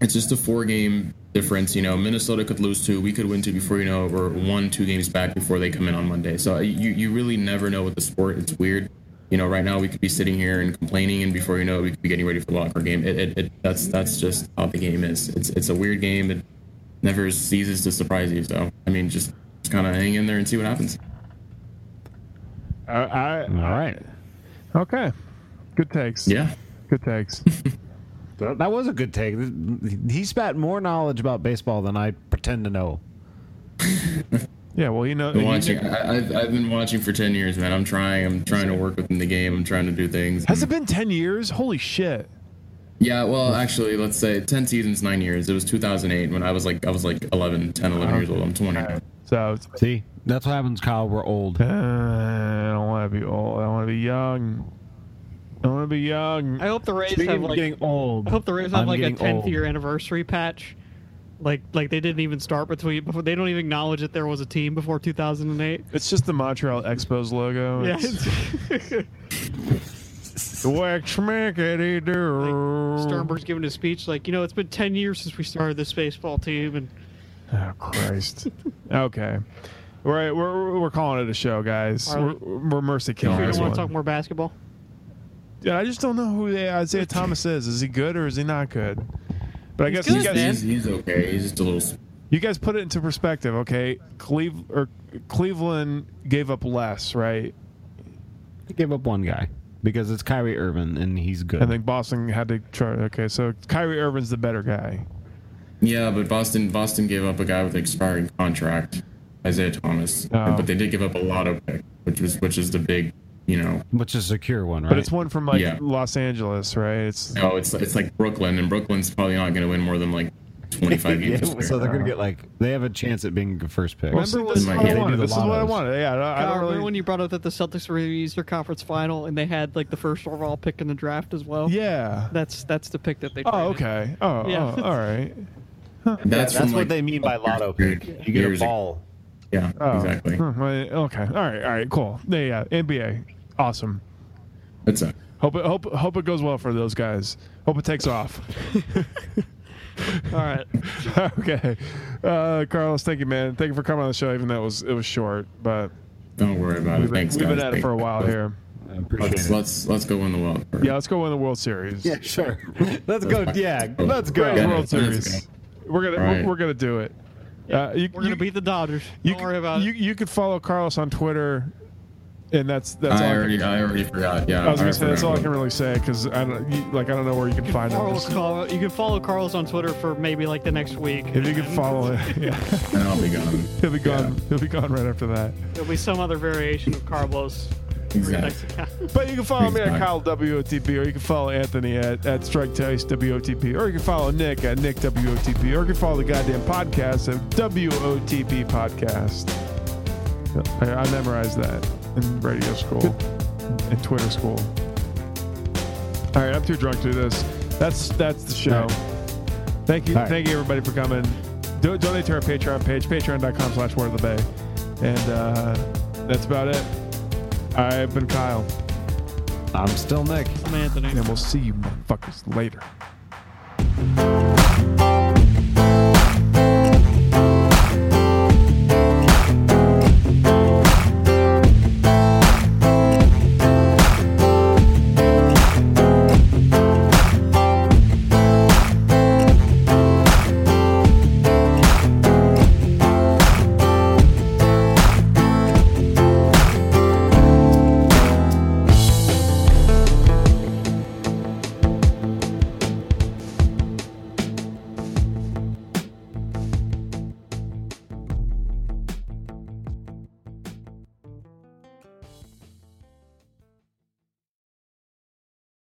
[SPEAKER 5] it's just a four-game difference. You know, Minnesota could lose two. We could win two before you know it. We're one, two games back before they come in on Monday. So uh, you you really never know with the sport. It's weird. You know, right now we could be sitting here and complaining, and before you know it, we could be getting ready for the locker game. It, it, it that's that's just how the game is. It's it's a weird game. It, never ceases to surprise you. So, I mean, just, just kind of hang in there and see what happens.
[SPEAKER 3] Uh, I,
[SPEAKER 1] All right.
[SPEAKER 3] Okay. Good takes.
[SPEAKER 5] Yeah.
[SPEAKER 3] Good takes.
[SPEAKER 1] That that was a good take. He spat more knowledge about baseball than I pretend to know.
[SPEAKER 3] yeah. Well, you know,
[SPEAKER 5] Been
[SPEAKER 3] you-
[SPEAKER 5] watching. I, I've, I've been watching for 10 years, man. I'm trying. I'm trying to work within the game. I'm trying to do things.
[SPEAKER 3] has it been ten years? Holy shit!
[SPEAKER 5] Yeah. Well, actually, let's say 10 seasons, nine years. It was 2008 when I was like, I was like 11, 10, 11 years old. I'm 20. now.
[SPEAKER 3] So it's,
[SPEAKER 1] See, that's what happens, Kyle. We're old.
[SPEAKER 3] uh, I don't want to be old. I want to be young. I want to be young.
[SPEAKER 4] I hope the Rays have like
[SPEAKER 1] old.
[SPEAKER 4] I hope the Rays have
[SPEAKER 1] I'm
[SPEAKER 4] like a
[SPEAKER 1] getting
[SPEAKER 4] 10th
[SPEAKER 1] old.
[SPEAKER 4] year anniversary patch. Like like they didn't even start between before they don't even acknowledge that there was a team before 2008.
[SPEAKER 3] It's just the Montreal Expos logo.
[SPEAKER 4] Yeah.
[SPEAKER 3] It's- Wax schmackity do.
[SPEAKER 4] Sternberg's giving a speech like, you know, it's been 10 years since we started this baseball team and
[SPEAKER 3] Oh Christ. okay. We're, we're, we're calling it a show, guys.
[SPEAKER 4] All
[SPEAKER 3] We're,
[SPEAKER 4] right.
[SPEAKER 3] we're mercy killing
[SPEAKER 4] we
[SPEAKER 3] this
[SPEAKER 4] don't want
[SPEAKER 3] one.
[SPEAKER 4] to talk more basketball.
[SPEAKER 3] Yeah, I just don't know who the- Isaiah Thomas is. Is he good or is he not good? But I guess you
[SPEAKER 4] good,
[SPEAKER 3] guys,
[SPEAKER 4] man.
[SPEAKER 5] He's, he's okay. He's just a little.
[SPEAKER 3] you guys put it into perspective, okay? Cleve or Cleveland gave up less, right?
[SPEAKER 1] Give up one guy because it's Kyrie Irving and he's good.
[SPEAKER 3] And then Boston had to try. Okay, so Kyrie Irving's the better guy.
[SPEAKER 5] Yeah, but Boston Boston gave up a guy with an expiring contract, Isaiah Thomas.
[SPEAKER 3] Oh.
[SPEAKER 5] But they did give up a lotto pick, which was which is the big, you know,
[SPEAKER 1] which is a secure one, right?
[SPEAKER 3] But it's one from like
[SPEAKER 5] Yeah.
[SPEAKER 3] Los Angeles, right? It's
[SPEAKER 5] No, Oh, it's it's like Brooklyn, and Brooklyn's probably not going to win more than like twenty five
[SPEAKER 1] Yeah,
[SPEAKER 5] games.
[SPEAKER 1] so they're gonna get like they have a chance at being the first pick.
[SPEAKER 3] Well, see,
[SPEAKER 4] Remember
[SPEAKER 3] this is
[SPEAKER 5] when-
[SPEAKER 3] what
[SPEAKER 5] Yeah,
[SPEAKER 3] I
[SPEAKER 5] they
[SPEAKER 3] wanted.
[SPEAKER 1] do the
[SPEAKER 3] This is what I
[SPEAKER 1] lottos.
[SPEAKER 3] wanted. Yeah, I don't, I
[SPEAKER 4] Kyle,
[SPEAKER 3] don't
[SPEAKER 4] remember
[SPEAKER 3] really.
[SPEAKER 4] when you brought up that the Celtics were in the Eastern Conference Final and they had like the first overall pick in the draft as well?
[SPEAKER 3] yeah.
[SPEAKER 4] That's that's the pick that they
[SPEAKER 3] Oh,
[SPEAKER 4] traded.
[SPEAKER 3] okay. Oh,
[SPEAKER 4] Yeah.
[SPEAKER 3] oh, all right.
[SPEAKER 5] that's,
[SPEAKER 1] that's
[SPEAKER 5] from,
[SPEAKER 1] what
[SPEAKER 5] like,
[SPEAKER 1] they mean by lotto pick. You get a
[SPEAKER 5] years ago.
[SPEAKER 1] ball.
[SPEAKER 5] Yeah,
[SPEAKER 3] Oh.
[SPEAKER 5] exactly.
[SPEAKER 3] Hmm, well, Okay. All right. All right. Cool. Yeah. yeah. NBA. Awesome.
[SPEAKER 5] That's a,
[SPEAKER 3] Hope it, hope hope it goes well for those guys. Hope it takes off.
[SPEAKER 4] All right.
[SPEAKER 3] okay, uh, Carlos, thank you, man. Thank you for coming on the show, even though it was it was short. But
[SPEAKER 5] don't worry about it. Thanks,
[SPEAKER 3] we've been
[SPEAKER 5] guys.
[SPEAKER 3] at it for a
[SPEAKER 5] Thanks.
[SPEAKER 3] while here.
[SPEAKER 1] I appreciate
[SPEAKER 5] Let's, let's let's go win the Wild Card.
[SPEAKER 3] Yeah, let's go win the World Series.
[SPEAKER 1] Yeah, sure. Let's go. Yeah, let's
[SPEAKER 3] Go
[SPEAKER 1] go.
[SPEAKER 5] Yeah,
[SPEAKER 3] World
[SPEAKER 5] let's go.
[SPEAKER 3] Series. We're gonna
[SPEAKER 5] All
[SPEAKER 3] we're,
[SPEAKER 5] right.
[SPEAKER 3] we're gonna do it. Uh, you,
[SPEAKER 4] We're going
[SPEAKER 3] you-
[SPEAKER 4] to beat the Dodgers.
[SPEAKER 3] you
[SPEAKER 4] Don't
[SPEAKER 3] c-
[SPEAKER 4] worry about
[SPEAKER 3] you,
[SPEAKER 4] it.
[SPEAKER 3] You could follow Carlos on Twitter, and that's that's all
[SPEAKER 5] I
[SPEAKER 3] I,
[SPEAKER 5] already
[SPEAKER 3] can,
[SPEAKER 5] I already forgot. Yeah,
[SPEAKER 3] I was gonna say
[SPEAKER 5] already
[SPEAKER 3] that's all I
[SPEAKER 5] forgot.
[SPEAKER 3] can really say because I don't you, like I don't know where you can find
[SPEAKER 4] Carlos,
[SPEAKER 3] us.
[SPEAKER 4] Carl, you can follow Carlos on Twitter for maybe like the next week.
[SPEAKER 3] If you can follow it, yeah,
[SPEAKER 5] And I'll be gone.
[SPEAKER 3] he'll be gone. He'll be gone right after that.
[SPEAKER 4] There'll be some other variation of Carlos.
[SPEAKER 5] Exactly.
[SPEAKER 3] But you can follow me at
[SPEAKER 5] Thanks,
[SPEAKER 3] Kyle WOTP, or you can follow Anthony at, at Strike Dice WOTP, or you can follow Nick at Nick WOTP, or you can follow the goddamn podcast at WOTP Podcast. I, I memorized that in radio school and Twitter school. All right, I'm too drunk to do this. That's that's the show.
[SPEAKER 1] All right.
[SPEAKER 3] Thank you,
[SPEAKER 1] All right.
[SPEAKER 3] thank you everybody for coming. Do, donate to our Patreon page, Patreon.com/slash Word of the Bay, and uh, that's about it. I've been Kyle
[SPEAKER 1] I'm still Nick.
[SPEAKER 4] I'm Anthony.
[SPEAKER 3] and we'll see you motherfuckers later.